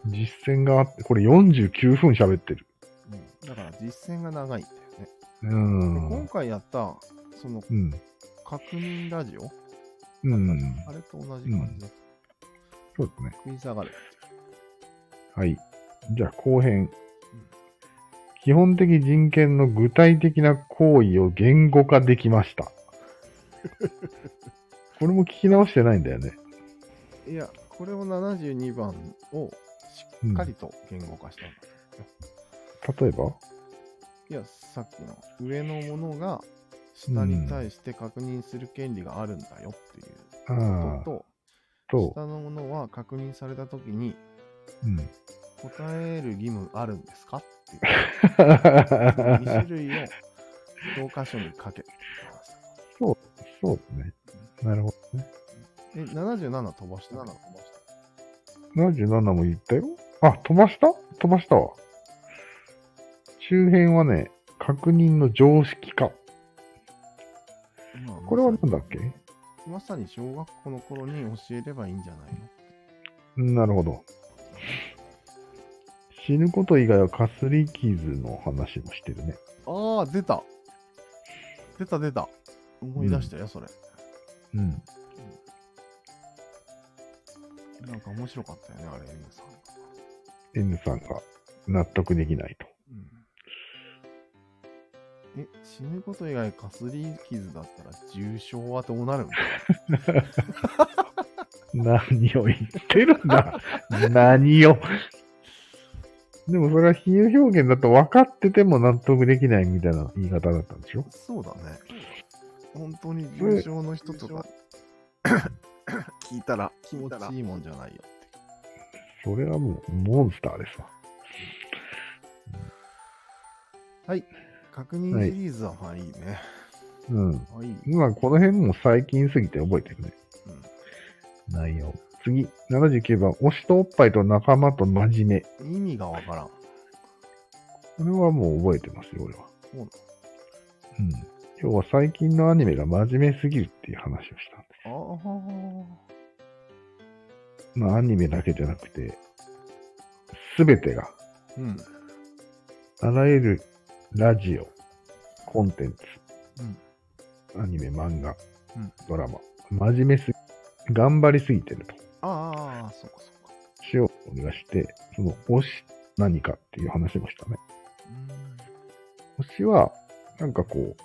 [SPEAKER 1] 実践があって、これ49分喋ってる。
[SPEAKER 2] うんうん、だから実践が長いんだよね。
[SPEAKER 1] う
[SPEAKER 2] で
[SPEAKER 1] ん。
[SPEAKER 2] 今回やった、その
[SPEAKER 1] うん。
[SPEAKER 2] 確認ラジオ、
[SPEAKER 1] うん。
[SPEAKER 2] あれと同じ感じだ、
[SPEAKER 1] そうですね。
[SPEAKER 2] 食い下がる。
[SPEAKER 1] はい。じゃあ後編。基本的人権の具体的な行為を言語化でき
[SPEAKER 2] <laughs>
[SPEAKER 1] ました。これも聞き直してないんだよね。
[SPEAKER 2] いや、これを72番をしっかりと言語化したんだ、
[SPEAKER 1] 例えば
[SPEAKER 2] いや、さっきの上のものが下に対して確認する権利があるんだよっていう
[SPEAKER 1] あ
[SPEAKER 2] こ
[SPEAKER 1] あ、
[SPEAKER 2] とと、
[SPEAKER 1] そ
[SPEAKER 2] 下のものは確認されたときに
[SPEAKER 1] う。うん。
[SPEAKER 2] 答える義務あるんですかっていう2種
[SPEAKER 1] そ
[SPEAKER 2] 類を教科書に書けって言ってました
[SPEAKER 1] う、そうね。なるほどね。
[SPEAKER 2] え、77飛ばした7飛ばした。
[SPEAKER 1] 77も言ったよ。あ、飛ばした飛ばしたわ。周辺はね、確認の常識化。
[SPEAKER 2] まあ
[SPEAKER 1] これはなんだっけ
[SPEAKER 2] まさに小学校の頃に教えればいいんじゃないの
[SPEAKER 1] なるほど。死ぬこと以外はかすり傷の話もしてるね。
[SPEAKER 2] ああ、出た。出た出た。思い出したよ、それ。
[SPEAKER 1] うん。
[SPEAKER 2] なんか面白かったよね、あれ、N さん。
[SPEAKER 1] N さんが納得できないと。
[SPEAKER 2] うん。え、死ぬこと以外かすり傷だったら重傷はどうなるの
[SPEAKER 1] 何を言ってるんだ <laughs> 何を。でもそれは比喩表現だと分かってても納得できないみたいな言い方だったんでしょ
[SPEAKER 2] そうだね。本当に重傷の人とか <coughs> 聞いたら気持ちいいもんじゃないよ。
[SPEAKER 1] それはもうモンスターですわ。
[SPEAKER 2] はい。確認シリーズはまあいいね。
[SPEAKER 1] うん。
[SPEAKER 2] はい。
[SPEAKER 1] 今この辺も最近すぎて覚えてるね。
[SPEAKER 2] うん
[SPEAKER 1] 内容。次、79番。推しとおっぱいと仲間と真面目。
[SPEAKER 2] 意味がわからん。
[SPEAKER 1] これはもう覚えてますよ、俺は。
[SPEAKER 2] そうなの
[SPEAKER 1] うん。今日は最近のアニメが真面目すぎるっていう話をしたんで
[SPEAKER 2] ああ。
[SPEAKER 1] す。まあ、アニメだけじゃなくて、すべてが、
[SPEAKER 2] うん。
[SPEAKER 1] あらゆるラジオ、コンテンツ、
[SPEAKER 2] うん。
[SPEAKER 1] アニメ、漫画、
[SPEAKER 2] うん
[SPEAKER 1] ドラマ、真面目すぎ、頑張りすぎてると、
[SPEAKER 2] ああ、そうかそうか。
[SPEAKER 1] 死をお願いして、その推し、何かっていう話もしたね。
[SPEAKER 2] うん。
[SPEAKER 1] 推しは、なんかこう、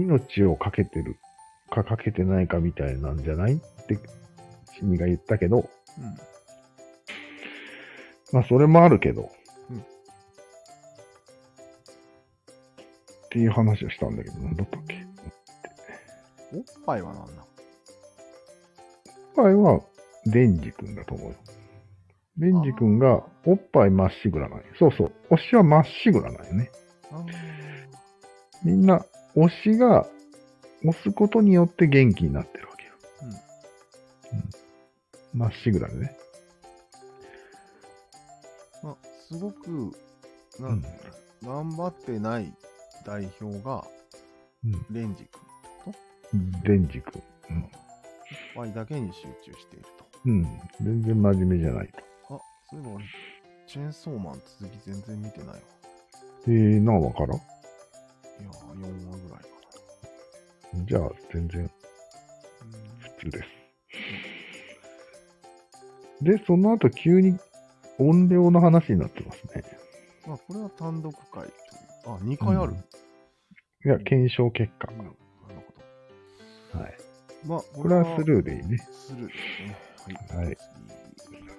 [SPEAKER 1] 命をかけてるかかけてないかみたいなんじゃないって、君が言ったけど、
[SPEAKER 2] うん。
[SPEAKER 1] まあ、それもあるけど、
[SPEAKER 2] うん
[SPEAKER 1] っていう話をしたんだけど、なんだったっけ
[SPEAKER 2] おっぱいはなんだ
[SPEAKER 1] おっぱいは、デンジ君だと思うよ。デンジ君が、おっぱいまっしぐらなんよそうそう。推しはまっしぐらなんよね。
[SPEAKER 2] あー
[SPEAKER 1] みんな、推しが、押すことによって元気になってるわけよ。
[SPEAKER 2] うん
[SPEAKER 1] まっしぐらでね。
[SPEAKER 2] まあ、すごく、な
[SPEAKER 1] うん
[SPEAKER 2] ん頑張ってない代表が
[SPEAKER 1] うん
[SPEAKER 2] レンジ君ってこと
[SPEAKER 1] デンジ君。
[SPEAKER 2] おっぱいだけに集中していると。
[SPEAKER 1] うん。うん。全然真面目じゃないと。
[SPEAKER 2] あ、そういえば俺、チェーンソーマン続き全然見てないわ。
[SPEAKER 1] えー、なあ、わからん。
[SPEAKER 2] いやー、4話ぐらいか
[SPEAKER 1] じゃあ、全然
[SPEAKER 2] な。
[SPEAKER 1] 普通です。で、その後急に音量の話になってますね。
[SPEAKER 2] まあ、これは単独会という。あ、2回ある、
[SPEAKER 1] うんいや、検証結果。
[SPEAKER 2] なるほど。
[SPEAKER 1] はい。
[SPEAKER 2] まあ、
[SPEAKER 1] これはスルーでいいね。
[SPEAKER 2] スルーですね。はい。
[SPEAKER 1] はい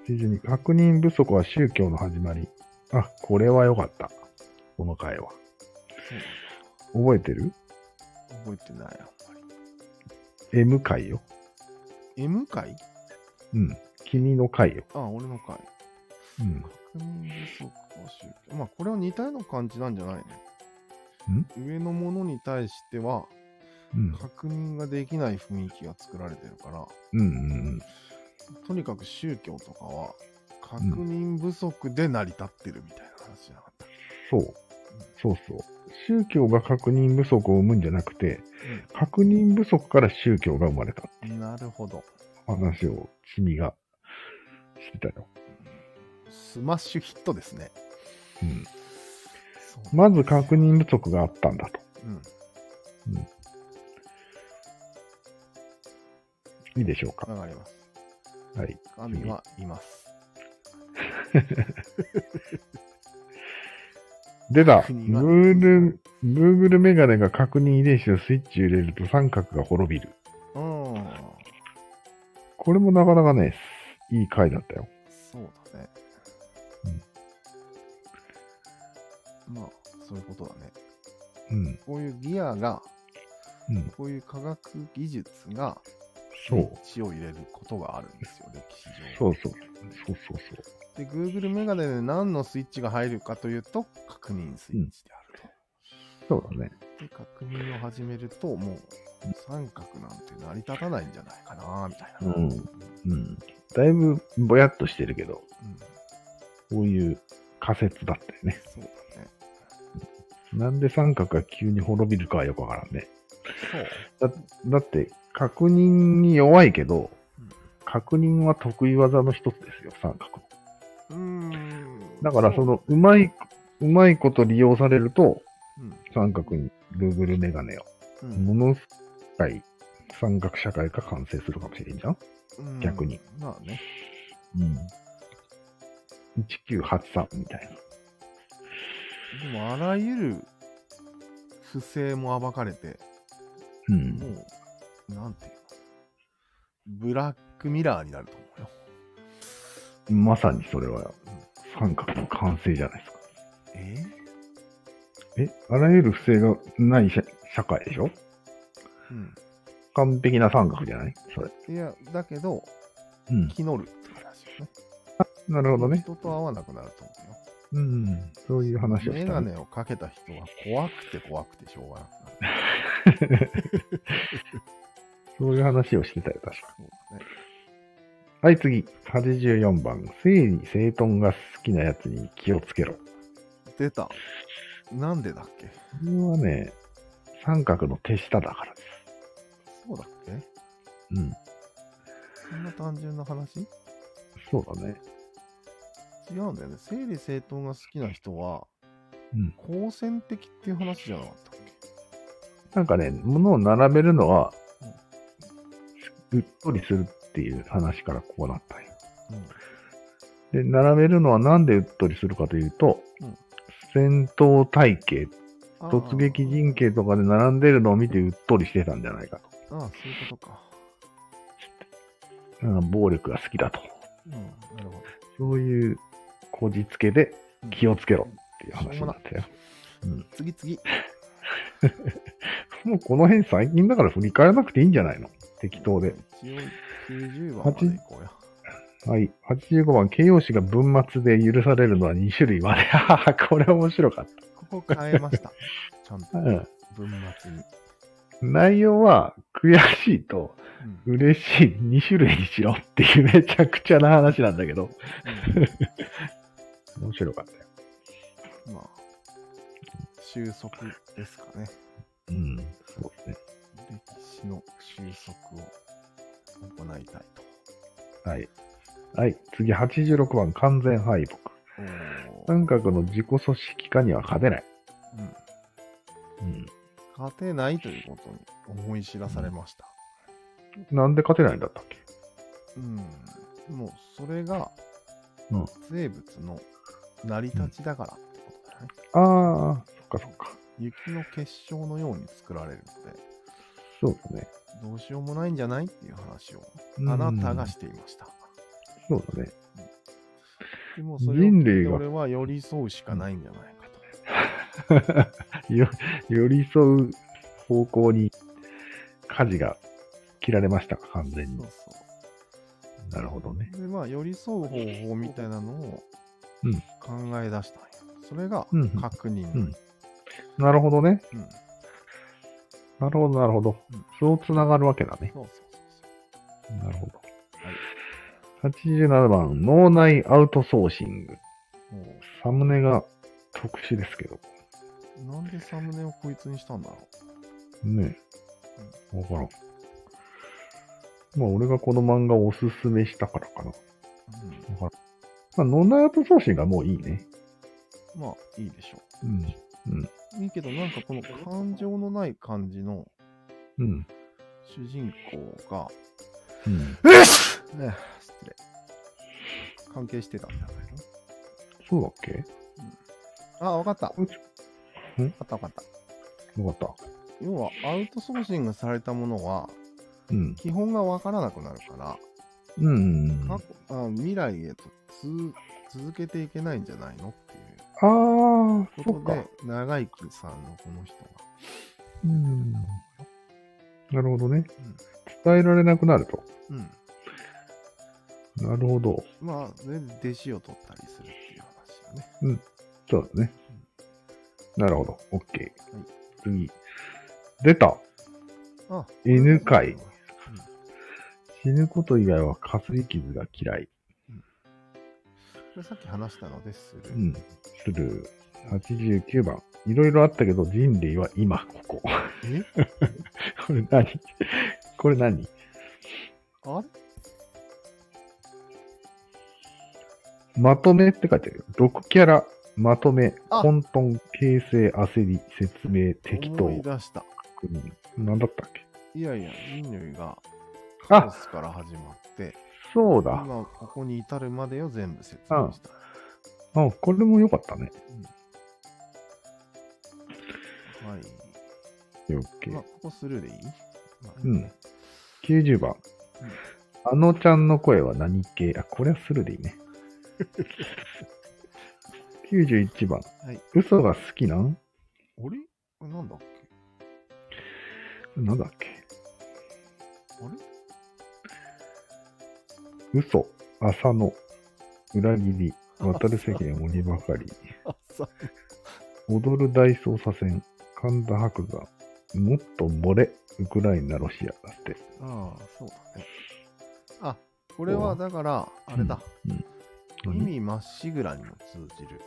[SPEAKER 1] 82、確認不足は宗教の始まり。あ、これは良かった。この回は。
[SPEAKER 2] 次
[SPEAKER 1] 覚えてる
[SPEAKER 2] そう覚えてない、あんま
[SPEAKER 1] ?M 回よ。
[SPEAKER 2] り。M 会
[SPEAKER 1] うん。君の回よ。
[SPEAKER 2] あ、俺の会。
[SPEAKER 1] うん。
[SPEAKER 2] 確認不足は宗教。まあ、これは似たような感じなんじゃないの上のものに対しては、
[SPEAKER 1] うん。
[SPEAKER 2] 確認ができない雰囲気が作られてるから、
[SPEAKER 1] うんうん
[SPEAKER 2] とにかく宗教とかは、確認不足で成り立ってるみたいな話じゃなかった。
[SPEAKER 1] そう。そうそう。宗教が確認不足を生むんじゃなくて、確認不足から宗教が生まれた
[SPEAKER 2] うんなるほど。
[SPEAKER 1] 話を君がしてたよ。
[SPEAKER 2] スマッシュヒットですね。
[SPEAKER 1] うん。
[SPEAKER 2] そう
[SPEAKER 1] まず確認不足があったんだと。
[SPEAKER 2] うん。
[SPEAKER 1] いいでしょうか。
[SPEAKER 2] わかります。
[SPEAKER 1] はい。
[SPEAKER 2] 神はいます。
[SPEAKER 1] 出た
[SPEAKER 2] 確認は
[SPEAKER 1] !Google、Google メガネが確認遺伝子のスイッチ入れると三角が滅びる。
[SPEAKER 2] うん。
[SPEAKER 1] これもなかなかね、いい回だったよ。
[SPEAKER 2] そうだね。まあ、そういうことだね。
[SPEAKER 1] うん。
[SPEAKER 2] こういうギアが、
[SPEAKER 1] うん。
[SPEAKER 2] こういう科学技術が、
[SPEAKER 1] そう。
[SPEAKER 2] 血を入れることがあるんですよ、歴史上。
[SPEAKER 1] そうそう。そうそうそう。
[SPEAKER 2] で、Google メガネで何のスイッチが入るかというと、確認スイッチであると。
[SPEAKER 1] そうだね。
[SPEAKER 2] で、確認を始めると、もう、三角なんて成り立たないんじゃないかな、みたいな。
[SPEAKER 1] うんうん。だいぶぼやっとしてるけど、
[SPEAKER 2] うん
[SPEAKER 1] こういう仮説だったよね。
[SPEAKER 2] そうだね。
[SPEAKER 1] なんで三角が急に滅びるかはよくわからんね。
[SPEAKER 2] そう。
[SPEAKER 1] だだって、確認に弱いけど
[SPEAKER 2] うん、
[SPEAKER 1] 確認は得意技の一つですよ、三角の。
[SPEAKER 2] うーん
[SPEAKER 1] だから、そ、の、うまい、うまいこと利用されると、
[SPEAKER 2] うん
[SPEAKER 1] 三角に Google メガネを。
[SPEAKER 2] うん
[SPEAKER 1] ものすごい三角社会が完成するかもしれんじゃん
[SPEAKER 2] うん
[SPEAKER 1] 逆に。
[SPEAKER 2] まあね。
[SPEAKER 1] うん。1983みたいな。
[SPEAKER 2] でもあらゆる不正も暴かれて、
[SPEAKER 1] う
[SPEAKER 2] も
[SPEAKER 1] ん。
[SPEAKER 2] う、なんていうの、ブラックミラーになると思うよ。
[SPEAKER 1] まさにそれは、三角の完成じゃないですか。
[SPEAKER 2] え
[SPEAKER 1] え、あらゆる不正がない社社会でしょ
[SPEAKER 2] う
[SPEAKER 1] 完璧な三角じゃないそれ。
[SPEAKER 2] ん。いや、だけど、
[SPEAKER 1] うん。
[SPEAKER 2] 気乗るって話よね。
[SPEAKER 1] なるほどね。
[SPEAKER 2] 人と会わなくなると思うよ。
[SPEAKER 1] うん。そういう話を
[SPEAKER 2] メ
[SPEAKER 1] し
[SPEAKER 2] ガ
[SPEAKER 1] た、
[SPEAKER 2] ネをかけた人は怖くて怖くてしょうがなくなる。
[SPEAKER 1] そういう話をしてたよ、確か。
[SPEAKER 2] そうだね。
[SPEAKER 1] はい、次。84番。整理整頓が好きなやつに気をつけろ。
[SPEAKER 2] 出た。なんでだっけ
[SPEAKER 1] これはね、三角の手下だからです。
[SPEAKER 2] そうだっけ
[SPEAKER 1] うん。
[SPEAKER 2] そんな単純な話
[SPEAKER 1] そうだね。
[SPEAKER 2] 違うんだよね。整理整頓が好きな人は、
[SPEAKER 1] うん
[SPEAKER 2] 好戦的っていう話じゃなかったっけ
[SPEAKER 1] なんかね、物を並べるのは、うっとりするっていう話からこうなったんよで、並べるのはなんでうっとりするかというと、
[SPEAKER 2] うん
[SPEAKER 1] 戦闘体系、
[SPEAKER 2] うん。
[SPEAKER 1] 突撃陣形とかで並んでるのを見てうっとりしてたんじゃないかと。
[SPEAKER 2] あーあー、そういうことか。
[SPEAKER 1] うん暴力が好きだと。
[SPEAKER 2] うん、なるほど。
[SPEAKER 1] そういうこじつけで気をつけろっていう
[SPEAKER 2] しょうも
[SPEAKER 1] 話になったよ。
[SPEAKER 2] 次次。
[SPEAKER 1] もうこの辺最近だから振り返らなくていいんじゃないの適当で。
[SPEAKER 2] 一応90番までいこうや。
[SPEAKER 1] はい。85番、形容詞が文末で許されるのは2種類まで。 <laughs> ははこれ面白かっ
[SPEAKER 2] ここ変えました。ちゃんと
[SPEAKER 1] た。うん。
[SPEAKER 2] 文末に。
[SPEAKER 1] 内容は、悔しいと、
[SPEAKER 2] うん
[SPEAKER 1] 嬉しい2種類にしろっていうめちゃくちゃな話なんだけど、面白かったよ。
[SPEAKER 2] うんまあ、収束ですかね。
[SPEAKER 1] うん。そうですね。
[SPEAKER 2] 歴史の収束を行いたいと。
[SPEAKER 1] はい。はい。次、86番、完全敗北。
[SPEAKER 2] おー
[SPEAKER 1] 三角の自己組織化には勝てない。
[SPEAKER 2] うん
[SPEAKER 1] うん。
[SPEAKER 2] 勝てないということに思い知らされました。
[SPEAKER 1] なんで勝てないんだったっけ
[SPEAKER 2] うん。もうそれが
[SPEAKER 1] うん
[SPEAKER 2] 生物の成り立ちだからってことだね。
[SPEAKER 1] ああ、そっかそっか。
[SPEAKER 2] 雪の結晶のように作られるので、
[SPEAKER 1] そうですね。
[SPEAKER 2] どうしようもないんじゃないっていう話を
[SPEAKER 1] うん
[SPEAKER 2] あなたがしていました。
[SPEAKER 1] そうだね。
[SPEAKER 2] でもそれを聞
[SPEAKER 1] 人
[SPEAKER 2] い
[SPEAKER 1] 類
[SPEAKER 2] て
[SPEAKER 1] が
[SPEAKER 2] 俺は寄り添うしかないんじゃないかと。
[SPEAKER 1] <laughs> よ寄り添う方向に舵が切られましたか、完全に
[SPEAKER 2] そう。そう。
[SPEAKER 1] なるほどね。
[SPEAKER 2] で、まあ、寄り添う方法みたいなのを
[SPEAKER 1] うん
[SPEAKER 2] 考え出したんや。それが
[SPEAKER 1] うんうん
[SPEAKER 2] 確認。
[SPEAKER 1] うんなるほどね。
[SPEAKER 2] うん
[SPEAKER 1] なるほど、なるほど
[SPEAKER 2] うん。
[SPEAKER 1] そうつながるわけだね。
[SPEAKER 2] そうそうそうそ
[SPEAKER 1] なるほど。87番、脳内アウトソーシング。
[SPEAKER 2] う。も
[SPEAKER 1] サムネが特殊ですけど。
[SPEAKER 2] うなんでサムネをこいつにしたんだろ
[SPEAKER 1] ねえ。わからん。まあ、俺がこの漫画をおすすめしたからかな。
[SPEAKER 2] う。
[SPEAKER 1] まあ、脳内アウトソーシングはもういいね。
[SPEAKER 2] うん、まあ、いいでしょ
[SPEAKER 1] うん。
[SPEAKER 2] う。いいけど、なんかこの感情のない感じの
[SPEAKER 1] うん。
[SPEAKER 2] 主人公が、
[SPEAKER 1] うん。
[SPEAKER 2] ね、失礼。関係してたんじゃないか
[SPEAKER 1] そうだっけ
[SPEAKER 2] な。あ、わかった。
[SPEAKER 1] こい
[SPEAKER 2] わ
[SPEAKER 1] つ
[SPEAKER 2] か
[SPEAKER 1] ん
[SPEAKER 2] ったわかった。
[SPEAKER 1] よかっ
[SPEAKER 2] 要は、アウトソーシングされたものは、
[SPEAKER 1] た。うん。
[SPEAKER 2] 基本がわからなくなるから、
[SPEAKER 1] うんうんうん。
[SPEAKER 2] 過
[SPEAKER 1] あ
[SPEAKER 2] 去あ未来へとつ続けていけないんじゃないのって
[SPEAKER 1] あー、
[SPEAKER 2] いう
[SPEAKER 1] そ
[SPEAKER 2] こ
[SPEAKER 1] っ
[SPEAKER 2] と
[SPEAKER 1] か
[SPEAKER 2] で。、長生きさんのこの人が、
[SPEAKER 1] うん。なるほどね
[SPEAKER 2] うん。
[SPEAKER 1] 伝えられなくなると。
[SPEAKER 2] うん、
[SPEAKER 1] なるほど。
[SPEAKER 2] まあ、それで弟子を取ったりするっていう話だね。
[SPEAKER 1] そうだね。なるほど。OK。次。出た
[SPEAKER 2] あ
[SPEAKER 1] 犬飼い死ぬこと以外はかすり傷が嫌い。
[SPEAKER 2] これさっき話したのでする。
[SPEAKER 1] うん。する。89番。いろいろあったけど人類は今ここ。
[SPEAKER 2] え
[SPEAKER 1] <laughs> これ何これ何
[SPEAKER 2] あ
[SPEAKER 1] まとめって書いてあるよ。毒キャラ、まとめ、
[SPEAKER 2] あ
[SPEAKER 1] 混沌、形成、焦り、説明、
[SPEAKER 2] れ
[SPEAKER 1] 適当
[SPEAKER 2] 思い、出した。
[SPEAKER 1] 確認。何だったっけ
[SPEAKER 2] いやいや、人類がカオ
[SPEAKER 1] あ
[SPEAKER 2] スから始まって、
[SPEAKER 1] そうだ。
[SPEAKER 2] 今ここに至るまでを全部説明した。
[SPEAKER 1] あ、これも良かったね。
[SPEAKER 2] はい。ま
[SPEAKER 1] OK
[SPEAKER 2] あ、。ここスルーでいい、まあ
[SPEAKER 1] うん。90番。あのちゃんの声は何系あ、これはスルーでい
[SPEAKER 2] <laughs>
[SPEAKER 1] いね。91番。
[SPEAKER 2] はい
[SPEAKER 1] 嘘が好きなん
[SPEAKER 2] あれこれなんだっけ
[SPEAKER 1] なんだっけ
[SPEAKER 2] あれ
[SPEAKER 1] 嘘、浅野、裏切り、渡る世間鬼ばかり、
[SPEAKER 2] あさ
[SPEAKER 1] 踊る大捜査線、神田伯山、もっと漏れ、ウクライナ、ロシアだって。
[SPEAKER 2] ああ、そうだね。あ、これはだから、あれだ。
[SPEAKER 1] うん
[SPEAKER 2] 意味まっしぐらにも通じる。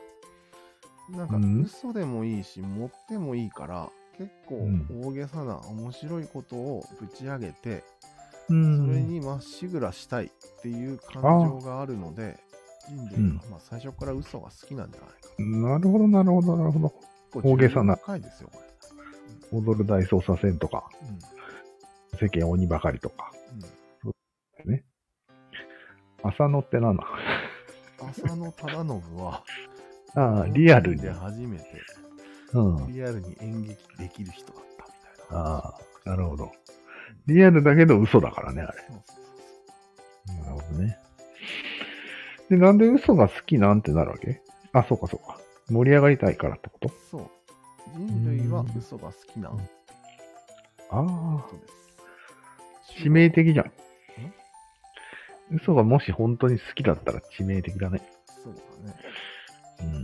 [SPEAKER 2] なんか
[SPEAKER 1] うん、
[SPEAKER 2] 嘘でもいいし、持ってもいいから、結構
[SPEAKER 1] うん
[SPEAKER 2] 大げさな面白いことをぶち上げて、
[SPEAKER 1] う
[SPEAKER 2] それ
[SPEAKER 1] ん。
[SPEAKER 2] にまっしぐらしたいっていう感情があるので、人類が、まあ、最初から嘘が好きなんじゃないかと。
[SPEAKER 1] なるほど、なるほど、なるほど。
[SPEAKER 2] 結構
[SPEAKER 1] 大げさな
[SPEAKER 2] 重要回ですよ、これ。
[SPEAKER 1] 踊る大捜査線とか、
[SPEAKER 2] うん。
[SPEAKER 1] 世間鬼ばかりとか。
[SPEAKER 2] う
[SPEAKER 1] 浅野ってなんだ
[SPEAKER 2] ん。浅野忠信は、
[SPEAKER 1] ああ、リアルに
[SPEAKER 2] で。初めて、
[SPEAKER 1] うん。
[SPEAKER 2] リアルに演劇できる人だったみたいな。
[SPEAKER 1] ああ、なるほど。リアルだけど嘘だからね、あれ。
[SPEAKER 2] そうそうそうそ
[SPEAKER 1] なるほどね。で、なんで嘘が好きなんてなるわけあ、そうかそうか。盛り上がりたいからってこと
[SPEAKER 2] う。そう。人類は嘘が好きな
[SPEAKER 1] あ
[SPEAKER 2] ことです。
[SPEAKER 1] あ、致命的じゃん。嘘がもし本当に好きだったら致命的だね。
[SPEAKER 2] そうだね。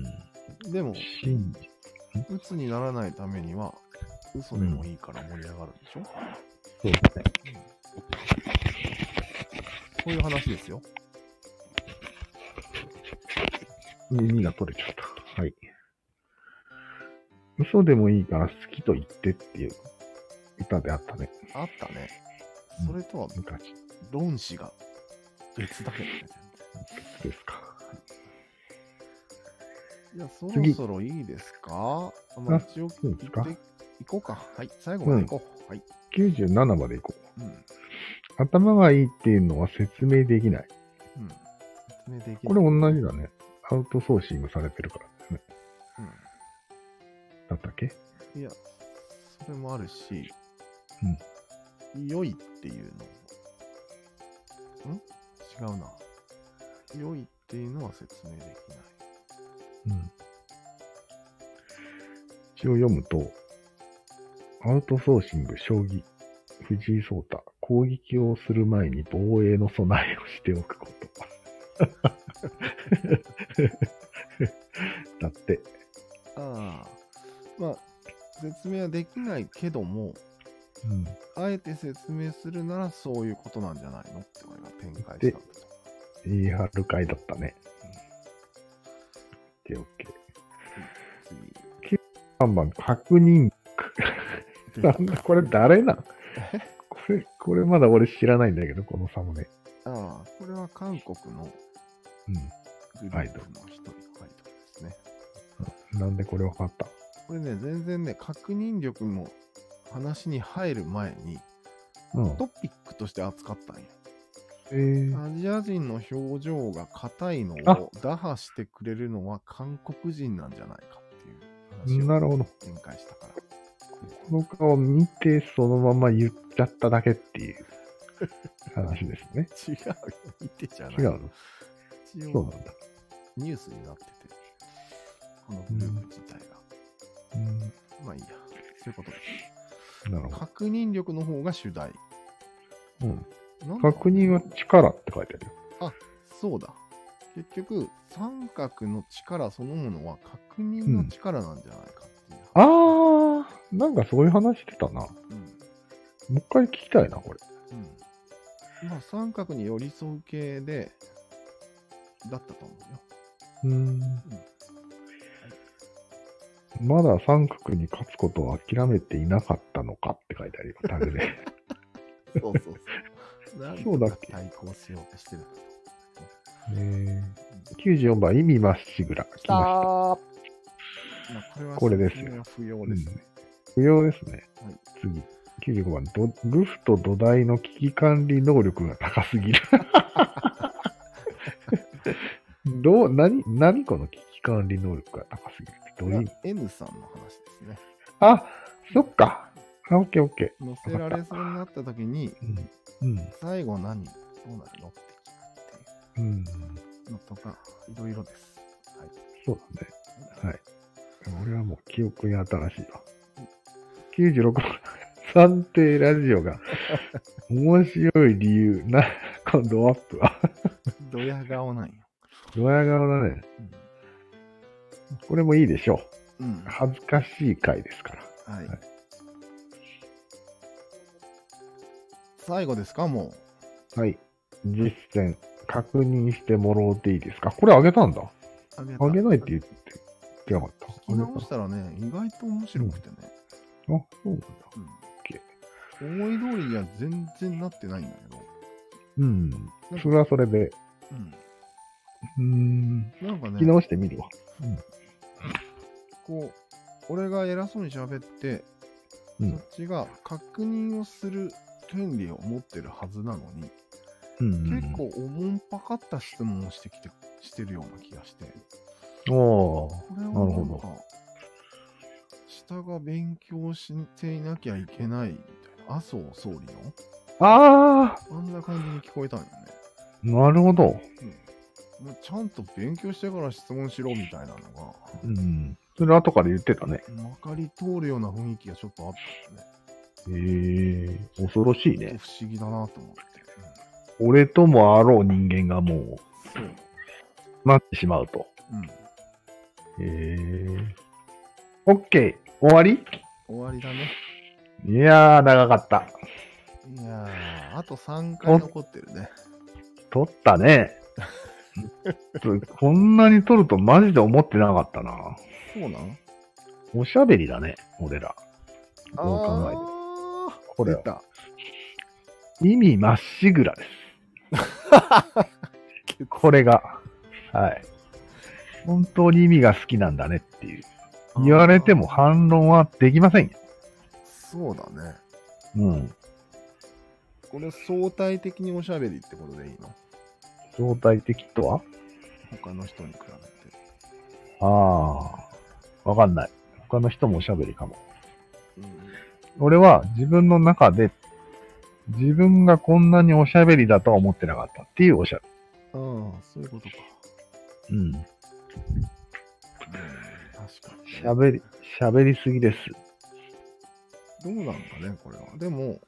[SPEAKER 1] うん。
[SPEAKER 2] でも、
[SPEAKER 1] 真実。
[SPEAKER 2] 鬱にならないためには、嘘でもいいから盛り上がるでしょ、
[SPEAKER 1] そうだね。
[SPEAKER 2] そういう話ですよ。
[SPEAKER 1] 耳が取れちゃった。はい。嘘でもいいから好きと言ってっていう歌であったね。
[SPEAKER 2] あったね。それとは
[SPEAKER 1] 昔
[SPEAKER 2] 論旨が別だけどね、全然。
[SPEAKER 1] ですか。
[SPEAKER 2] じゃあそろ
[SPEAKER 1] 次
[SPEAKER 2] そろいいですかまあ
[SPEAKER 1] あ
[SPEAKER 2] 一応
[SPEAKER 1] い
[SPEAKER 2] 行
[SPEAKER 1] いですか
[SPEAKER 2] っていこうか。はい、最後まで行こう。はい、
[SPEAKER 1] 97までいこう。
[SPEAKER 2] うん。
[SPEAKER 1] 頭がいいっていうのは説明できない。
[SPEAKER 2] うん。説明でき
[SPEAKER 1] これ同じだね。アウトソーシングされてるからだよね。だったっけ
[SPEAKER 2] うん。いや、それもあるし、良いっていうのも。ん違うな。良いっていうのは説明できない。
[SPEAKER 1] うん。一応読むと、アウトソーシング、将棋、藤井聡太、攻撃をする前に防衛の備えをしておくこと。 <laughs> だって、
[SPEAKER 2] ああ。まあ、説明はできないけども、
[SPEAKER 1] うん、
[SPEAKER 2] あえて説明するならそういうことなんじゃないのって俺が展開したんだと。
[SPEAKER 1] 言い張る会だったね。うん、オッケーオッ
[SPEAKER 2] 次。
[SPEAKER 1] ケー。3番、確認。なんだこれ誰なん
[SPEAKER 2] え
[SPEAKER 1] これ、これまだ俺知らないんだけど、このサムネ。
[SPEAKER 2] ああ、これは韓国の
[SPEAKER 1] う
[SPEAKER 2] グループの一人のアイドルですね。
[SPEAKER 1] ん。なんでこれ分かった
[SPEAKER 2] これね、全然ね、確認力の話に入る前に、
[SPEAKER 1] うん。
[SPEAKER 2] トピックとして扱ったんや。
[SPEAKER 1] えー、
[SPEAKER 2] アジア人の表情が硬いの
[SPEAKER 1] あ
[SPEAKER 2] を打破してくれるのは韓国人なんじゃないかっていう
[SPEAKER 1] な
[SPEAKER 2] 話を
[SPEAKER 1] るほど。
[SPEAKER 2] 展開したから。
[SPEAKER 1] この顔見て、そのまま言っちゃっただけっていう話ですね。
[SPEAKER 2] 違うよ、見てじゃ <laughs> ない。
[SPEAKER 1] 違うの
[SPEAKER 2] 一
[SPEAKER 1] そう
[SPEAKER 2] 応
[SPEAKER 1] なんだ。
[SPEAKER 2] ニュースになってて、このグループ自体が。
[SPEAKER 1] う
[SPEAKER 2] まあいいや、そういうことです。
[SPEAKER 1] ん。なるほ
[SPEAKER 2] 確認力の方が主題。
[SPEAKER 1] ど。うん。
[SPEAKER 2] なんだ
[SPEAKER 1] 確認は力って書いてあるよ。
[SPEAKER 2] そうだ。結局、三角の力そのものは確認の力なんじゃないかっていう。
[SPEAKER 1] あー、なんかそういう話してたな。も
[SPEAKER 2] うん。
[SPEAKER 1] う一回聞きたいな、これ。
[SPEAKER 2] うん。まあ、三角に寄り添う系で、だったと思うよ。
[SPEAKER 1] うん。まだ三角に勝つことを諦めていなかったのかって書いてあるよ、タ <laughs> グで。
[SPEAKER 2] そうそう <laughs> そう。なん
[SPEAKER 1] そうだっ
[SPEAKER 2] とか
[SPEAKER 1] け
[SPEAKER 2] 対抗しようとしてる。
[SPEAKER 1] えー、94番、意味まっしぐら。来ました。
[SPEAKER 2] まあ、これは
[SPEAKER 1] これですよ
[SPEAKER 2] 説明は不要ですね。
[SPEAKER 1] 不要ですね。
[SPEAKER 2] はい
[SPEAKER 1] 次。95番ど、ブフと土台の危機管理能力が高すぎ <laughs> る。どう、何、何この危機管理能力が高すぎるってどういう意味
[SPEAKER 2] N さんの話ですね。
[SPEAKER 1] あ、そっか。あ、オッケーオッケ
[SPEAKER 2] 乗せられそうになった時に、
[SPEAKER 1] ー。うん。
[SPEAKER 2] 最後何どうなるのって聞
[SPEAKER 1] うん。
[SPEAKER 2] くのとか、いろいろです。はい。
[SPEAKER 1] そうだね。はい。でも俺はもう記憶に新しいわ。96番、暫定ラジ
[SPEAKER 2] <laughs>
[SPEAKER 1] オが面白い理由、な、今度アップは。
[SPEAKER 2] ドヤ顔なんよ。
[SPEAKER 1] ドヤ顔だね。これもいいでしょ
[SPEAKER 2] うん。うん
[SPEAKER 1] う。恥ずかしい回ですから。
[SPEAKER 2] はい。
[SPEAKER 1] はい
[SPEAKER 2] 最後ですか、も
[SPEAKER 1] はい。実践、確認してもろうていいですかこれあげたんだ。
[SPEAKER 2] う。あげ
[SPEAKER 1] あげないって
[SPEAKER 2] いう。
[SPEAKER 1] 言って、言ってなかった。
[SPEAKER 2] 聞き直
[SPEAKER 1] あ
[SPEAKER 2] したらね、意外と面白くてね。
[SPEAKER 1] げたあ、そうなんだ。
[SPEAKER 2] うん。思い通りには全然なってないんだけど。
[SPEAKER 1] うん。それはそれで、
[SPEAKER 2] う
[SPEAKER 1] うーん。
[SPEAKER 2] ん。なんか
[SPEAKER 1] 聞き
[SPEAKER 2] ね、
[SPEAKER 1] 直してみるわ。
[SPEAKER 2] こう、俺が偉そうに喋って、
[SPEAKER 1] うん
[SPEAKER 2] そっちが確認をする権利を持ってるはずなのに、
[SPEAKER 1] うん
[SPEAKER 2] 結。構おもんぱかった質問をしてきて、してるような気がして。
[SPEAKER 1] おー
[SPEAKER 2] これは
[SPEAKER 1] なる
[SPEAKER 2] な
[SPEAKER 1] ほ
[SPEAKER 2] ん
[SPEAKER 1] ど
[SPEAKER 2] か、下が勉強していなきゃいけないみたいな、麻生総理の
[SPEAKER 1] あ
[SPEAKER 2] あんな感じに聞こえたんよね。
[SPEAKER 1] ー、なるほど。
[SPEAKER 2] もうちゃんと勉強してから質問しろみたいなのが、
[SPEAKER 1] うん。それ後から言ってたね。
[SPEAKER 2] まかり通るような雰囲気がちょっとあったんで
[SPEAKER 1] えー、恐ろしい
[SPEAKER 2] ね。
[SPEAKER 1] ね。
[SPEAKER 2] 不思議だなと思って。
[SPEAKER 1] 俺ともあろう人間がも
[SPEAKER 2] うんそう。
[SPEAKER 1] う、なってしまうと。
[SPEAKER 2] うん。
[SPEAKER 1] えー。OK! 終わり
[SPEAKER 2] 終わりだね。
[SPEAKER 1] いやー、長かった。
[SPEAKER 2] いやー、あと3回残ってるね。
[SPEAKER 1] 撮ったね。 <laughs> こんなに撮るとマジで思ってなかったな。
[SPEAKER 2] そうなん
[SPEAKER 1] おしゃべりだね、俺ら。どう考えても
[SPEAKER 2] あー、
[SPEAKER 1] これ
[SPEAKER 2] 出た。
[SPEAKER 1] 意味まっしぐらです。これが。はい。本当に意味が好きなんだねっていう。言われても反論はできませんよ。
[SPEAKER 2] あー。そうだね。
[SPEAKER 1] うん。
[SPEAKER 2] これ相対的におしゃべりってことでいいの
[SPEAKER 1] 相対的とは
[SPEAKER 2] 他の人に比べて。
[SPEAKER 1] ああ、わかんない。他の人もおしゃべりかも。
[SPEAKER 2] うん、
[SPEAKER 1] 俺は自分の中で、自分がこんなにおしゃべりだとは思ってなかったっていうおしゃべ
[SPEAKER 2] ああ、そういうことか。
[SPEAKER 1] り。うん。
[SPEAKER 2] うん、確かに、ね。
[SPEAKER 1] 喋り、喋りすぎです。
[SPEAKER 2] どうなんだね、これは。でも、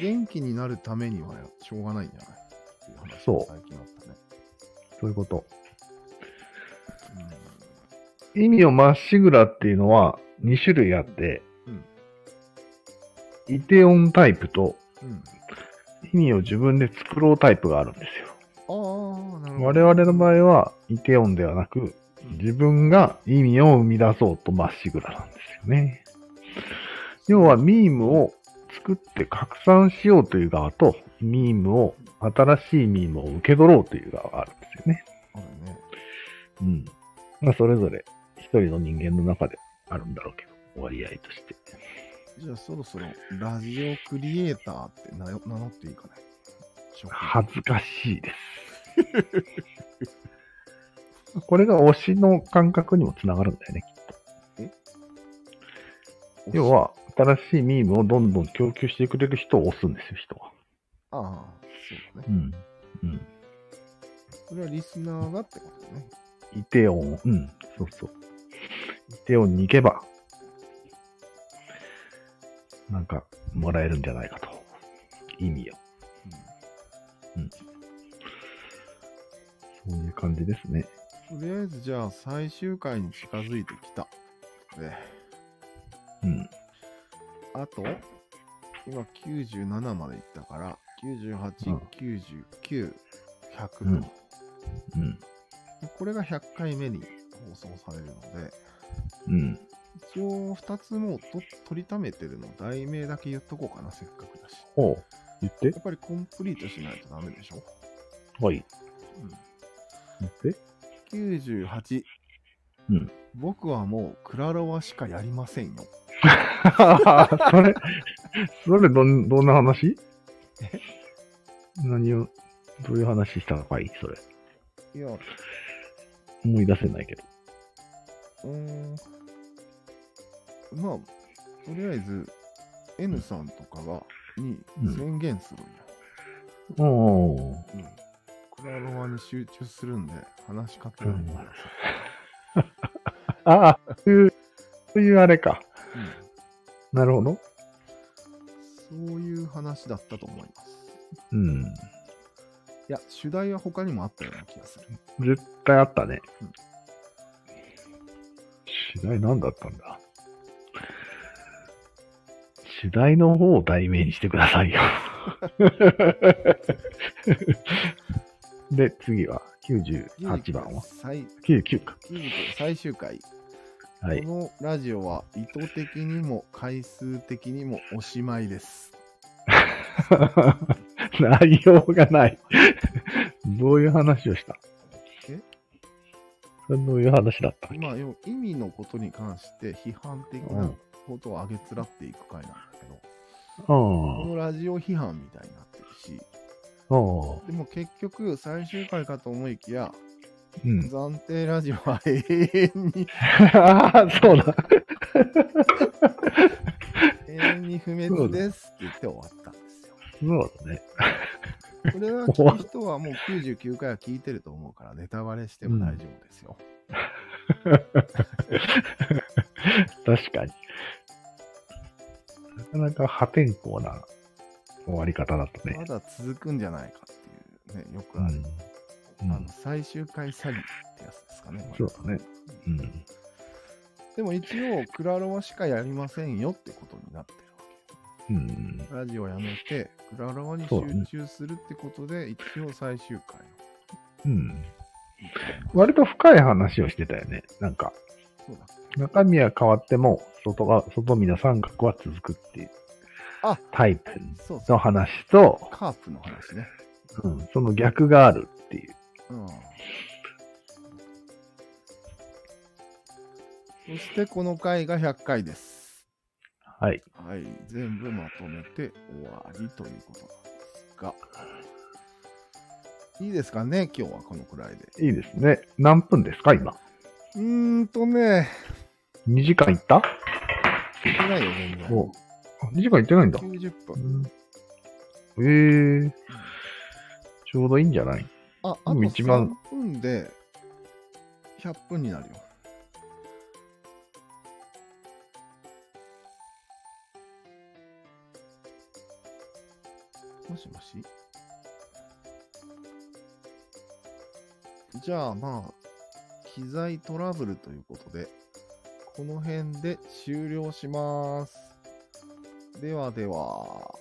[SPEAKER 2] 元気になるためにはしょうがないんじゃないっていう話
[SPEAKER 1] そう
[SPEAKER 2] が最近あったね。
[SPEAKER 1] そういうこと。意味をまっしぐらっていうのは2種類あって、
[SPEAKER 2] うん
[SPEAKER 1] イテオンタイプと
[SPEAKER 2] うん。うん。
[SPEAKER 1] 意味を自分で作ろうタイプがあるんですよ。
[SPEAKER 2] ああ、なるほど。
[SPEAKER 1] 我々の場合はイテオンではなく、自分が意味を生み出そうとまっしぐらなんですよね。要はミームを作って拡散しようという側と、ミームを、新しいミームを受け取ろうという側があるんですよね。
[SPEAKER 2] あるね。
[SPEAKER 1] うん。まあ、それぞれ一人の人間の中であるんだろうけど、割合として。
[SPEAKER 2] じゃあそろそろ、ラジオクリエイターって名よ名乗っていいかね。職業
[SPEAKER 1] 恥ずかしいです。これが推しの感覚にもつながるんだよね。要。は、新しいミームをどんどん供給してくれる人を推すんですよ、人は。
[SPEAKER 2] ああ、そうだね。
[SPEAKER 1] うん。うん。
[SPEAKER 2] それはリスナーがってことだね。
[SPEAKER 1] イテオン、うん、そうそう。イテオンに行けば、なんか、もらえるんじゃないかと。意味よ。そういう感じですね。
[SPEAKER 2] とりあえずじゃあ最終回に近づいてきた。ね、
[SPEAKER 1] うん。
[SPEAKER 2] あと、今97までいったから、98、
[SPEAKER 1] うん
[SPEAKER 2] 99、100と、
[SPEAKER 1] うん
[SPEAKER 2] で
[SPEAKER 1] うん。
[SPEAKER 2] これが100回目に放送されるので、
[SPEAKER 1] うん。
[SPEAKER 2] 一応2つもうと取りためてるの、題名だけ言っとこうかな、せっかくだし。
[SPEAKER 1] ほう。言って
[SPEAKER 2] や。っぱりコンプリートしないとダメでしょ。
[SPEAKER 1] はい。
[SPEAKER 2] うん
[SPEAKER 1] 言って。
[SPEAKER 2] 98、
[SPEAKER 1] うん
[SPEAKER 2] 僕はもうクラロワしかやりませんよ。
[SPEAKER 1] それ、それどん、どんな話何を、どういう話したのかいそれ。
[SPEAKER 2] いや、
[SPEAKER 1] 思い出せないけど。
[SPEAKER 2] うーん。まあ、とりあえず、N さんとかが、に
[SPEAKER 1] うん
[SPEAKER 2] 宣言するんや。
[SPEAKER 1] おー。
[SPEAKER 2] うん。クラロワに集中するんで、話しかけないでくださ
[SPEAKER 1] ああ、そういう、そういうあれ
[SPEAKER 2] い。
[SPEAKER 1] か。
[SPEAKER 2] うん
[SPEAKER 1] なるほど。
[SPEAKER 2] そういう話だったと思います。
[SPEAKER 1] うん。
[SPEAKER 2] いや、主題は他にもあったような気がする。
[SPEAKER 1] 絶対あったね
[SPEAKER 2] うん。
[SPEAKER 1] 次第何だったんだ次第の方を題名にしてください <laughs> よ。で、次は98番は
[SPEAKER 2] 最
[SPEAKER 1] ?99 か。
[SPEAKER 2] 99最終回。
[SPEAKER 1] はい
[SPEAKER 2] こ。のラジオは意図的にも回数的にもおしまいです。
[SPEAKER 1] <laughs> 内容がない。 <laughs> どういう話をした
[SPEAKER 2] え
[SPEAKER 1] どういう話だったっけ
[SPEAKER 2] まあ、要は意味のことに関して批判的
[SPEAKER 1] う
[SPEAKER 2] なんことを上げつらっていく回なんだけど、
[SPEAKER 1] あ
[SPEAKER 2] このラジオ批判みたいになってるし、
[SPEAKER 1] あ。ああ。
[SPEAKER 2] でも結局最終回かと思いきや、
[SPEAKER 1] うん。
[SPEAKER 2] 暫定ラジオは永遠に、
[SPEAKER 1] ああ、 <laughs> そうだ。
[SPEAKER 2] 永遠に不滅ですって言って終わったんですよ。
[SPEAKER 1] そうだね。
[SPEAKER 2] これは聞く人はもう99回は聞いてると思うから、ネタバレしても大丈夫ですよ。
[SPEAKER 1] 確かに。なかなか破天荒な終わり方だった
[SPEAKER 2] ま
[SPEAKER 1] ね。
[SPEAKER 2] だ続くんじゃないかっていうね、よく
[SPEAKER 1] う
[SPEAKER 2] あ
[SPEAKER 1] ん
[SPEAKER 2] る。。
[SPEAKER 1] う
[SPEAKER 2] あ
[SPEAKER 1] ん
[SPEAKER 2] の最終回詐欺ってやつですかね。
[SPEAKER 1] そうだね。うん。
[SPEAKER 2] でも一応、クラロワしかやりませんよってことになってるわ
[SPEAKER 1] うん。
[SPEAKER 2] け。ラジオやめて、クラロワに集
[SPEAKER 1] そうだね
[SPEAKER 2] 中するってことで、一応最終回を。
[SPEAKER 1] うん。割と深い話をしてたよね。なんか、
[SPEAKER 2] そうだ。
[SPEAKER 1] 中身は変わっても、外が、外身の三角は続くっていう
[SPEAKER 2] あ
[SPEAKER 1] タイプ
[SPEAKER 2] そうそ
[SPEAKER 1] の
[SPEAKER 2] う。
[SPEAKER 1] 話と、
[SPEAKER 2] カープの話ね。
[SPEAKER 1] うん、その逆があるっていう。
[SPEAKER 2] うん。そして、この回が100回です。
[SPEAKER 1] はい。
[SPEAKER 2] はい、全部まとめて終わりということなんですが、いいですかね、今日はこのくらいで。
[SPEAKER 1] いいですね。何分ですか、今。
[SPEAKER 2] うーんとね、
[SPEAKER 1] 2時間いった
[SPEAKER 2] 少ないよ、全然。
[SPEAKER 1] お2時間いってないんだ。
[SPEAKER 2] 90分。
[SPEAKER 1] うん、ええちょうどいいんじゃない
[SPEAKER 2] あ、あと
[SPEAKER 1] うん一番
[SPEAKER 2] 3分で100分になるよ。もしもしじゃあまあ、機材トラブルということで、この辺で終了します。ではでは。